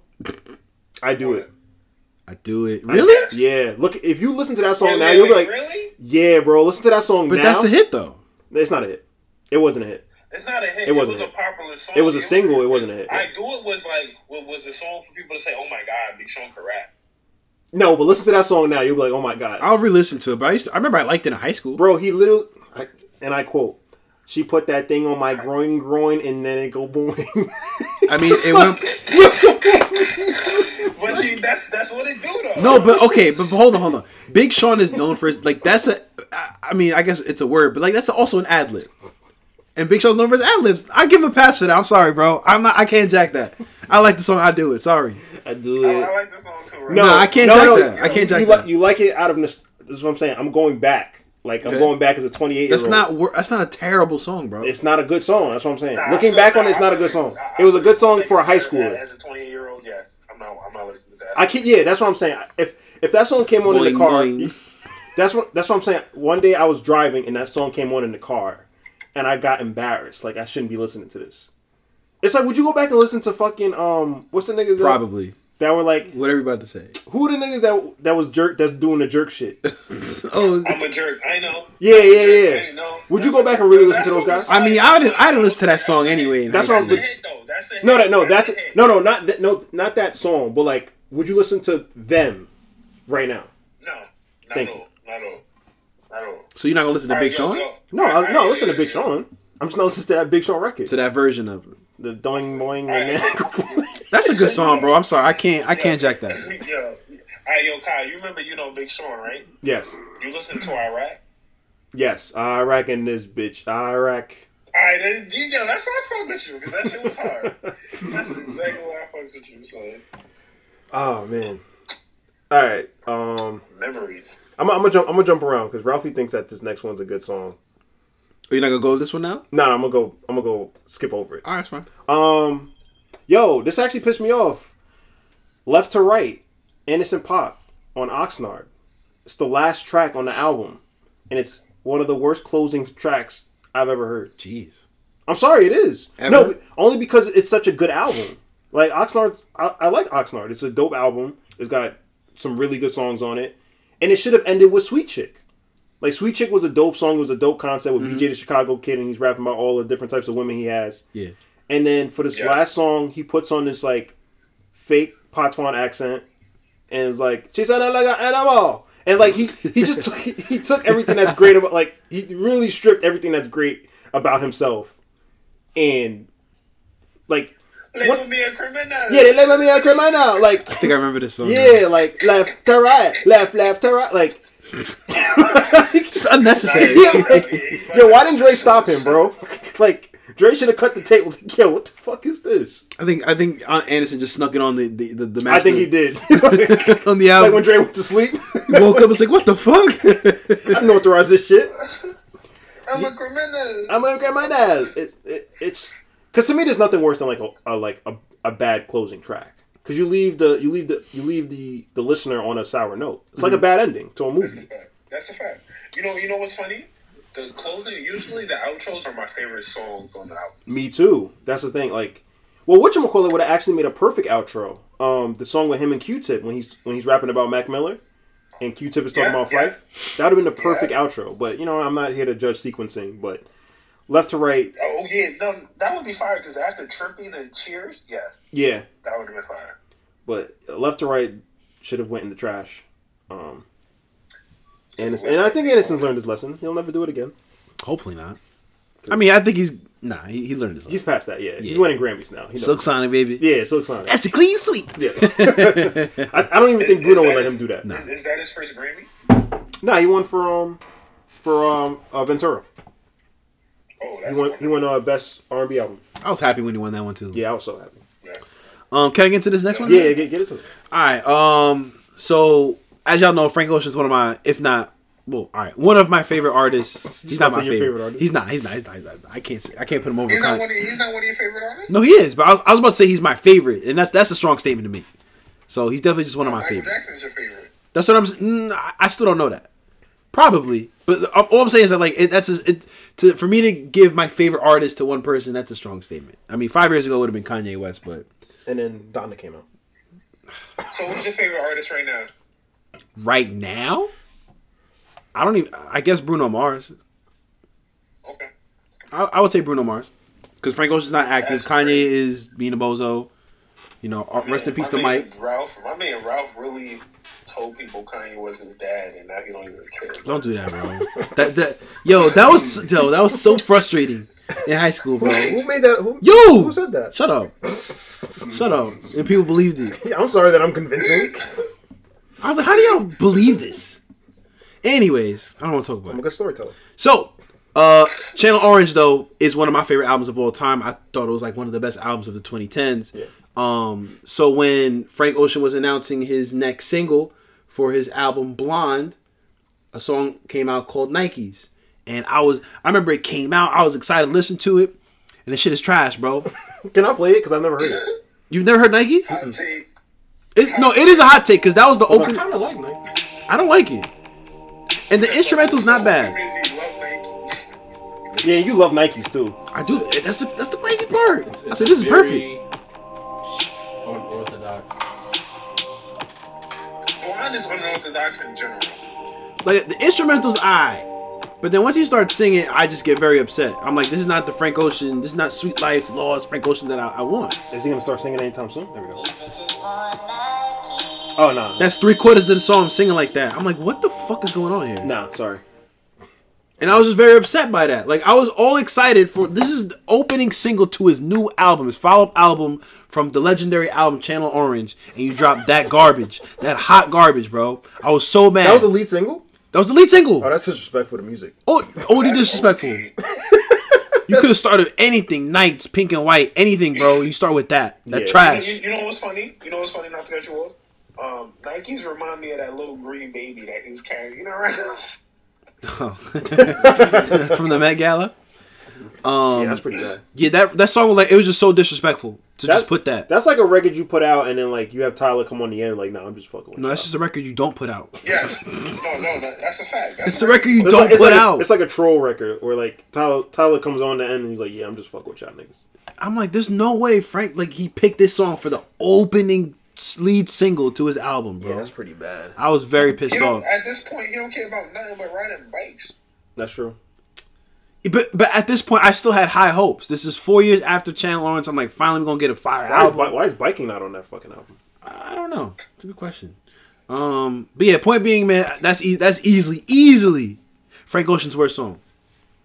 I do it.
Oh,
I do it. Really?
Yeah, look if you listen to that song
Wait,
Oh, now,
wait,
you'll be
wait,
like,
really?
yeah, bro, listen to that song
But
now.
that's a hit though.
It's not a hit. It wasn't a hit.
It's not a hit.
It
It,
wasn't
was
a
a
hit.
popular song.
It was a single. It wasn't a hit.
Oh, I do it was like what was a song for people to say, "Oh my God, Big Sean can rap."
No, but listen to that song now, you'll be like, oh my god,
I'll re-listen to it, but I used to, I remember I liked it in high school.
bro, he literally, I, and I quote, she put that thing on my groin, groin, and then it go boom.
I mean, it went.
But you, that's that's what it do though.
No, but okay, but hold on, hold on. Big Sean is known for his like that's a I, I mean, I guess it's a word, but like that's also an ad lib. And Big Show's numbers ad libs. I give him a pass for that. I'm sorry, bro. I'm not. I can't jack that. I like the song. I do it. Sorry.
I do
I,
it.
I like this song too. Right?
No, I can't jack that. I
you-
can't jack
you,
that.
Like, you like it out of this. This is what I'm saying. I'm going back. Like I'm
Okay.
going back as a 28 year
That's
old.
not. wor- That's not a terrible song, bro.
It's not a good song. That's what I'm saying.
Nah,
Looking
I-
back on it,
I-
it's not a
I-
good song.
I-
It was a good song
I-
for a high
as-
schooler.
As a 28 year old, yes. I'm not, I'm not listening to that.
I can yeah. That's what I'm saying. If if that song came on in
Boing,
the car,
boing.
that's what that's what I'm saying. One day I was driving and that song came on in the car, and I got embarrassed. Like I shouldn't be listening to this. It's like, would you go back and listen to fucking um, what's the niggas that,
Probably
that were like,
what everybody about to say.
who are the niggas that that was jerk that's doing the jerk shit?
Oh,
I'm a jerk. I know.
Yeah, yeah,
Hey,
yeah.
no.
Would you go back and really listen to those guys?
I mean, I didn't. I didn't listen to that song anyway. in
That's
high
what I'm-
That's a
school.
hit though. That's a hit.
No, that no, that's
a hit.
no, no, not that, no, not that song. But like, would you listen to them right now?
No, not
Thank
at all. Not at all. Not at all.
So you're not gonna listen to Big
All
Sean
right, yo, yo.
No,
All
I,
right,
no,
yeah,
listen to
yeah,
Big
yeah.
Sean. I'm just not listening to that Big Sean record.
to that version of it.
The doing boing
All
and
right.
That's a good song, bro. I'm sorry. I can't. I can't jack that.
Yo, All right, yo, Kyle, you remember you know Big Sean, right?
yes,
You listen to Iraq.
yes, Iraq and this bitch, Iraq.
All right, then, you know, that's why I fuck with you because that shit was hard. that's exactly why I fuck with you, son.
Oh man. All right, um,
Memories.
I'm, I'm gonna jump. I'm gonna jump around because Ralphie thinks that this next one's a good song.
Are you not gonna go with this one now?
No, no, I'm gonna go. I'm gonna go skip over it.
All right, it's fine.
Um, yo, this actually pissed me off. Left to right, Innocent Pop on Oxnard. It's the last track on the album, and it's one of the worst closing tracks I've ever heard.
Jeez.
I'm sorry, it is.
Ever?
No, only because it's such a good album. Like Oxnard, I, I like Oxnard. It's a dope album. It's got some really good songs on it, and it should have ended with Sweet Chick. Like Sweet Chick was a dope song. It was a dope concept with
Mm-hmm.
BJ the Chicago Kid, and he's rapping about all the different types of women he has.
Yeah.
And then for this
Yeah.
last song, he puts on this like fake Patois accent, and is like, "She sounded like an animal." And like he he just took, he took everything that's great about like he really stripped everything that's great about himself, and like
Let
What?
me be a criminal.
yeah, they let me out your mind now. Like
I think I remember this song.
yeah, like left to right, left left to right, like.
It's unnecessary.
Yeah, like, yo, why didn't Dre stop him, bro? Like, Dre should have cut the tape. Was like, yo, what the fuck is this?
I think. I think Aunt Anderson just snuck it on the the the, the
I think he did.
did on the
like
album.
when Dre went to sleep.
He woke up, it's like, what the fuck?
I didn't authorize this shit.
I'm a criminal.
I'm gonna grab my dad. It's it, it's because to me, there's nothing worse than like a, a like a, a bad closing track because you leave the you leave the you leave the the listener on a sour note. It's like a bad ending to a movie.
That's a fact. You know, you know what's funny? The closing, usually the outros are my favorite songs on the album.
Me too. That's the thing. Like, well, whatchamacallit would have actually made a perfect outro. Um, the song with him and Q-Tip when he's when he's rapping about Mac Miller, and Q-Tip is talking
Yeah,
about
yeah.
life. That would have been the perfect outro. But you know, I'm not here to judge sequencing. But left to right,
Oh yeah, no, that would be fire because after tripping and cheers, yes,
yeah.
that would have been fire.
but left to right should have went in the trash. Um, Anderson, and I think Anderson's learned his lesson. He'll never do it again.
Hopefully not. I mean, I think he's nah. He, he learned his
He's
lesson.
past that. Yeah, he's
Yeah.
winning Grammys now. He knows.
Silk Sonic, baby.
yeah, Silk Sonic.
That's a clean sweep.
Yeah. I, I don't even think
Is-
Bruno
is
would
that-
let him do that.
Is, is that his first Grammy?
Nah, he won for um for um uh, Ventura.
Oh,
He
that's
won he
wonderful.
won uh, best R and B album.
I was happy when he won that one too.
Yeah, I was so happy.
Um, can I get to this next one?
Yeah, yeah get, get it to him.
All right. Um. So as y'all know, Frank Ocean's one of my, if not, well, all right, one of my favorite artists. He's not
about
my
to say your
favorite.
favorite artist.
He's not. He's not. He's not. He's not I can't. say- I can't put him over.
He's not
Kanye.
one. Of, he's not one of your favorite artists.
No, he is. But I was, I was about to say he's my favorite, and that's that's a strong statement to me. So he's definitely just one of my
Michael
favorites.
Jackson's your favorite.
That's what I'm. s- Mm, I- I still don't know that. Probably, but um, all I'm saying is that like it, that's a, it, to for me to give my favorite artist to one person. That's a strong statement. I mean, five years ago would have been Kanye West, but
And then Donna came out.
So, who's your favorite artist right now?
right now, I don't even. I guess Bruno Mars.
Okay.
I, I would say Bruno Mars because Frank Ocean's not active.
That's
Kanye
crazy.
is being a bozo. You know, uh, rest in
Man,
peace to
my man
Mike.
Ralph, my man Ralph really told people Kanye was his dad, and now he don't even care.
Don't do that, bro. That that yo, that was yo, that was so frustrating in high school, bro.
Uh, Who made that? Who,
Yo,
who said that?
Shut up, shut up. And people believed it.
Yeah, I'm sorry that I'm convincing.
I was like, how do y'all believe this? Anyways, I don't want to talk about
I'm a
it.
good storyteller.
So, uh, Channel Orange though is one of my favorite albums of all time. I thought it was like one of the best albums of the 2010s. Um, so when Frank Ocean was announcing his next single for his album Blonde, a song came out called Nikes, and I was I remember it came out. I was excited to listen to it, and the shit is trash, bro.
Can I play it? Because I've never heard it.
You've never heard Nikes?
I take
It's, no, it is a hot take because that was the
I
open.
kind of like Nike.
I don't like it, and the instrumental's not bad.
really love Nike.
Yeah, you love Nikes too.
I do. That's the that's the crazy part. I
It's
said this is
very
perfect.
Unorthodox.
Blonde is unorthodox in general.
Like the instrumentals, I. But then once you start singing, I just get very upset. I'm like, this is not the Frank Ocean. This is not Sweet Life Laws Frank Ocean that I, I want.
Is he gonna start singing anytime soon? There we go. Oh no,
That's three quarters of the song singing like that. I'm like, what the fuck is going on here?
nah, sorry.
And I was just very upset by that. Like I was all excited for this is the opening single to his new album, his follow-up album from the legendary album Channel Orange, and you drop that garbage, that hot garbage, bro. I was so mad.
That was the lead single?
the lead single.
Oh, that's disrespectful to music.
Oh, only disrespectful. you could have started with anything, knights, pink and white, anything, bro. You start with that. That
Yeah.
You,
trash.
you know what's funny? You know what's funny? Not to cut you off. Um, Nikes remind me of that little green baby that he was carrying. You know, right?
From the Met Gala. Um,
yeah, that's pretty bad.
Yeah, that that song was like it was just so disrespectful to
That's-
just put that.
That's like a record you put out, and then like you have Tyler come on the end, like, nah, I'm just fucking. With
No,
you.
that's just a record you don't put out.
Yes. No, no, that, that's a fact. That's
It's a record you
It's
don't
like, it's
put
like a-
out.
it's like a troll record where like Tyler Tyler comes on the end and he's like, yeah, I'm just fucking with y'all niggas.
I'm like, there's no way Frank like he picked this song for the opening s- lead single to his album, bro.
pretty bad.
I was very
He
pissed off.
don't- at this point, he don't care about nothing but riding bikes.
That's true.
But but at this point, I still had high hopes. This is four years after Chan Lawrence. I'm like, finally, we're gonna get a fire
Why is,
album.
bi- why is biking not on that fucking album?
I don't know. It's a good question. Um, but yeah, point being, man, that's e- that's easily, easily Frank Ocean's worst song.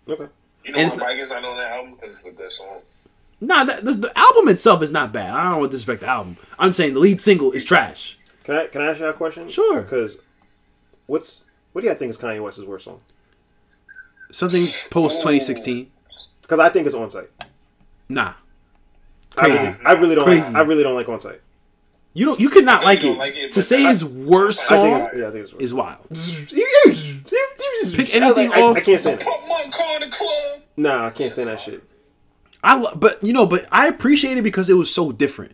Okay.
You
And
know why
it's not-
Vikings not on that album? Because it's a good song.
Nah, that, this, the album itself is not bad. I don't want to disrespect the album. I'm saying the lead single is trash.
Can I can I ask you a question?
Sure.
Because what's what do y'all think is Kanye West's worst song?
Something post 2016.
Because I think it's on site.
Nah, crazy.
I really don't.
Crazy.
I really don't like on site.
You don't. You could not like
don't
it.
like it,
to
but
say
I-
his worst
I
song
think. It's, yeah, I think it's.
is wild.
Pick
Pick anything
I,
off.
I can't stand it.
Put my car in the club.
Nah, I can't stand that shit.
I lo- but you know, but I appreciate it because it was so different.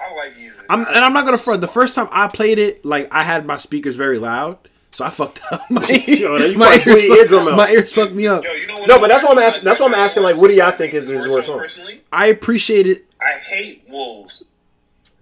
I like Yeezy.
I'm and I'm not gonna front. The first time I played it, like I had my speakers very loud, so I fucked up my,
now you
my,
fucked with
ears,
your eardrum
fuck-
out.
my ears fucked me up.
Yo, you know what?
No, but that's what I'm asking. That's what I'm asking. Like, what do y'all think is his worst song?
Personally,
I appreciate it.
I hate wolves.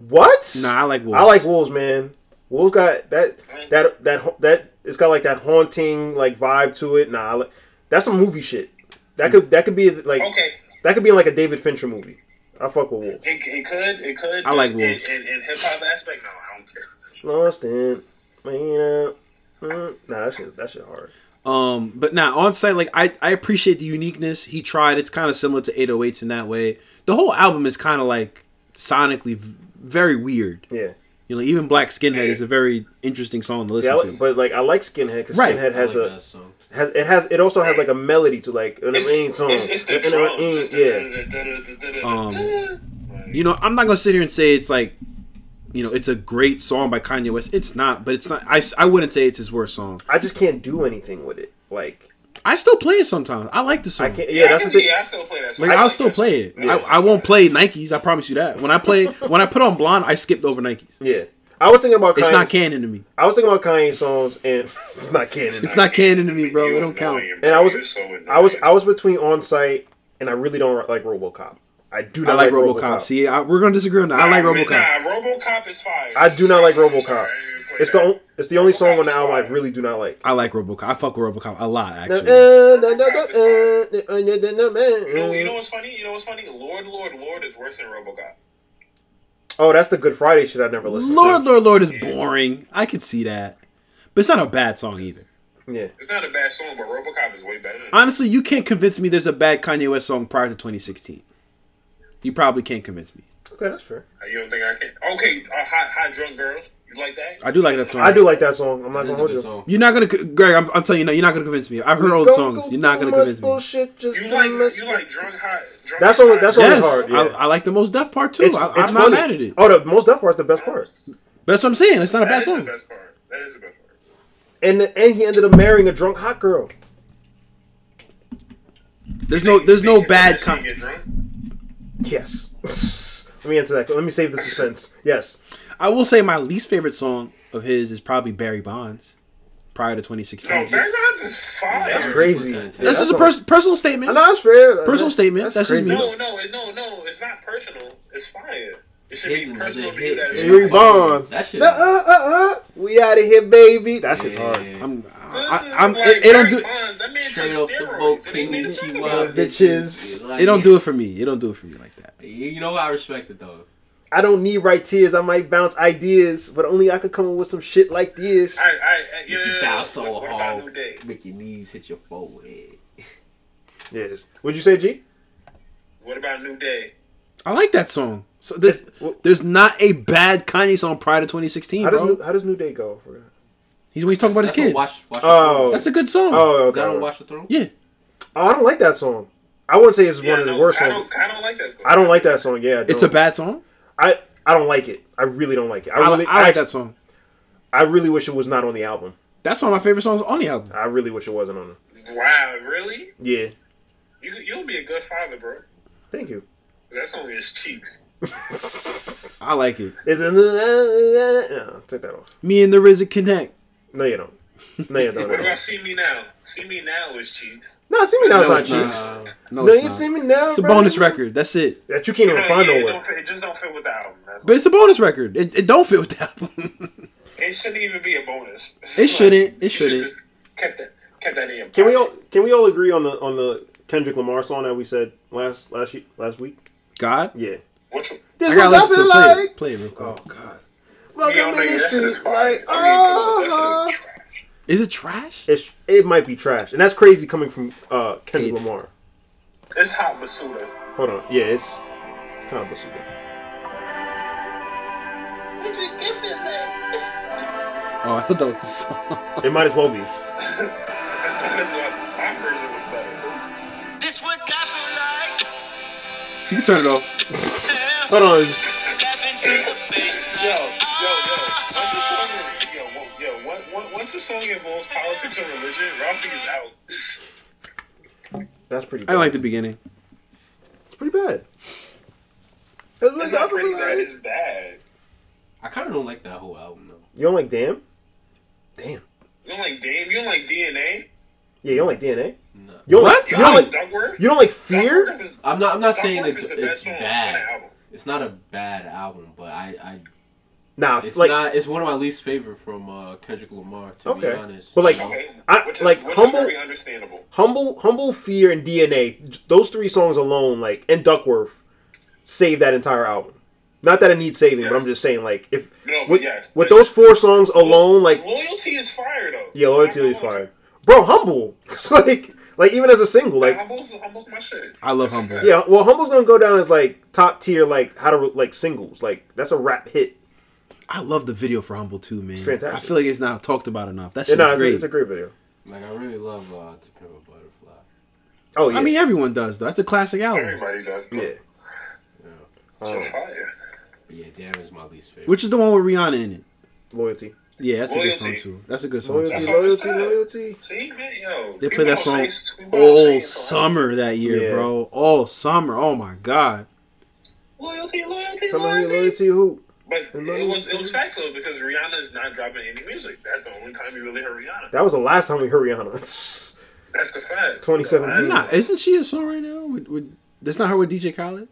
What?
Nah, I like Wolves.
I like Wolves, man. Wolves got that that that ha- that it's got like that haunting like vibe to it. Nah, I li- that's some movie shit. That could that could be like
Okay,
that could be in like a David Fincher movie. I fuck with Wolves.
it, it could, it could.
I like
In-
wolves.
In, in, in hip hop aspect, no, I don't care.
Lost in Marina. Mm, Nah, that shit that shit hard.
Um, but now nah, on site, like I, I appreciate the uniqueness he tried. It's kind of similar to 808s in that way. The whole album is kind of like sonically v- very weird.
Yeah.
You know, even Black Skinhead is a very interesting song to listen
See, I
to.
like, but like I like Skinhead because
Right.
Skinhead has
I
a
like that song.
has it has it also has like a melody to like an
It's,
amazing song.
it's, it's the
An- an-
drums. It's
yeah. Um,
the
you know, I'm not gonna sit here and say it's like, you know, it's a great song by Kanye West. It's not, but it's not. I, s- I wouldn't say it's his worst song.
I just can't do anything with it. Like
I still play it sometimes. I like the song.
I can't. Yeah, that's the thing.
Yeah, I still play that. song.
Like I,
I
will
like
still
that song.
play it. I, I won't play Nikes. I promise you that. When I play, when I put on Blonde, I skipped over Nikes.
Yeah. I was thinking about Kanye.
It's not canon to me.
I was thinking about Kanye songs, and it's not canon.
It's not canon to me, bro. It don't count.
Annoying,
And I
bro.
was,
You're so annoying.
I was, I was between on site, and I really don't like RoboCop. I do
I
not
like RoboCop. See, I, we're gonna disagree on that. I like
Nah,
RoboCop.
Nah, RoboCop is fire.
I do not like RoboCop.
Sorry,
It's the, on- it's the only song on the album I really do not like.
I like RoboCop. I fuck with RoboCop a lot,
eh,
actually.
You know, you know
Oh,
what's funny? You know what's funny? Lord, Lord, Lord is worse than RoboCop.
that's the Good Friday shit I never listened
Lord,
to.
Lord, Lord is boring. I could see that, but it's not a bad song either.
Yeah,
It's not a bad song, but RoboCop is way better. Than
Honestly, you can't convince me there's a bad Kanye West song prior to 2016. You probably can't convince me.
okay, that's fair.
You don't think I can? Okay, uh, hot, hot drunk girls. You like that?
I do like that song.
I do like that song. I'm not gonna
That's a
hold
good
you.
song.
You're not gonna, co- Greg. I'm, I'm telling you, no, you're not gonna convince me. I've heard all the
Don't
songs.
go
You're not
through
gonna
much
convince me.
Bullshit, just
You
to mess
like you
with-
like drunk hot. Drunk
That's
hot
only- that's only-
Yes,
hard, yeah.
I, I like the most deaf part too. I, I'm not
funny.
mad at it.
Oh, the most that part's the best part.
But that's what I'm saying. It's not a
That
bad
is the
song.
best part. That is the best part.
And and he ended up marrying a drunk hot girl.
There's no, there's no
Speaking of
bad
that,
con-
she get drunk.
Yes. Let me answer that. Let me save the suspense. Yes.
I will say my least favorite song of his is probably Barry Bonds, prior to 2016.
No, Barry Bonds is fire.
That's
Crazy.
That's
This is a
all.
pers- personal
I
statement.
know that's fair.
Personal statement. That's just me.
No, no, it- no, no. It's not personal. It's fire. It should
His
be
and
personal
that
to you.
hit.
That is
Barry
fire.
Bonds.
That shit.
Uh uh uh. We out of here, baby. That shit's hard.
Yeah.
I'm,
This
I,
is
I'm,
like
it, it don't
Barry
do,
Bonds. That man
Straight
took
off the boat,
steroids. It ain't
King
even a song
Chihuahua,
about it.
bitches.
Like,
it don't do it for me. It don't do it for me like that.
You know, I respect it though.
I don't need right tears. I might bounce ideas, but only I could come up with some shit like this.
I, I, I, yeah,
You
yeah, yeah.
bounce so
What about New
hard,
Day?
make your knees hit your forehead.
Yes. What'd you say, G?
What about New Day?
I like that song. So there's, there's not a bad Kanye song prior to 2016,
How does New,
bro.
how does New Day go for?
He's when he's talking about his
That's a
kids.
Watch, watch
Oh.
The
That's a good song.
Oh,
Throne. Is
okay.
that on
Oh,
Watch the Throne?
Yeah,
I don't like that song. I wouldn't say it's
Yeah,
one of the
no,
worst
I
songs.
don't, I don't like that song.
I don't like that song. Yeah, I
it's a
don't.
bad song.
I I don't like it. I really don't like it. I
I,
really
I like
actually-
that song.
I really wish it was not on the album.
That's one of my favorite songs on the album.
I really wish it wasn't on it.
Wow, really?
Yeah.
You, you'll be a good father, bro.
Thank you.
That song is cheeks.
I like it.
It's in the no, take that off.
Me and the RZA connect.
No, you don't. No, you don't.
What about See Me Now? See Me Now is cheeks.
no, see me now.
No,
it's
it's
not
not.
cheeks.
No,
No,
it's
you
not.
see me now.
It's a
bro?
bonus record. That's it.
that you can't even
No,
find
yeah, it,
nowhere.
don't fit, it just don't fit with the album. That's
But it's a bonus record. It, it don't fit with the album.
It shouldn't even be a bonus.
It shouldn't. It
you should
shouldn't.
just Kept that, kept that in your
Can we all
pocket.
can we all agree on the on the Kendrick Lamar song that we said last last ye- last week?
God,
Yeah.
Which one?
This
I
is
gotta
what I
listen to
feel
it. Play
like.
it. Play it real quick.
Oh God.
Yeah,
Welcome
nigga,
to the
that shit is
streets. Like,
fire. I mean, come on,
oh.
that shit is trash.
Is it trash?
It's, it might be trash, and that's crazy coming from uh, Kendrick
Kid.
Lamar.
It's hot Masuda.
Hold on, yeah, it's it's kind of basura.
Oh, I thought that was the song.
It might as well be.
That's why my version was better.
This what I feel like.
You can turn it off.
Hold on,
Laughing through the pain.
Yo, yo, yo. Once the song, yo, wo- yo, one- one- once the song involves politics and religion, Ralphie is out.
that's pretty.
I
Bad.
like the beginning.
It's pretty bad. It's like,
It's
I
not
feel
pretty
like-
bad. It's bad.
I kind of don't like that whole album though.
You don't like damn? Damn.
You don't like damn. You don't like DNA.
Yeah, you don't like DNA.
No.
You don't
What?
Like, you,
You
don't
like
like,
Duckworth?
you don't like
Duckworth
fear.
is-
I'm not. I'm not saying
Duckworth
it's
is the
it's
best song on that
bad.
album.
It's not a bad album, but I, I
Nah,
it's
like
not. It's one of my least favorite from uh, Kendrick Lamar. To
Okay.
be honest,
But, like,
You know?
Okay,
I-
which is,
like,
which
Humble-
Is very understandable.
humble, humble fear and DNA. Those three songs alone, like and Duckworth, save that entire album. Not that it needs saving, but I'm just saying, like if
No, but
with,
yes.
with those four songs alone, like
Loyalty is fire though.
yeah, loyalty is fire, bro. Humble, it's like like even as a single, like
Humble's, Humble's my shit.
I love Humble.
Yeah, well, humble's gonna go down as like top tier, like how to like singles, like that's a rap hit.
I love the video for Humble too, man.
fantastic.
I feel like it's not talked about enough. That
Yeah,
shit
no,
is
it's,
great.
A, it's a great video.
like I really love uh, To Pimp a Butterfly.
Oh yeah,
I mean, everyone does though. That's a classic album,
Everybody does.
yeah.
So fire.
But yeah, damn is my least favorite.
which is the one with Rihanna in it.
Loyalty,
Yeah, that's a good song
Loyalty.
too. That's a good song.
loyalty,
That's
Too.
all
loyalty,
I said.
loyalty.
See, man, yo.
They
people
played that
don't
song
say- people don't say
all
it's all-
summer that year,
Yeah.
bro. All summer. Oh my god.
Loyalty, loyalty,
Tell me
loyalty.
loyalty who?
But
Loyalty.
it was it was facts though because Rihanna is not dropping any music. That's the only time you really heard Rihanna.
That was the last time we heard Rihanna.
That's the fact.
2017.
Nah, isn't she a song right now? With, with that's not her with DJ Khaled.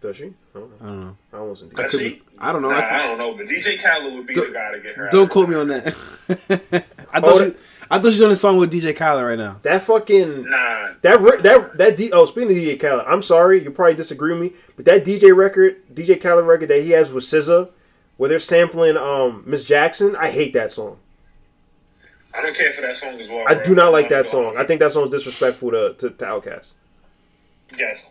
Does she? I don't know.
I don't know.
I don't listen to
I
that.
could.
she?
be- I don't know.
Nah,
I
I,
could-
don't know, but DJ Khaled would be
Don't-
the guy to get her.
Don't quote me on that. I thought
Oh,
she,
that-
I thought she's on a song with DJ Khaled right now.
That fucking
Nah,
that re- that that D- oh speaking of DJ Khaled, I'm sorry you probably disagree with me, but that DJ record, DJ Khaled record that he has with SZA, where they're sampling um Miss Jackson, I hate that song.
I don't care for that song as well.
I
bro.
do not like that song.
Don't-
I think that song is disrespectful to to, to Outkast.
Yes.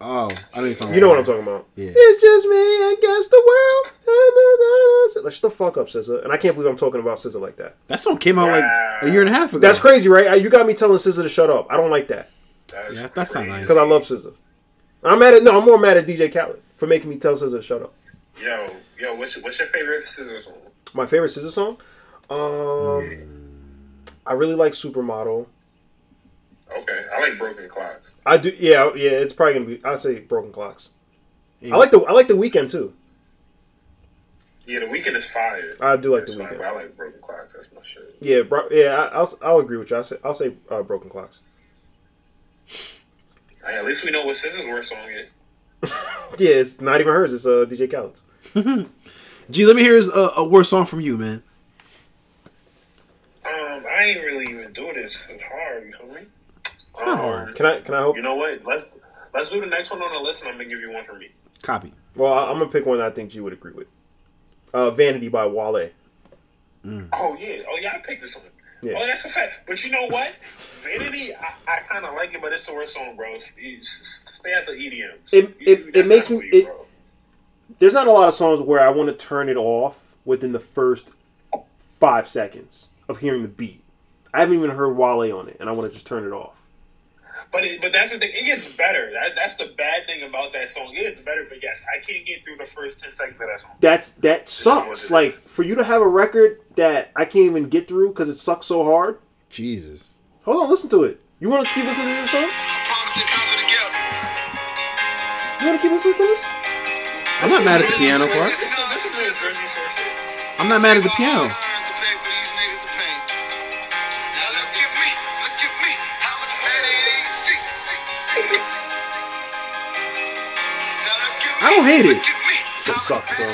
Oh, I know you're talking
You know what I'm talking about.
Yeah.
It's just me against the world. Na, na, na, na. Like, shut the fuck up, SZA. And I can't believe I'm talking about SZA like that.
That song came out like a year and a half ago.
That's crazy, right? I- You got me telling SZA to shut up. I don't like that
That's
Yeah, that's not nice.
because I love SZA. I'm mad at no. I'm more mad at DJ Khaled for making me tell SZA to shut up.
Yo, yo, what's what's your favorite scissors song?
My favorite SZA song. Um,
Mm.
I really like Supermodel.
Okay, I like Broken Clocks.
I do. Yeah, yeah. It's probably gonna be. I'd say Broken Clocks. I like the. I like the weekend too.
Yeah, The Weekend is fire.
I do like the
It's like,
weekend.
I like Broken Clocks. That's my shit.
Yeah, bro, yeah, I, I'll I'll agree with you. I say, I'll say uh, broken clocks.
Hey, at least we know what scissors worst song is.
Yeah, it's not even hers. It's uh, DJ Khaled's.
G, let me hear his, uh, a worse song from you, man.
Um, I ain't really even do this. It's hard. You feel me? It's
not hard.
Can I can I hope?
You know what? Let's let's do the next one on the list, and I'm gonna give you one for me.
Copy.
Well, I, I'm gonna pick one that I think G would agree with. Uh, Vanity by Wale.
Oh yeah. Oh yeah. I picked this one.
Yeah.
Oh, that's a fact. But you know what? Vanity, I, I kind of like it, but it's the worst song, bro. S- s- Stay at the
It-
EDMs. You-
it-
that's
it makes
not
me-
for you,
it-
bro.
There's not a lot of songs where I want to turn it off within the first five seconds of hearing the beat. I haven't even heard Wale on it, and I want to just turn it off.
But it, but that's the thing. It gets better. That, that's the bad thing about that song. It gets better. But yes, I can't get through the first ten seconds of that song.
That's that sucks. Like for you to have a record that I can't even get through because it sucks so hard.
Jesus.
Hold on, listen to it. You want to keep listening to this song?
Promise it comes with a gift.
You want to keep listening to this?
I'm not mad at the piano part.
This is this is the Jersey Shore shit.
I'm not mad at the piano. I don't hate it.
That sucks, bro.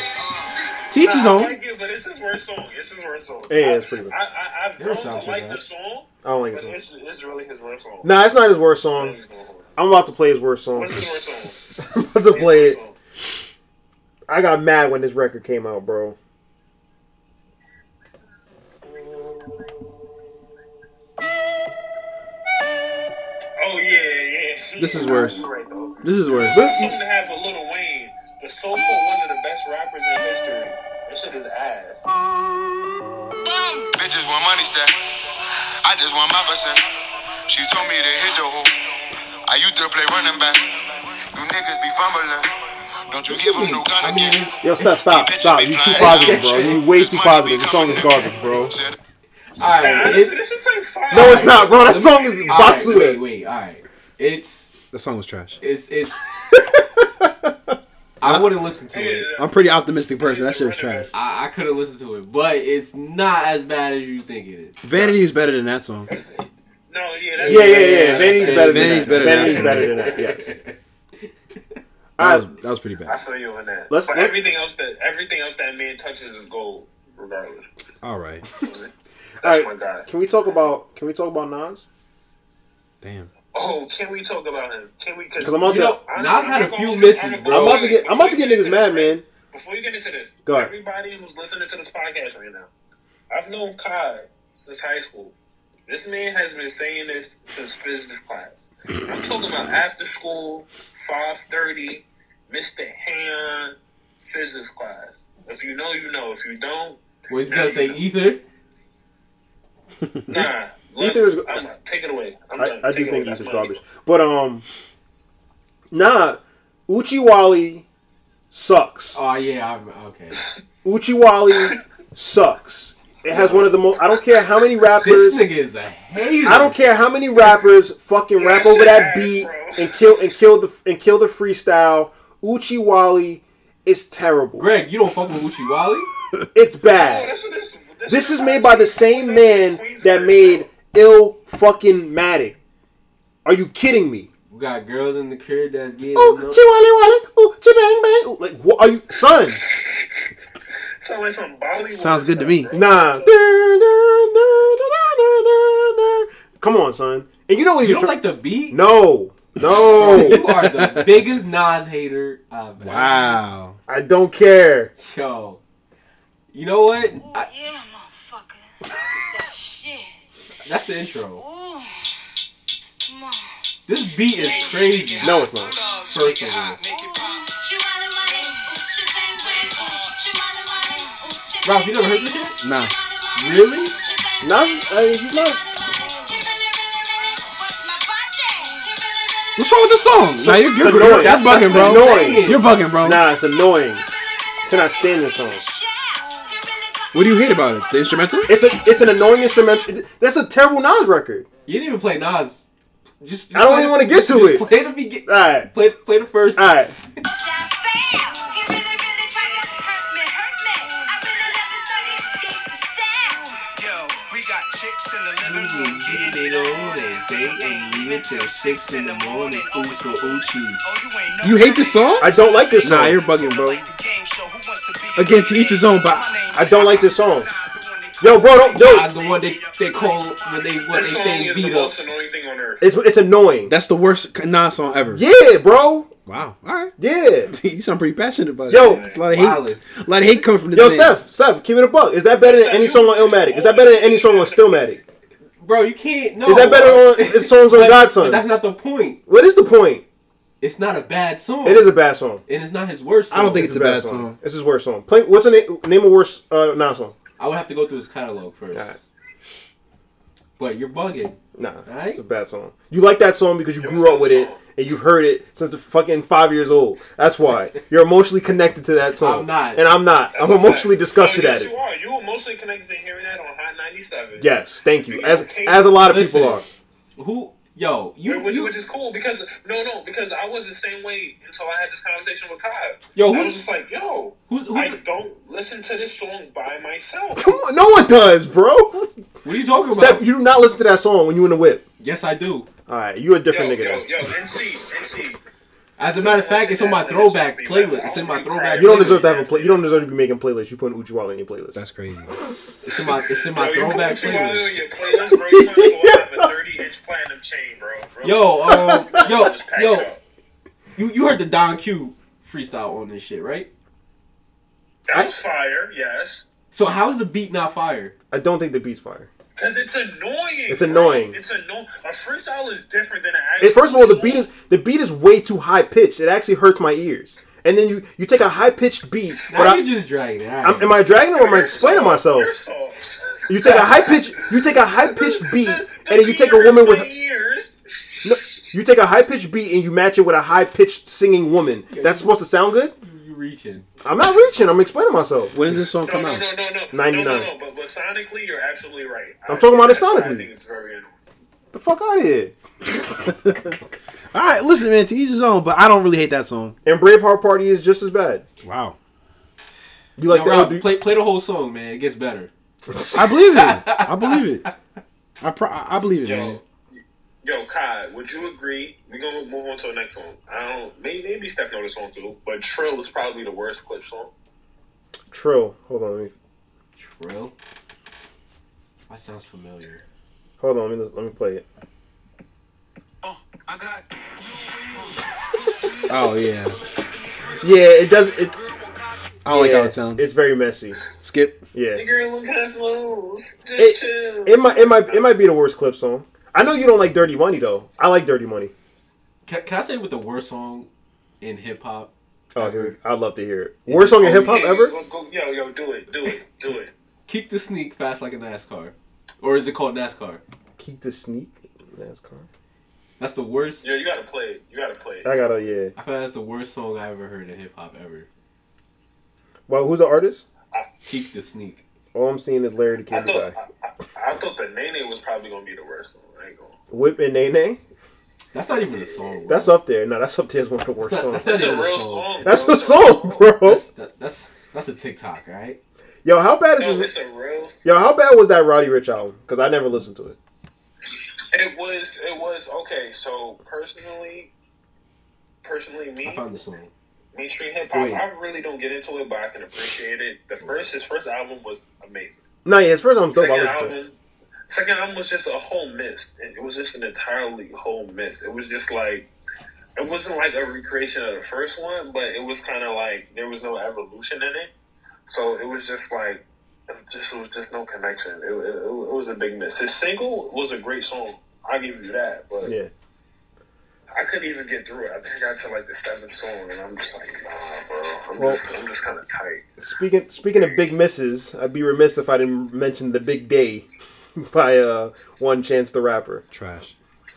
Teach his
I
own.
like it, but it's his worst song. It's his worst song.
Yeah,
I-
it's pretty good.
I, I, I've grown
Yours
to
sounds
like
bad.
the song,
I don't like
but
his song.
it's, it's really his worst song.
Nah, it's not his worst song. I'm about to play his worst song.
What's his worst song?
I'm about to play
His worst
it.
song.
I got mad when this record came out, bro.
Oh yeah, yeah.
This is
Nah,
worse.
you're right, though.
This is worse.
Something to have with Lil Wayne, the so-called one of the best rappers in history. This shit is ass.
Bitches want money stack. I just want my percent. She told me to hit the hole. I used to play running back. You niggas be fumbling. Don't you give 'em no gun again.
Yo, stop, stop, stop. You're too positive, bro. You're way too positive. The song is garbage, bro.
Said,
All
Nah,
right,
this, this
it's
shit takes fire.
No, it's not, bro. That song is
all right,
Batsuda.
wait, wait, all right. It's
That song was trash.
it's it's. I wouldn't listen to it.
Yeah.
I'm a pretty optimistic person. That shit was trash.
I, I couldn't listen to it, but it's not as bad as you think it is.
Vanity is better than that song.
No, yeah, that's
Yeah, yeah, yeah. Vanity's
Yeah,
better than
Vanity's
that.
better than
Vanity's
that.
better than that, yes.
That
All
was,
right,
that was pretty
I
bad.
feel you on that.
Let's-
but
let-
everything else that everything else that man touches is gold, regardless.
All right.
all
That's my guy.
right. Can we talk about Can we talk about Nas?
Damn.
Oh, can we talk about him? Can we?
'Cause I'm about
You
to-
know,
honestly,
Nas had
I'm
a
gonna
few
go-
misses,
I'm
I'm
bro.
about to get I'm about to get niggas mad, man.
Before you get into this,
Go ahead.
everybody who's listening to this podcast right now, I've known Kai since high school. This man has been saying this since physics class. I'm talking about after school, five thirty, Mister Hand physics class. If you know, you know. If you don't,
What he's gonna say, Ether?
nah.
Ether is-
I'm, take it away. I'm
I,
done.
I
Take
do think
it away.
he's
That's
just
mine.
garbage. But um, nah, Uchiwali sucks.
Oh yeah, I'm okay.
Uchiwali sucks. It has one of the most. I don't care how many
This
rappers.
nigga is a hater.
I don't care how many rappers fucking rap over that beat and kill and kill the and kill the freestyle. Uchiwali is terrible.
Greg, you don't fuck with Uchi Wally?
It's
Oh,
bad.
this is- this
This is made by the same man that made ill fucking Matic. Are you kidding me?
We got girls in the crib that's getting.
Ooh,
no-
chiwali wali, ooh, chibang bang. Ooh, like, what are you, son?
Sound like some Bollywood
Sounds good to
stuff,
me.
bro.
Nah. Come on, son. And you know what you
You don't like the beat?
No,
You
no,
are the biggest Nas hater I've ever.
Wow.
I don't care.
Yo, you know what? I,
yeah, motherfucker. It's that shit.
that's the intro.
Ooh. Come on.
This beat is crazy.
No, it's not.
First of all, Ralph, you never heard this shit?
Nah.
Really?
No, I mean, he's not.
What's wrong with the song? Nah, you're, you're, you're, that's bugging, bro.
annoying.
You're bugging, bro.
Nah, it's annoying. Cannot stand this song.
What do you hate about it? The instrumental?
It's a, it's an annoying instrument. it- That's a terrible Nas record.
You didn't even play Nas. Just,
I don't even wanna get to it.
Play the begin.
All right,
Play, play the first.
all right.
Yo, we got chicks in the living room getting it on, and they ain't leaving till six in the morning. Ooch for oochie. Oh,
You hate this song?
I don't like this song.
Nah, you're bugging, bro. Again,
Again,
to each his own, but
I don't like this song. Yo, bro, don't. Yo,
Nas, the one they, they call when they when
This
they,
song
they
is the
beat up.
most annoying thing on earth.
it's it's annoying.
That's the worst Nas song ever.
Yeah, bro.
Wow. All right.
Yeah.
you sound pretty passionate about
Yo,
it. It's a lot of hate.
wildin'.
A lot of hate coming from this
Yo,
man.
Steph, Steph, keep it a buck. Is that better than any song on Illmatic? Is that better than any song on Stillmatic?
Bro, you can't. No.
Is that better on it's songs on
But-
Godson?
But that's not the point.
What is the point?
It's not a bad song.
It is a bad song.
and it's not his worst.
I
Song.
don't think it's, a bad song.
It's his worst song. Play what's the name, name of worst uh, Nas song?
I would have to go through his catalog first.
Alright.
But you're bugging.
Nah,
Alright.
it's a bad song. You like that song because you grew up with it and you've heard it since the fucking five years old. That's why you're emotionally connected to that song.
I'm not.
and I'm not. I'm emotionally disgusted
no,
at
Oh, yes,
it.
You are. You emotionally connected to hearing that on Hot 97.
Yes, thank you.
You
As
okay?
as a lot of
Listen,
people are.
Who? Yo, you,
Which,
you
which is cool because no, no, because I was the same way until I had this conversation with Kyle.
Yo,
I
who's-
was just like, yo,
who's- who's
I
the-
don't listen to this song by myself.
Come on, no one does, bro.
what are you talking about?
Steph, you do not listen to that song when you in the whip.
yes, I do.
All right, you a
Yo,
different
yo,
nigga. then.
yo, NC, NC.
As a matter of fact, it's on my throwback playlist. It's in my throwback.
You don't
playlist.
deserve to have a play. You don't deserve to be making playlists. You put an Uchiwala in your playlist.
That's crazy.
It's in my. It's in
Yo,
my
you put
throwback
Uchiwali
playlist.
on your playlist, bro. You might as well have a 30 inch platinum chain, bro. Real
Yo, um,
talk.
yo,
Just pack it
yo,
up.
you you heard the Don Q freestyle on this shit, right?
That was fire, yes.
So how is the beat not fire?
I don't think the beat's fire.
Because it's annoying.
It's
bro.
annoying.
It's annoying. A freestyle is different than an actual.
It, first of all, the
song.
beat is the beat is way too high pitched. It actually hurts my ears. And then you you take a high pitched beat. But
Now
I,
you just dragging it. All
am
right.
am I dragging it or am I
You're
explaining
soft.
myself?
You're soft.
You take a high pitch. You take a high pitched beat,
The-
and
the
then you
beat
take a
hurts
woman
my
with.
ears.
No, you take a high pitched beat and you match it with a high pitched singing woman. That's supposed to sound good.
you reaching?
I'm not reaching. I'm explaining myself.
When did this song
No,
come
no,
out?
no, no, no.
99.
No, no, no. But, but sonically, you're absolutely right.
I'm talking about it
that's why I
sonically.
think it's very annoying.
The fuck out of here.
All right, listen, man, to each his own, but I don't really hate that song.
And Braveheart Party is just as bad.
Wow.
You like
Yo,
the
Rob,
other-
play play the whole song, man. It gets better.
I believe it. I believe it. I pro- I I believe it, man.
Yo, yo, Kai, would you agree? We're gonna move on to the next song. I don't. Maybe, maybe Steph know this song too, but Trill is probably the worst clip song.
Trill. Hold on. Let me
Trill. That sounds familiar.
hold on. Let me let me play it.
Oh yeah.
Yeah, it does. It,
I don't like
yeah,
how it sounds.
It's very messy.
Skip.
Yeah.
Girl, look how smooth. Just chill.
It, it might it might it might be the worst clip song. I know you don't like Dirty Money though. I like Dirty Money.
Can, can I say what the worst song in hip hop?
Oh, here I'd love to hear it. Worst song in hip hop
Oh, Yeah,
ever?
Go, go, yo, yo, do it, do it, do it.
Kick the sneak fast like a NASCAR, or is it called NASCAR?
Keep the sneak. NASCAR.
That's the worst.
Yeah, you gotta play it. You gotta play it.
I gotta yeah.
I feel that's the worst song I ever heard in hip hop ever.
Well, who's the artist?
Kick the sneak.
All I'm seeing is Larry the
I
Candy
thought
Guy.
I, I thought the Nene was probably gonna be the worst song. I ain't gonna.
Whip and Nay Nay.
That's not even a song.
That's
bro.
up there. No, that's up there as one of the worst songs.
That's
That's a
not
real
a song.
song.
That's
bro.
the song, bro.
That's that, that's that's a TikTok, right?
Yo, how bad is
No,
this?
it's a real.
Yo, how bad was that Roddy Rich album? Because I never listened to it.
It was. It was okay. So personally, personally, me,
I found the song.
mainstream hip hop.
Wait.
I really don't get into it, but I can appreciate it. The first, his first album was amazing.
No, yeah, his first album's dope. I
Second
listened to it.
album, second album was just a whole miss. It it was just an entirely whole miss. It was just like it wasn't like a recreation of the first one, but it was kind of like there was no evolution in it. So it was just like it just it was just no connection. It, it, it was a big miss. His single was a great song. I give you that, but
Yeah.
I couldn't even get through it. I think I got to like the seventh song, and I'm just like, nah, bro. I'm
Well-
just, I'm just kind of tight.
Speaking speaking of big misses, I'd be remiss if I didn't mention the Big Day by uh One Chance the Rapper.
Trash.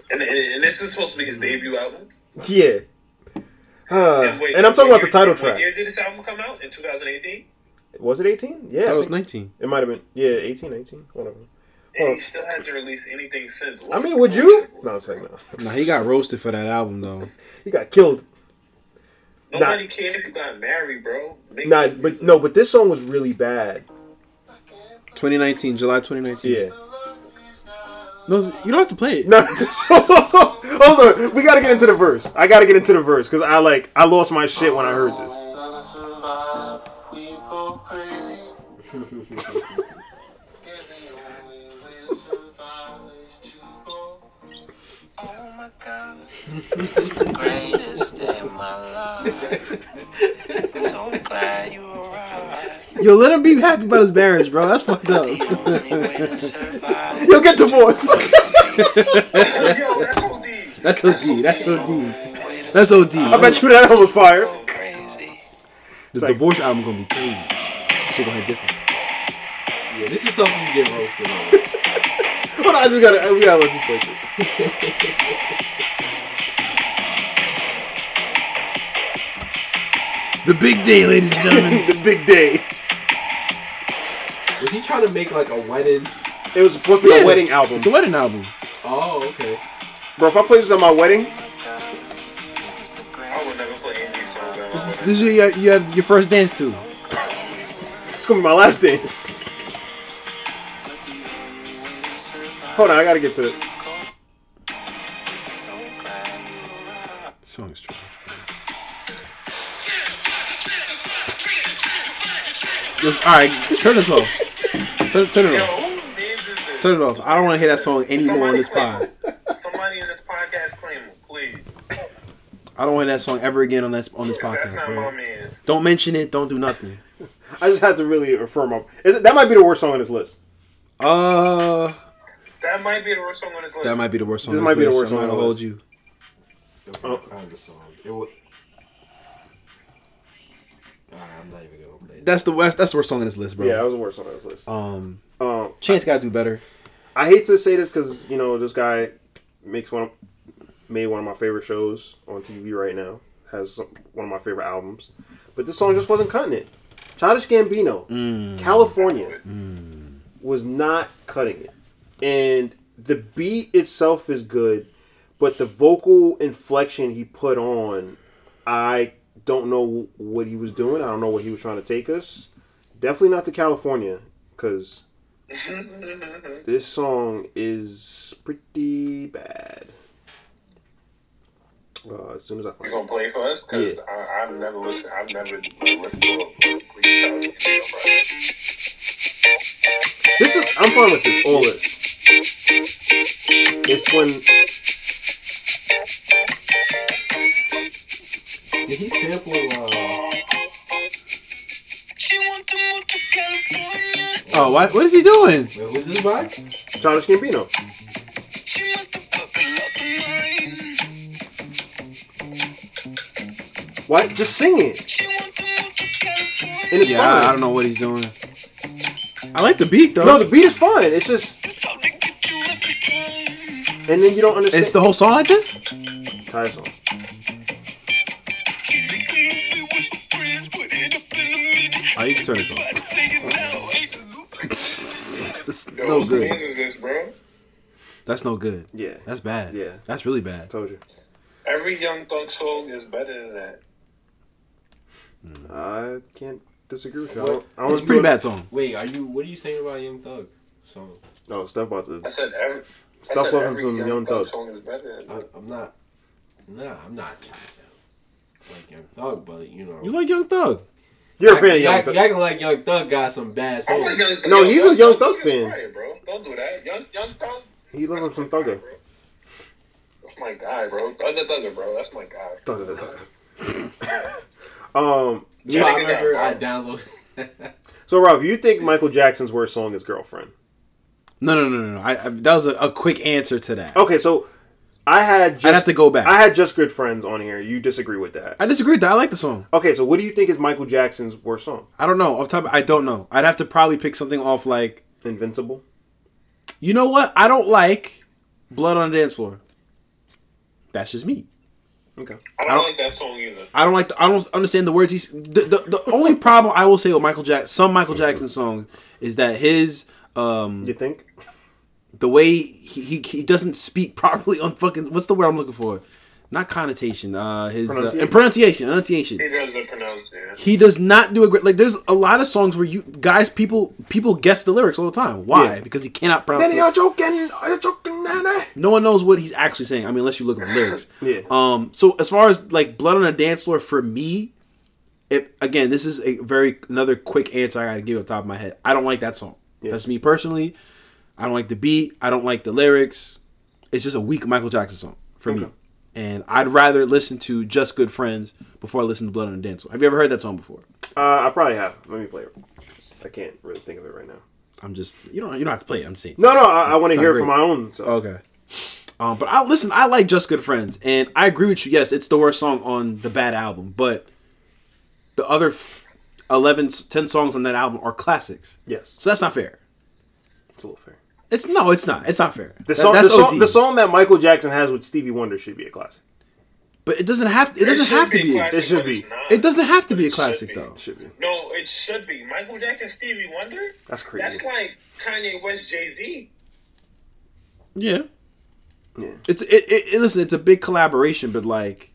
And, and, and this is supposed to be his debut album.
Yeah. Uh,
wait,
Mm-hmm. and I'm talking
what
about the
year-
title
What
track.
year did this album come out? In 2018.
Was it 18? Yeah. I
That was
think-
19.
It might have been. Yeah, 18, 19, whatever.
And
Well-
he still hasn't released anything since.
I
What's
mean,
the
would you?
bullshit?
No, it's like no.
Nah, he got roasted for that album though.
He got killed.
Nobody cared if you got married, bro. Make
Nah, but no, but this song was really bad.
2019, July 2019.
Yeah.
No, you don't have to play it.
No.
Hold on, we gotta get into the verse. I gotta get into the verse because I like I lost my shit when I heard this.
Oh my god, it's the greatest day of my life. So glad you arrived.
Yo, let him be happy about his marriage, bro. That's fucked up.
The only way to survive.
You'll get divorced.
Yo, that's
That's
OD.
OD. That's OD.
Way to
That's OD. I
Bet you that was fire.
go crazy.
the divorce album gonna be crazy. Shit gonna hit different.
Yeah, this is something you get roasted on.
But I just gotta, we gotta let you play it.
The big day, ladies and gentlemen.
The big day.
Was he trying to make like a wedding?
It was supposed to be
Yeah.
a wedding album.
it's a wedding album.
Oh, okay.
Bro, if I play this at my wedding,
It's the
I would
greatest
never play any song.
This, this is your you have your first dance to.
it's gonna be my last
but
dance.
the only way to survive.
Hold on, I gotta get to it.
So glad you arrived.
This song is trash. Yo, All right, turn this off. Turn, turn it
Yo,
off.
whose names is this?
Turn it off. I don't want to hear that song anymore on this pod.
Somebody in this podcast claim him, please.
I don't want to hear that song ever again on this on this
That's
podcast,
not my
bro.
man.
Don't mention it. Don't do nothing.
I just had to really affirm up. Is it, that might be the worst song on this list.
Uh,
That might be the worst song on his list.
that might be the worst song.
This
on
might be the
list.
worst
I'm
song
not gonna
on the
hold
list.
you.
Oh. Found the song. It was. Alright, I'm not even gonna play it.
That's the worst. That's the worst song on this list, bro.
Yeah, that was the worst song on this list.
Um,
Um,
Chance gotta do better.
I hate to say this because you know this guy makes one of, made one of my favorite shows on TV right now. Has some, one of my favorite albums, but this song just wasn't cutting it. Childish Gambino, California, was not cutting it, and the beat itself is good, but the vocal inflection he put on, I don't know what he was doing. I don't know what he was trying to take us. Definitely not to California, because this song is pretty bad. Uh, as soon as I
You
find it.
gonna play for us? Cause
Yeah.
I, I've never listened. I've never listened to it. Please tell me. It's
This is I'm fine with this. All this. It's when
Did he sample? Uh,
She wants to move to California.
Oh, what what is he doing?
wait, who's this by?
Childish Gambino.
She must have fucking lost her mind.
Why? Just sing it.
She wants to move to California.
And it's
Yeah,
fine.
I, I don't know what he's doing. I like the beat though.
no, the beat is fine. It's just,
It's hard to get you every time.
and then you don't understand.
it's the whole song like this.
entire song.
She be clean with her friends, put it up in a minute.
I used to Oh, turn it off.
Everybody say it now. Hey,
That's no good.
is this, bro?
That's no good.
Yeah,
That's bad.
Yeah.
That's really bad.
told you.
Every Young Thug song is better than that.
I can't disagree with you. I
What?
don't, I don't
It's a pretty bad song.
Wait, are you? What are you saying about Young Thug song?
No, Steph about to.
I said every. I
Stop
said
loving
every
some Young Thug.
song is better than that.
I, I'm not. Nah, I'm not trying to sound like Young Thug, but you know.
You like Young Thug?
You're a
Y'all-
fan of Young
y'all-
Thug.
Y'all can like Young Thug got some bad
I
songs.
like Young Thug.
No, he's a Young Thug
is
fan.
fire, bro. Don't do that. Young Young Thug.
He loving some Thugger.
That's my guy, bro. Thugger Thugger, bro. That's my guy.
Thugger, Thugger. um.
You know, I
Check it
remember I
out,
downloaded.
So, Rob, you think Michael Jackson's worst song is "Girlfriend"?
No, no, no, no. no. I, I that was a, a quick answer to that.
Okay, so I had just,
I'd have to go back.
I had just good friends on here. You disagree with that?
I disagree with that. I like the song.
Okay, so what do you think is Michael Jackson's worst song?
I don't know. Off top, I don't know. I'd have to probably pick something off like
Invincible.
you know what? I don't like Blood on the Dance Floor. That's just me.
Okay.
I
I
don't
don't-
like that song either.
I don't like. The, I don't understand the words. He's the, the the only problem I will say with Michael Jack some Michael Jackson songs is that his um
You think?
the way he, he he doesn't speak properly on fucking what's the word I'm looking for, not connotation. Uh, his uh,
Pronunciation.
and pronunciation, pronunciation.
He doesn't pronounce it.
He does not do a great like. There's a lot of songs where you guys people people guess the lyrics all the time. Why?
Yeah.
Because he cannot pronounce.
y'all
It.
joking? Are you joking, Nana?
No one knows what he's actually saying. I mean, unless you look at the lyrics.
Yeah.
Um, so as far as like blood on a dance floor for me, it again, this is a very another quick answer I gotta give off the top of my head. I don't like that song. That's me personally. I don't like the beat. I don't like the lyrics. It's just a weak Michael Jackson song for me. And I'd rather listen to Just Good Friends before I listen to Blood on a Dance Floor. Have you ever heard that song before?
Uh, I probably have. Let me play it. I can't really think of it right now.
I'm just you don't you don't have to play it. I'm just saying.
No, no, I, I want to
It's not
hear it
great.
from my own. So.
Okay. Um, but I listen. I like Just Good Friends, and I agree with you. Yes, it's the worst song on the Bad album, but the other f- 11, 10 songs on that album are classics.
Yes,
So that's not fair.
it's a little fair.
It's no, it's not. It's not fair.
The
That-
song,
that's
the, song
OD.
the song that Michael Jackson has with Stevie Wonder should be a classic.
but it doesn't have. It doesn't
should
have to be.
classic,
It should
but it's
be.
not.
It doesn't have to be a
It should
classic
be.
though.
Should be.
No, it should be. Michael Jackson, Stevie Wonder?
That's crazy.
That's like Kanye West, Jay Z.
Yeah.
Yeah.
It's it, it, it. Listen, it's a big collaboration, but like.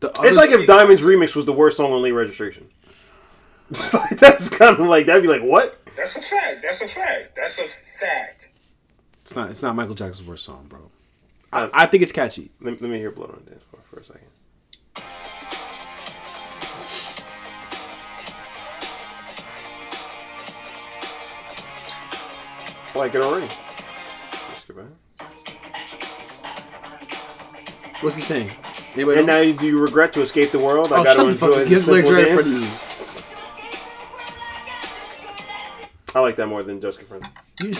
The
It's
other-
like if Diamond's remix was the worst song on late registration. It's like, that's kind of like that'd be like what?
That's a fact. That's a fact. That's a fact.
it's not. It's not Michael Jackson's worst song, bro. I, I think it's catchy.
Let, let me hear Blood on the Dance Floor for a second. I like it already. Let's go back.
What's he saying? Anybody
And
know?
now, you- do you regret to escape the world? I
Oh,
gotta
shut the fuck
enjoy
up.
the
Give Larry
simple
Jordan
dance.
Fernandez.
I like that more than Jessica Friends.
You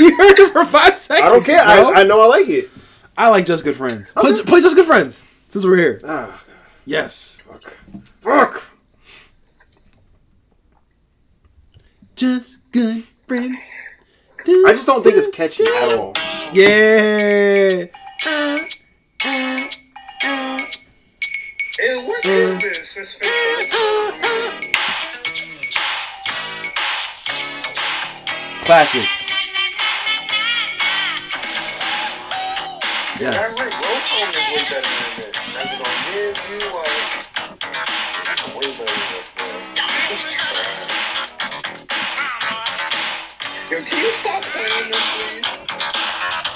you heard it for five seconds.
I don't care.
bro.
I, I know I like it.
I like Just Good Friends. Play, play Just Good Friends since we're here.
Ah,
Yes.
fuck. Fuck.
Just Good Friends.
I just don't think it's catchy at all.
Yeah.
Ew, what is this? It's fake.
Classic.
That
Yes.
Rick Ross song is way better than this. That's what I'm here, you are. That's way better than this, bro. Yo, can you stop playing this, please?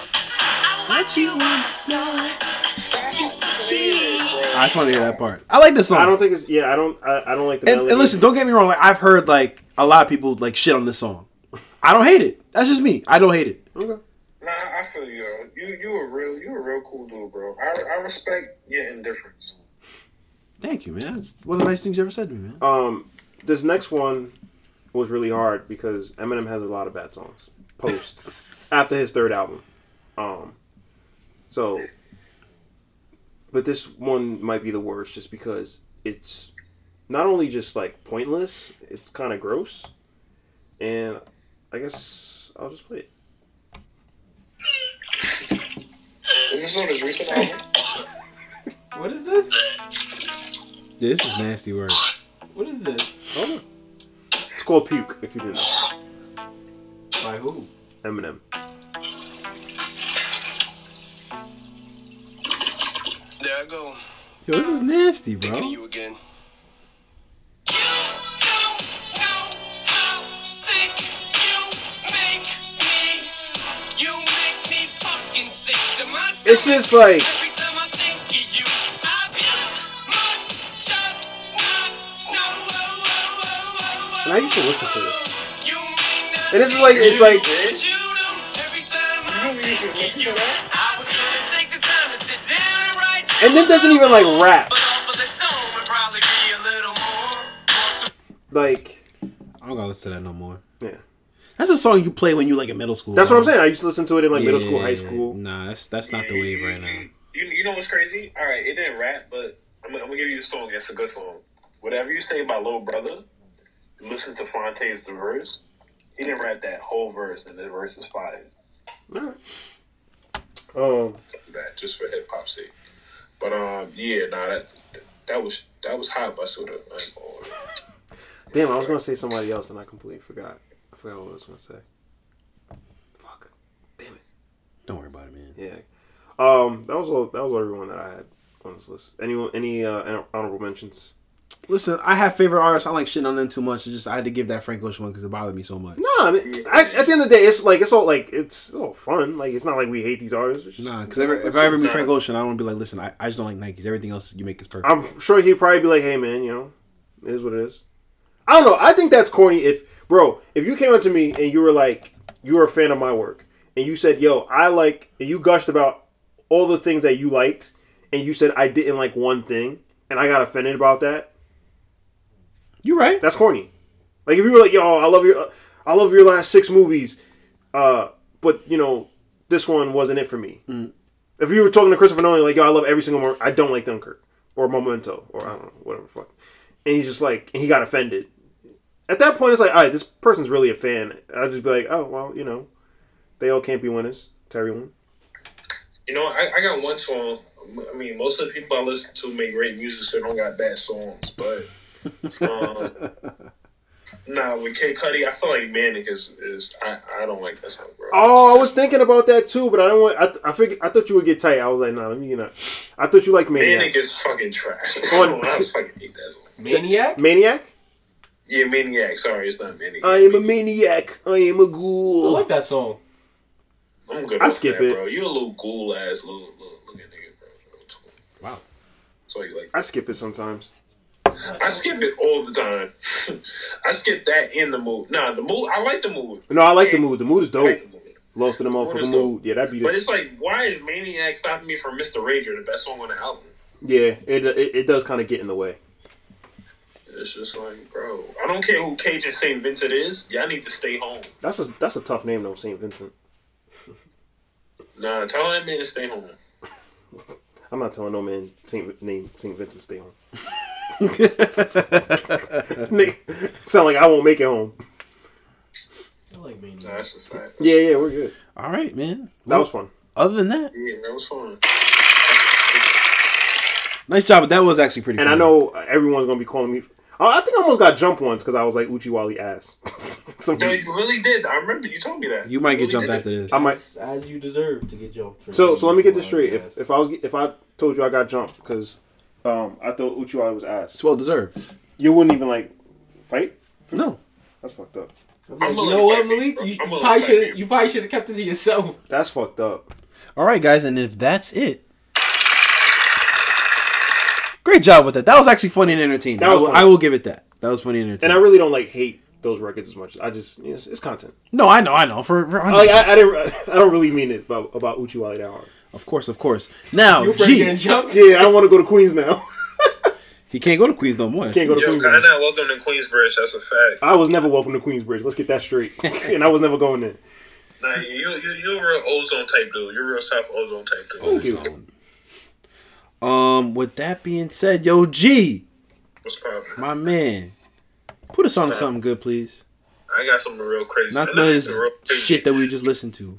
Stop playing this, bro.
I just want to hear that part. I like this song.
I don't think it's. Yeah, I don't. I, I don't like the.
and,
melody.
and listen, don't get me wrong. Like I've heard like a lot of people like shit on this song. I don't hate it. That's just me. I don't hate it.
Nah, I feel you. yo. You you a real you a real cool dude, bro. I I respect your indifference.
Thank you, man. That's one of the nice things you ever said to me, man.
Um, this next one was really hard because Eminem has a lot of bad songs post after his third album. Um, so, but this one might be the worst just because it's not only just like pointless, it's kind of gross, and I guess I'll just play it.
Is this on his recent album?
What is this?
This is nasty work.
What is this?
It's called Puke. If you didn't know,
By who?
Eminem.
There I go.
Yo, this is nasty,
Thinking of
bro.
you again.
It's just like
Every time I think of you, I must just not know.
and I used to listen to this,
You may not
and this is like it's like
But you do every time I
You really should listen to that.
I was gonna take the time to sit down and write
and then doesn't even like rap
But over the dome would probably be a little more. more
like.
I'm gonna listen to that no more.
Yeah.
That's a song you play when you like in middle school.
That's what I'm
bro.
saying. I used to listen to it in like middle school,
Yeah,
high school.
Nah, that's that's not the wave right now.
You, you know what's crazy? All right, it didn't rap, but I'm, gonna- I'm gonna give you a song. That's a good song. Whatever you say about Lil Brother, listen to Fonte's verse. He didn't rap that whole verse, and the verse is fire.
Um,
That just for hip hop sake. But um, yeah, nah, that that was that was hot by Suda. I ain't gonna lie.
damn, I was gonna say somebody else and I completely forgot. I forgot what I was gonna say. Fuck.
Don't worry about it, man.
Yeah. Um, that was all. That was everyone that I had on this list. Anyone? Any uh, honorable mentions?
Listen, I have favorite artists. I don't like shitting on them too much. It's just I had to give that Frank Ocean one because it bothered me so much.
No, I mean, I, at the end of the day, it's like it's all like it's all fun. Like it's not like we hate these artists. It's just-
Nah, because if I ever meet Frank Ocean, I want to be like, listen, I, I just don't like Nikes. Everything else you make is perfect.
I'm sure he'd probably be like, "Hey, man, you know, it is what it is." I don't know. I think that's corny. If bro, if you came up to me and you were like, you were a fan of my work, and you said, "Yo, I like," and you gushed about all the things that you liked, and you said I didn't like one thing, and I got offended about that,
you right.
that's corny. Like if you were like, "Yo, I love your, I love your last six movies," uh, but you know, this one wasn't it for me. If you were talking to Christopher Nolan, like, "Yo, I love every single one. I don't like Dunkirk or Memento or I don't know, whatever the fuck," and he's just like, and he got offended. At that point, it's like, all right, this person's really a fan. I'll just be like, oh well, you know, they all can't be winners to everyone.
You know, I, I got one song. I mean, most of the people I listen to make great music, so they don't got bad songs. But um, nah, with K Cudi, I feel like Manic is is I, I don't like that song, bro.
Oh, I was thinking about that too, but I don't want. I th- I, figured, I thought you would get tight. I was like, nah, let me get out. I thought you liked
Manic
Maniac.
is fucking trash.
On-
I fucking hate that song.
Maniac?
Maniac.
Yeah, Maniac. Sorry, it's not Maniac.
I am a maniac. I am a
I
ghoul.
like that song.
I'm good.
I
off
skip
that,
it.
bro. You a little ghoul ass little little looking nigga, bro.
Wow.
So you like
I skip it sometimes.
I skip it all the time. I skip that in the mood. Nah, the mood. I like the mood.
No, I like the mood. The mood is
I
dope.
like the mood.
Lost in the
Mood
motherfucking
is dope.
mood. Yeah, that beat
But
it.
it's like, why is Maniac stopping me from Mr. Rager, the best song on the album?
Yeah, it it, it does kind of get in the way.
It's just like, bro, I don't care who Cajun St. Vincent is. Y'all need to stay home.
That's a that's a tough name though, Saint Vincent.
Nah, tell that man to stay home.
I'm not telling no man Saint name Saint Vincent stay home. Nigga, sound like I won't make it home.
I like
Nah,
Maniac.
that's a fact.
Yeah, yeah, we're good.
All right, man.
That was fun.
Other than that,
Yeah, that was fun.
nice job. But that was actually pretty.
And I
funny.
know everyone's gonna be calling me. Oh, I I think I almost got jumped once because I was like Uchiwali ass. Some
No, you really did. I remember you told me that.
you might get
really
jumped
did.
after this.
I might.
As, as you deserve to get jumped. for
So
being
so let me get this
wild
straight.
ass.
If if I was if I told you I got jumped because um I thought Uchiwali was ass,
it's well deserved.
you wouldn't even like fight.
No,
That's fucked up.
I'm
I'm
like,
willing
you
to
know what,
fight for you,
Malik?
bro.
You,
I'm willing to fight
probably
for
should
you.
you probably should have kept it to yourself.
That's fucked up.
All right, guys, and if that's it, great job with that. That was actually funny and entertaining.
That
I,
was
will,
funny.
I will give it that. That was funny and
And
entertaining.
I really don't like hate those records as much. I just you know, it's, it's content.
no, I know, I know. For, for
Like I, I didn't. I don't really mean it about, about Uchiwali that hard.
of course, of course. Now,
Oh,
You were getting
G,
jumped.
Yeah, I don't want to go to Queens now.
he can't go to Queens no more.
Can't go to
Yo,
Queens.
kinda welcome to Queensbridge. That's a fact.
I was never welcome to Queensbridge. Let's get that straight. and I was never going in.
Nah, you, you, you're a real ozone type dude. You're a real South ozone type dude.
Oh, Um, with that being said, yo, G,
What's poppin'?
my man, put us on to something good, please.
I got something real crazy.
Not
And
none of
I
this
got real crazy.
shit that we just listened to.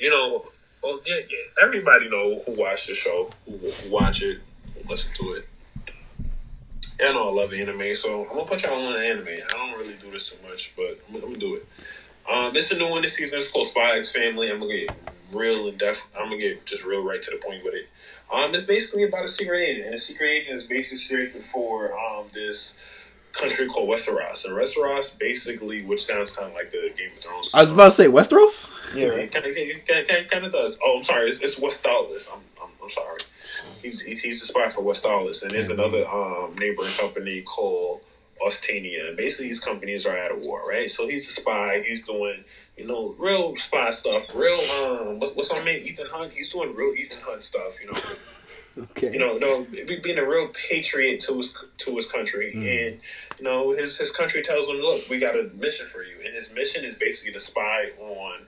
you know, oh yeah, yeah. Everybody know who watched the show, who, who watch it, who listen to it. And I know I love anime, so I'm gonna put y'all on an anime. I don't really do this too much, but I'm, I'm gonna do it. Um, this is new one this season. It's called Spy X Family. I'm gonna get real in depth. I'm gonna get just real right to the point with it. Um, it's basically about a secret agent, and a secret agent is basically secret agent for um this country called Westeros. And Westeros, basically, which sounds kind of like the Game of Thrones.
I was about to say Westeros.
Yeah, it kind of, kind of, kind of does. Oh, I'm sorry. It's, it's West Dallas. I'm, I'm, I'm sorry. He's, he's he's the spy for West Dallas, and there's another um, neighboring company called Austania. And basically, these companies are at a war, right? So he's a spy. He's doing you know real spy stuff. Real um, what's, what's our man Ethan Hunt? He's doing real Ethan Hunt stuff. You know,
Okay.
you know, no, be- being a real patriot to his to his country, and you know, his his country tells him, "Look, we got a mission for you," and his mission is basically to spy on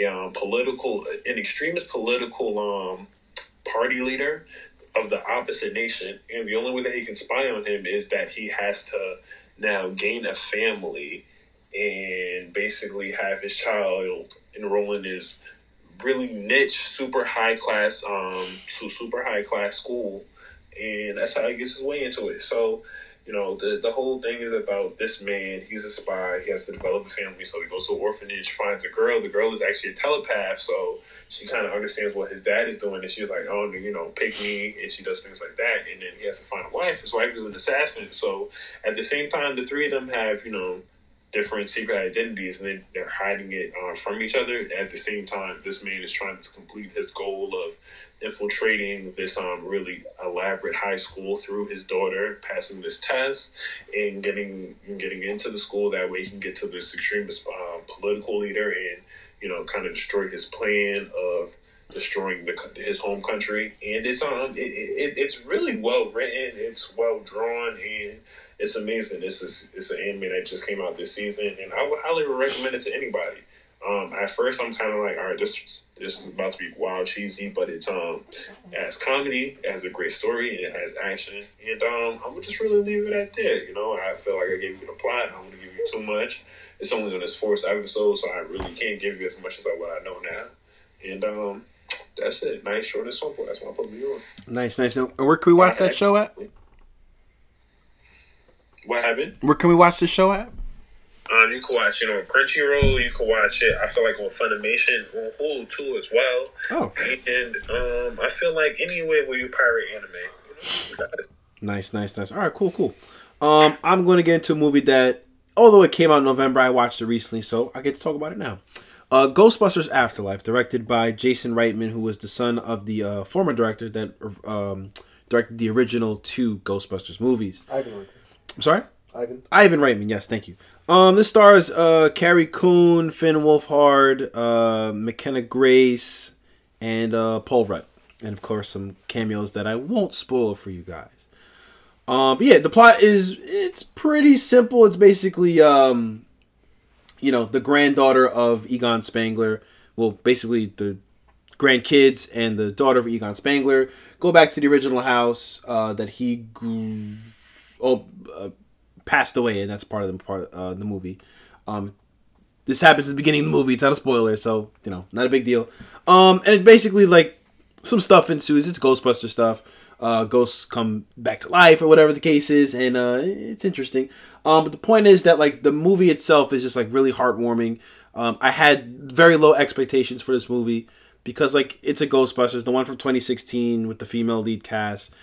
a um, political, an extremist political um, party leader of the opposite nation, and the only way that he can spy on him is that he has to now gain a family and basically have his child enroll in his really niche, super high class, um, su- super high class school, and that's how he gets his way into it. So, you know, the the whole thing is about this man. He's a spy. He has to develop a family, so he goes to an orphanage, finds a girl. The girl is actually a telepath, so she kind of understands what his dad is doing, and she's like, "Oh, you know, pick me," and she does things like that. And then he has to find a wife. His wife is an assassin, so at the same time, the three of them have you know different secret identities and they, they're hiding it uh, from each other. At the same time, this man is trying to complete his goal of infiltrating this um, really elaborate high school through his daughter, passing this test, and getting getting into the school. That way, he can get to this extremist uh, political leader and you know kind of destroy his plan of destroying the, co- his home country. And it's um it, it, it's really well written. It's well drawn and it's amazing. It's a, it's an anime that just came out this season, and I would highly recommend it to anybody. Um, at first, I'm kind of like, all right, this this is about to be wild cheesy, but it's um, it has comedy, it has a great story, and it has action, and um, I'm gonna just really leave it at that. You know, I feel like I gave you the plot. I'm gonna give you too much. It's only on this fourth episode, so I really can't give you as much as I what I know now. And um, that's it. Nice, short, and simple. That's what I put me on.
Nice, nice. And where can we watch that show at?
What happened?
Where can we watch the show at?
Um, you can watch it on Crunchyroll. You can watch it. I feel like on Funimation, on Hulu too as well.
Oh,
And um, I feel like anyway where you pirate anime, you know, you got it.
nice, nice, nice. All right, cool, cool. Um, I'm going to get into a movie that, although it came out in November, I watched it recently, so I get to talk about it now. Uh, Ghostbusters Afterlife, directed by Jason Reitman, who was the son of the uh, former director that um, directed the original two Ghostbusters movies.
Ivan Reitman.
I'm sorry.
Ivan.
Ivan Reitman, yes, thank you. Um, this stars uh, Carrie Coon, Finn Wolfhard, uh, McKenna Grace, and uh, Paul Rudd, and of course some cameos that I won't spoil for you guys. Um, but yeah, the plot is it's pretty simple. It's basically um, you know the granddaughter of Egon Spangler, well, basically the grandkids and the daughter of Egon Spangler go back to the original house uh, that he grew, oh, uh, passed away, and that's part of the part uh, the movie. Um, this happens at the beginning of the movie. It's not a spoiler, so you know, not a big deal. Um, and it basically like some stuff ensues. It's Ghostbuster stuff. Uh, ghosts come back to life or whatever the case is, and uh, it's interesting. Um, but the point is that like the movie itself is just like really heartwarming. Um, I had very low expectations for this movie because like it's a Ghostbusters, the one from 2016 with the female lead cast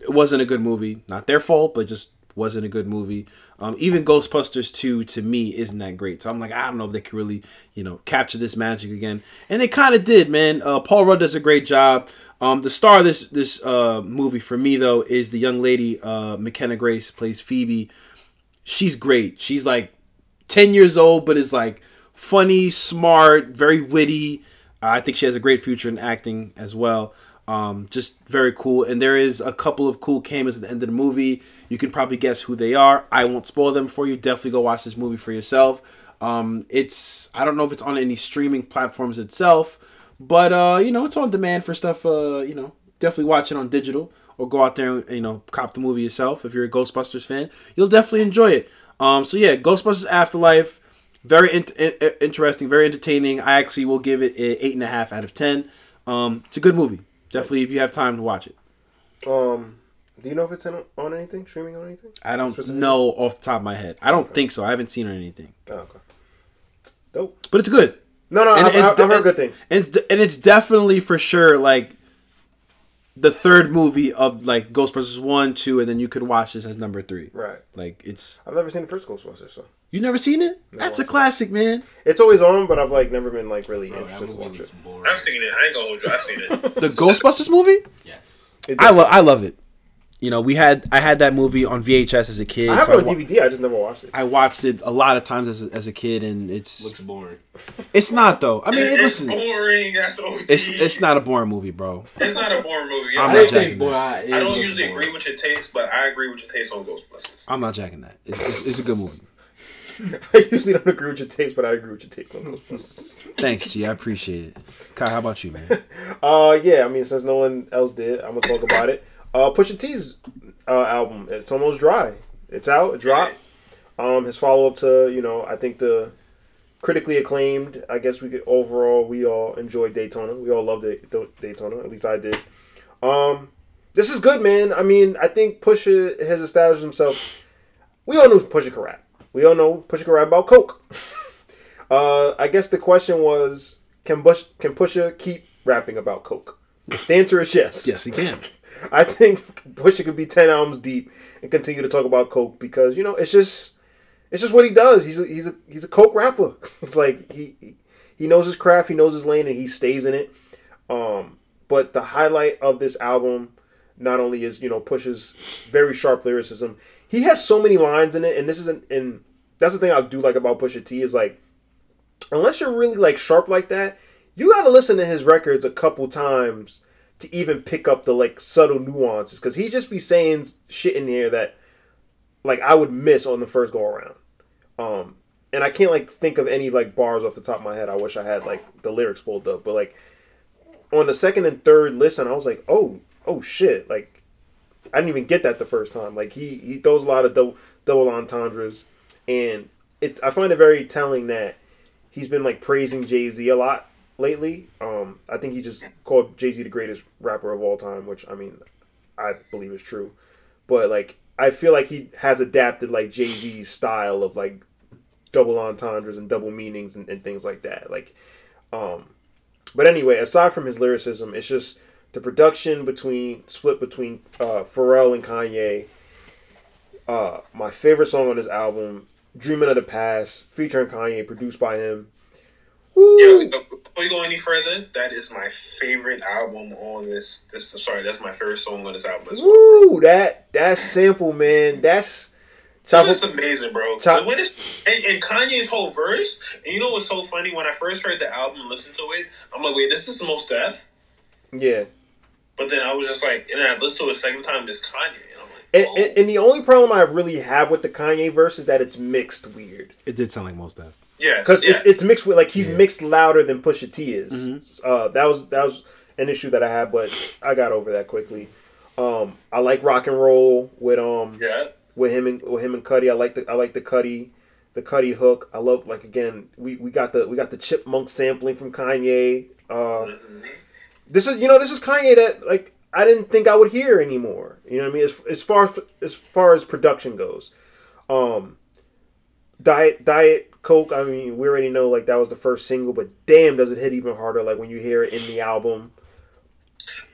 it wasn't a good movie. Not their fault, but just wasn't a good movie. Um, even Ghostbusters 2 to me isn't that great. So I'm like, I don't know if they can really, you know, capture this magic again. And they kind of did, man. Uh, Paul Rudd does a great job. Um, the star of this this uh, movie for me though is the young lady uh, McKenna Grace plays Phoebe. She's great. She's like 10 years old, but is like funny, smart, very witty. Uh, I think she has a great future in acting as well. Um, just very cool. And there is a couple of cool cameos at the end of the movie. You can probably guess who they are. I won't spoil them for you. Definitely go watch this movie for yourself. Um, it's I don't know if it's on any streaming platforms itself, but uh, you know it's on demand for stuff. Uh, you know, definitely watch it on digital or go out there and you know cop the movie yourself. If you're a Ghostbusters fan, you'll definitely enjoy it. Um, so yeah, Ghostbusters Afterlife very in- in- interesting, very entertaining. I actually will give it an eight and a half out of ten. Um, it's a good movie. Definitely, if you have time to watch it.
Um, do you know if it's in, on anything? Streaming on anything?
I don't know off the top of my head. I don't think so. I haven't seen it or anything,
Oh, okay. Dope.
but it's good.
No, no,
And
I've,
it's
I've, I've
the-
heard good things.
And it's de- and it's definitely for sure like the third movie of like Ghostbusters one, two, and then you could watch this as number three.
Right.
Like it's
I've never seen the first Ghostbusters, so
you never seen it? That's a classic, man.
it's always on, but I've like never been like really interested to watch it.
boring.
I've seen it. I ain't gonna hold you. I've seen it.
The Ghostbusters movie.
Yes.
It
I love I love it. You know, we had I had that movie on VHS as a kid.
I have
so
it
wa-
on DVD. I just never watched it.
I watched it a lot of times as a, as a kid, and it's
Looks boring.
it's not though. I mean, listen,
it's boring. That's OD.
it's it's not a boring movie, bro.
It's not a boring movie.
I'm not
I,
I didn't
don't-
say
jacking
it's boring.
that.
I, it
I don't
looks
usually
boring.
agree with your taste, but I agree with your taste on Ghostbusters.
I'm not jacking that. It's, it's, it's a good movie.
I usually don't agree with your taste, but I agree with your taste on Ghostbusters.
Thanks, G. I appreciate it. Kai, how about you, man?
Uh, yeah. I mean, since no one else did, I'm gonna talk about it. Uh, Pusha T's uh, album. It's almost dry. It's out. It dropped. Um, his follow up to you know, I think the critically acclaimed. I guess we could overall we all enjoyed Daytona. We all loved it, Th- Daytona. At least I did. Um, this is good, man. I mean, I think Pusha has established himself. We all knew Pusha could rap. We all know Pusha could rap about coke. Uh, I guess the question was, can Bush, can Pusha keep rapping about coke? The answer is yes.
Yes, he can.
I think Pusha could be ten albums deep and continue to talk about coke because you know it's just it's just what he does. He's a, he's a he's a coke rapper. It's like he he- he knows his craft, he knows his lane, and he stays in it. Um, but the highlight of this album not only is you know Pusha's very sharp lyricism, he has so many lines in it, and this isn't and that's the thing I do like about Pusha T is like unless you're really like sharp like that, you gotta listen to his records a couple times to even pick up the like subtle nuances because he just be saying shit in here that like I would miss on the first go around. Um, and I can't like think of any like bars off the top of my head. I wish I had like the lyrics pulled up, but like on the second and third listen, I was like, oh, oh shit! Like I didn't even get that the first time. Like he he throws a lot of double double entendres, and it's I find it very telling that he's been like praising Jay Z a lot lately. Um, I think he just called Jay Z the greatest rapper of all time, which I mean, I believe is true. But like, I feel like he has adapted like Jay Z's style of like double entendres and double meanings and, and things like that. Like, um, but anyway, aside from his lyricism, it's just the production between split between uh, Pharrell and Kanye. Uh, my favorite song on this album, "Dreaming of the Past," featuring Kanye, produced by him.
Yeah,
Woo!
before you go any further, that is my favorite album on this. This sorry, that's my favorite song on this album. As well.
Woo! That that sample, man. That's chop
It's just amazing, bro.
Chop-
But when it's, and, and Kanye's whole verse, and you know what's so funny? When I first heard the album and listened to it, I'm like, wait, this is the most death.
Yeah.
But then I was just like, and then I listened to it a second time, it's Kanye. And I'm like,
And,
oh.
and, and the only problem I really have with the Kanye verse is that it's mixed weird.
It did sound like most of.
oh, yes,
because
yes.
it's, it's mixed with like he's mixed louder than Pusha T is.
Mm-hmm.
Uh, that was that was an issue that I had, but I got over that quickly. Um, I like rock and roll with um
yeah.
with him and with him and Cuddy. I like the I like the Cuddy the Cuddy hook. I love like again we, we got the we got the chipmunk sampling from Kanye. Uh, this is you know this is Kanye that like I didn't think I would hear anymore. You know what I mean? As, as far as far as production goes, um, diet diet coke. I mean we already know like that was the first single, but damn does it hit even harder like when you hear it in the album.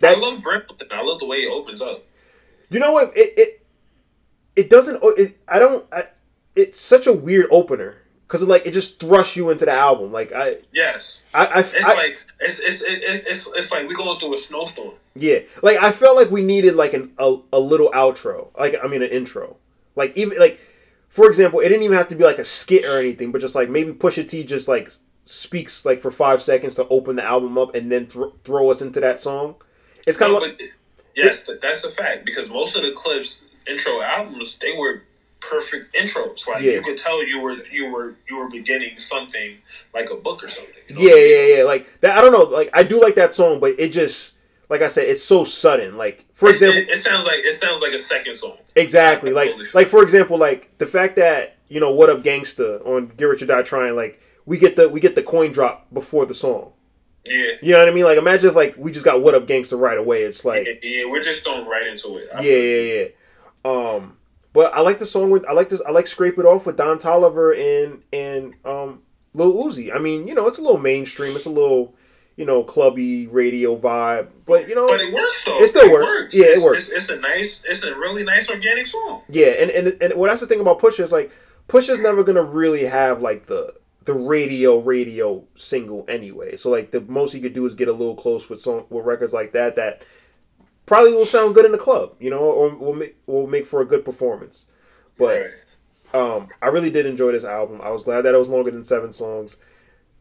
I love Brampton. I love the way it opens up.
You know what? It it, it doesn't. oh, It, I don't. I, it's such a weird opener because like it just thrusts you into the album. Like I
Yes,
I, I,
it's
I-
like it's it's, it's it's it's like we going through a snowstorm.
yeah. Like I felt like we needed like an a, a little outro. Like I mean an intro. Like even like for example, it didn't even have to be like a skit or anything, but just like maybe Pusha T just like speaks like for five seconds to open the album up and then thro- throw us into that song. It's kind
No,
of like
but yes, that that's a fact because most of the clips, intro albums, they were perfect intros. Like
Yeah.
you could tell you were you were you were beginning something like a book or something. you know?
Yeah, yeah, yeah. Like that. I don't know. Like I do like that song, but it just, like I said, it's so sudden. Like for
It,
example,
it, it sounds like it sounds like a second song.
exactly. Like
Holy shit.
like for example, like the fact that you know what up gangsta on Get Rich or Die Trying. Like we get the we get the coin drop before the song.
Yeah.
You know what I mean? Like imagine if like we just got what up gangsta right away. It's like
Yeah, yeah, we're just thrown right into it. I
yeah, yeah, yeah. Um, but I like the song with I like this I like scrape it off with Don Tolliver and and um Lil Uzi. I mean, you know, it's a little mainstream. It's a little you know clubby radio vibe, but you know,
But it works though.
It still works. Yeah, it
It's-
works.
It's, it's a nice, it's a really nice organic song.
yeah. And and and what that's the thing about Pusha is like Pusha's never gonna really have like the the radio radio single anyway. So like the most he could do is get a little close with song with records like that that probably will sound good in the club, you know, or will make will make for a good performance. But um, I really did enjoy this album. I was glad that it was longer than seven songs.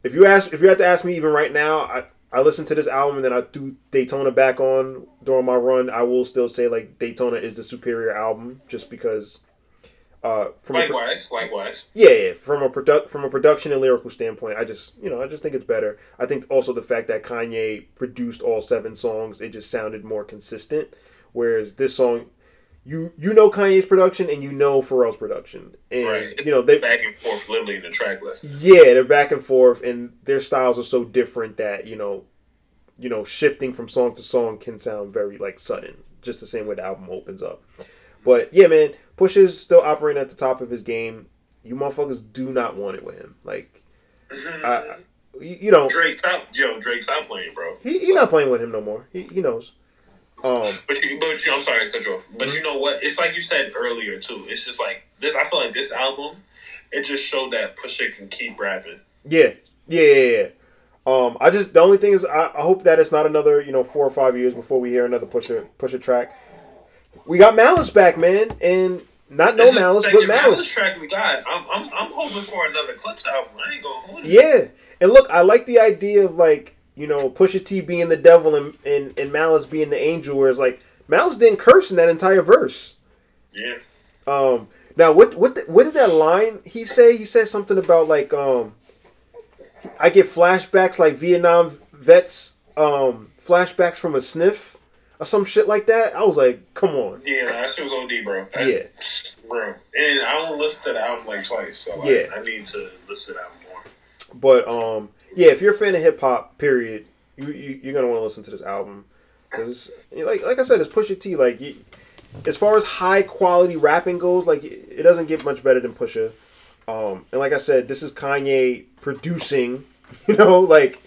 If you ask, if you had to ask me, even right now, I I listened to this album and then I threw Daytona back on during my run. I will still say like Daytona is the superior album, just because. Uh, from a-
Likewise, likewise.
yeah, yeah, from a product from a production and lyrical standpoint, I just you know I just think it's better. I think also the fact that Kanye produced all seven songs, it just sounded more consistent. Whereas this song, you you know Kanye's production and you know Pharrell's production, and
Right.
you know they
Back and forth, literally in the track list.
yeah they're back and forth and their styles are so different that you know you know shifting from song to song can sound very like sudden just the same way the album opens up but yeah man push is still operating at the top of his game you motherfuckers do not want it with him like I, I- you you know
Drake, stop, yo, Drake, stop playing, bro.
he, he's not playing with him no more he, he knows um
But you, but you, I'm sorry to cut you off. But you know what? It's like you said earlier too. It's just like this. I feel like this album, it just showed that Pusha can keep rapping.
Yeah, yeah, yeah. yeah. Um, I just the only thing is I, I hope that it's not another you know four or five years before we hear another pusher pusher track. We got Malice back, man, and not no
This is
Malice,
the
but
second
Malice.
track we got. I'm, I'm, I'm hoping for another Clips album. I ain't gonna hold you.
Yeah, and look, I like the idea of like you know Pusha T being the devil and and, and Malice being the angel, where it's like Malice didn't curse in that entire verse.
Yeah.
Um, now what what the, what did that line he say? He said something about like um, I get flashbacks like Vietnam vets um flashbacks from a sniff or some shit like that. I was like, come on,
Yeah, nah, that shit was OD, bro. That-
yeah,
bro. And I only listened to the album like twice, so like,
Yeah.
I need to listen to the album more.
but um, yeah, if you're a fan of hip hop, period, you, you you're gonna want to listen to this album because like like I said, it's Pusha T. Like you, as far as high quality rapping goes, like it it doesn't get much better than Pusha. Um, and like I said, this is Kanye producing, you know, like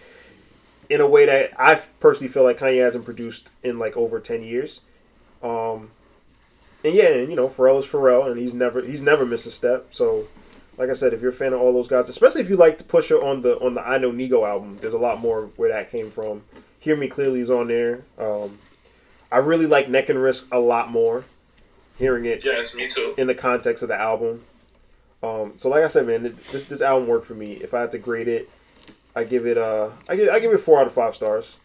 in a way that I personally feel like Kanye hasn't produced in like over ten years. Um, and yeah, and you know, Pharrell is Pharrell, and he's never he's never missed a step. So, like I said, if you're a fan of all those guys, especially if you liked Pusha on the on the I Know Nego album, there's a lot more where that came from. Hear Me Clearly is on there. Um, I really like Neck and Risk a lot more. Hearing it
Yes, me too.
in the context of the album. Um, so like I said, man, th- this this album worked for me. If I had to grade it, I give it uh, I give I give it four out of five stars.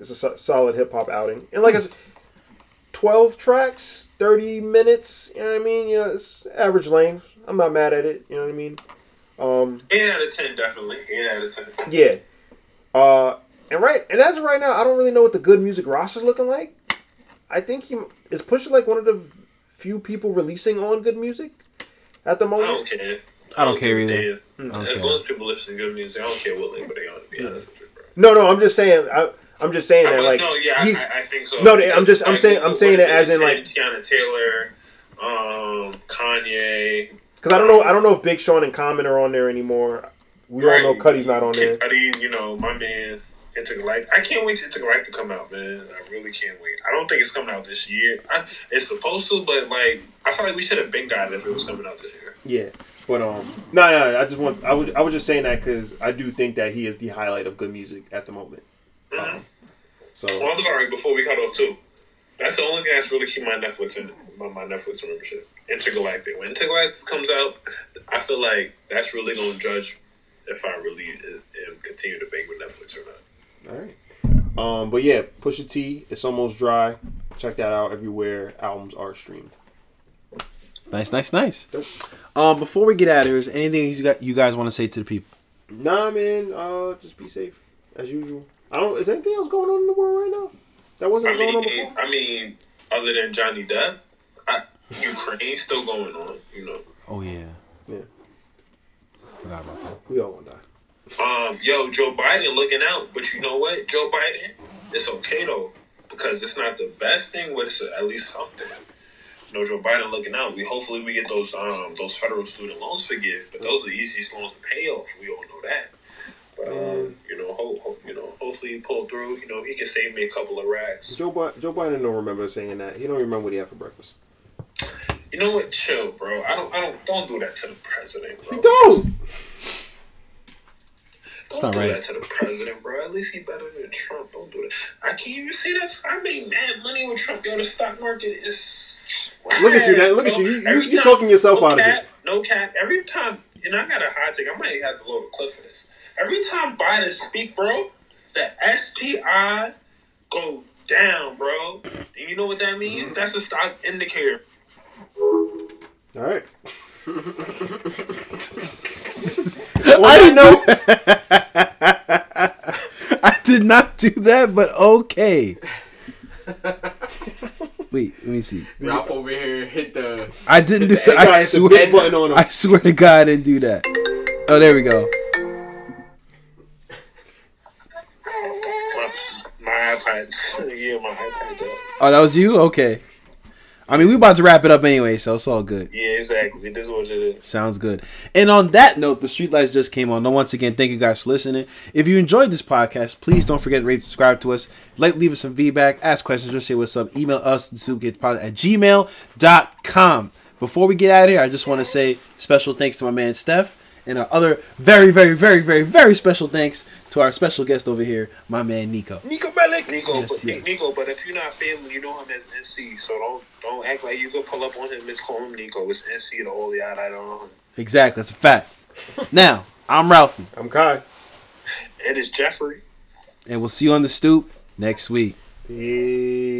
It's a so- solid hip hop outing, and like I said, twelve tracks, thirty minutes. You know what I mean? You know, it's average length. I'm not mad at it. You know what I mean? Um,
Eight out of ten, definitely. Eight out of ten.
yeah. Uh, and right, and as of right now, I don't really know what the good music roster's looking like. I think he is pushing like one of the few people releasing on good music at the
I
moment.
don't care.
I don't care either.
Yeah. As
care.
long as people listen to good music, I don't care what label they on. To be honest with you, bro.
No, no, I'm just saying. I, I'm just saying
I
that,
would-
like,
no, yeah,
he's
I, I think so.
No, they-
Because,
I'm just- I'm
like,
saying- I'm
what
saying
is
it as in, like-
Tiana Taylor, um, Kanye.
because I don't know, I don't know if Big Sean and Common are on there anymore. We all know Cuddy's not on there.
Cudi, you know, my man, Intergalactic. I can't wait for Intergalactic to come out, man. I really can't wait. I don't think it's coming out this year. I, it's supposed to, but like, I feel like we should have been got it if it was coming out this year.
Yeah,
But um, no, no, I just want I was I was just saying that because I do think that he is the highlight of good music at the moment. Um, so
Mm-hmm. Well, I'm sorry. Before we cut off, too, that's the only thing that's really keeping my Netflix in my, my Netflix membership. Intergalactic. When Intergalactic comes out, I feel like that's really gonna judge if I really uh, am continue to bang with Netflix or not.
all right. Um, but yeah, Pusha T, it's almost dry. Check that out everywhere albums are streamed.
Nice, nice, nice. Um, before we get out of here, is there anything you got you guys want to say to the people?
Nah, man, uh, just be safe as usual. I don't. Is anything else going on in the world right now that wasn't
I
going
mean,
on before?
I mean, other than Johnny Depp, I, Ukraine's still going on, you know.
Oh yeah.
Yeah.
Forgot about that.
We all gonna die.
Um, yo, Joe Biden looking out, but you know what, Joe Biden, it's okay though because it's not the best thing, but it's at least something. You know, Joe Biden looking out. We hopefully we get those um those federal student loans forgiven, but those are the easiest loans to pay off. We all know that. But um, you know, ho- ho- you know, hopefully he pulled through. You know, he can save me a couple of racks.
Joe Bi- Joe Biden don't remember saying that. He don't remember what he had for breakfast.
You know what? Chill, bro. I don't. I don't. Don't do that to the president, bro.
He don't.
Don't
not
do
right.
that to the president, bro. At least he better than Trump. Don't do that. I can't even say that. I made mad money with Trump. Yo, the stock market is.
Look at you,
trash,
that- look at
bro.
you. You- you-
Every
you talking yourself
no
out of it.
cap, No cap. Every time, and I got a hot take. I might have to load a clip for this. Every time Biden speak, bro, the SPI go down, bro. And you know what that
Mm-hmm.
means? That's a stock indicator.
All right. I didn't know.
I did not do that, but okay. Wait, let me see.
Ralph over here hit the.
I didn't do.
That guy
I
hit the
swear.
big button
on him.
I swear to God, I didn't do that. Oh, there we go.
My, my iPad. Yeah, my iPad. dog.
Oh, that was you. Okay. I mean, we about to wrap it up anyway, so it's all good.
Yeah, exactly. This is what it is.
Sounds good. And on that note, the streetlights just came on. Now, once again, thank you guys for listening. If you enjoyed this podcast, please don't forget to rate, subscribe to us, like, leave us some feedback, ask questions, or say what's up. Email us, zoomkidspod at gmail.com. Before we get out of here, I just want to say special thanks to my man Steph and our other very, very, very, very, very special thanks to our special guest over here, my man Nico.
Nico Bellic.
Nico,
Yes,
but,
yes.
Nico, but if you're not family, you know him as NC. So don't don't act like you could pull up on him and call him Nico. It's NC the only out I don't know him.
Exactly, that's a fact. Now, I'm Ralphie,
I'm Kai.
And it's Jeffrey.
and we'll see you on the stoop next week.
Yeah.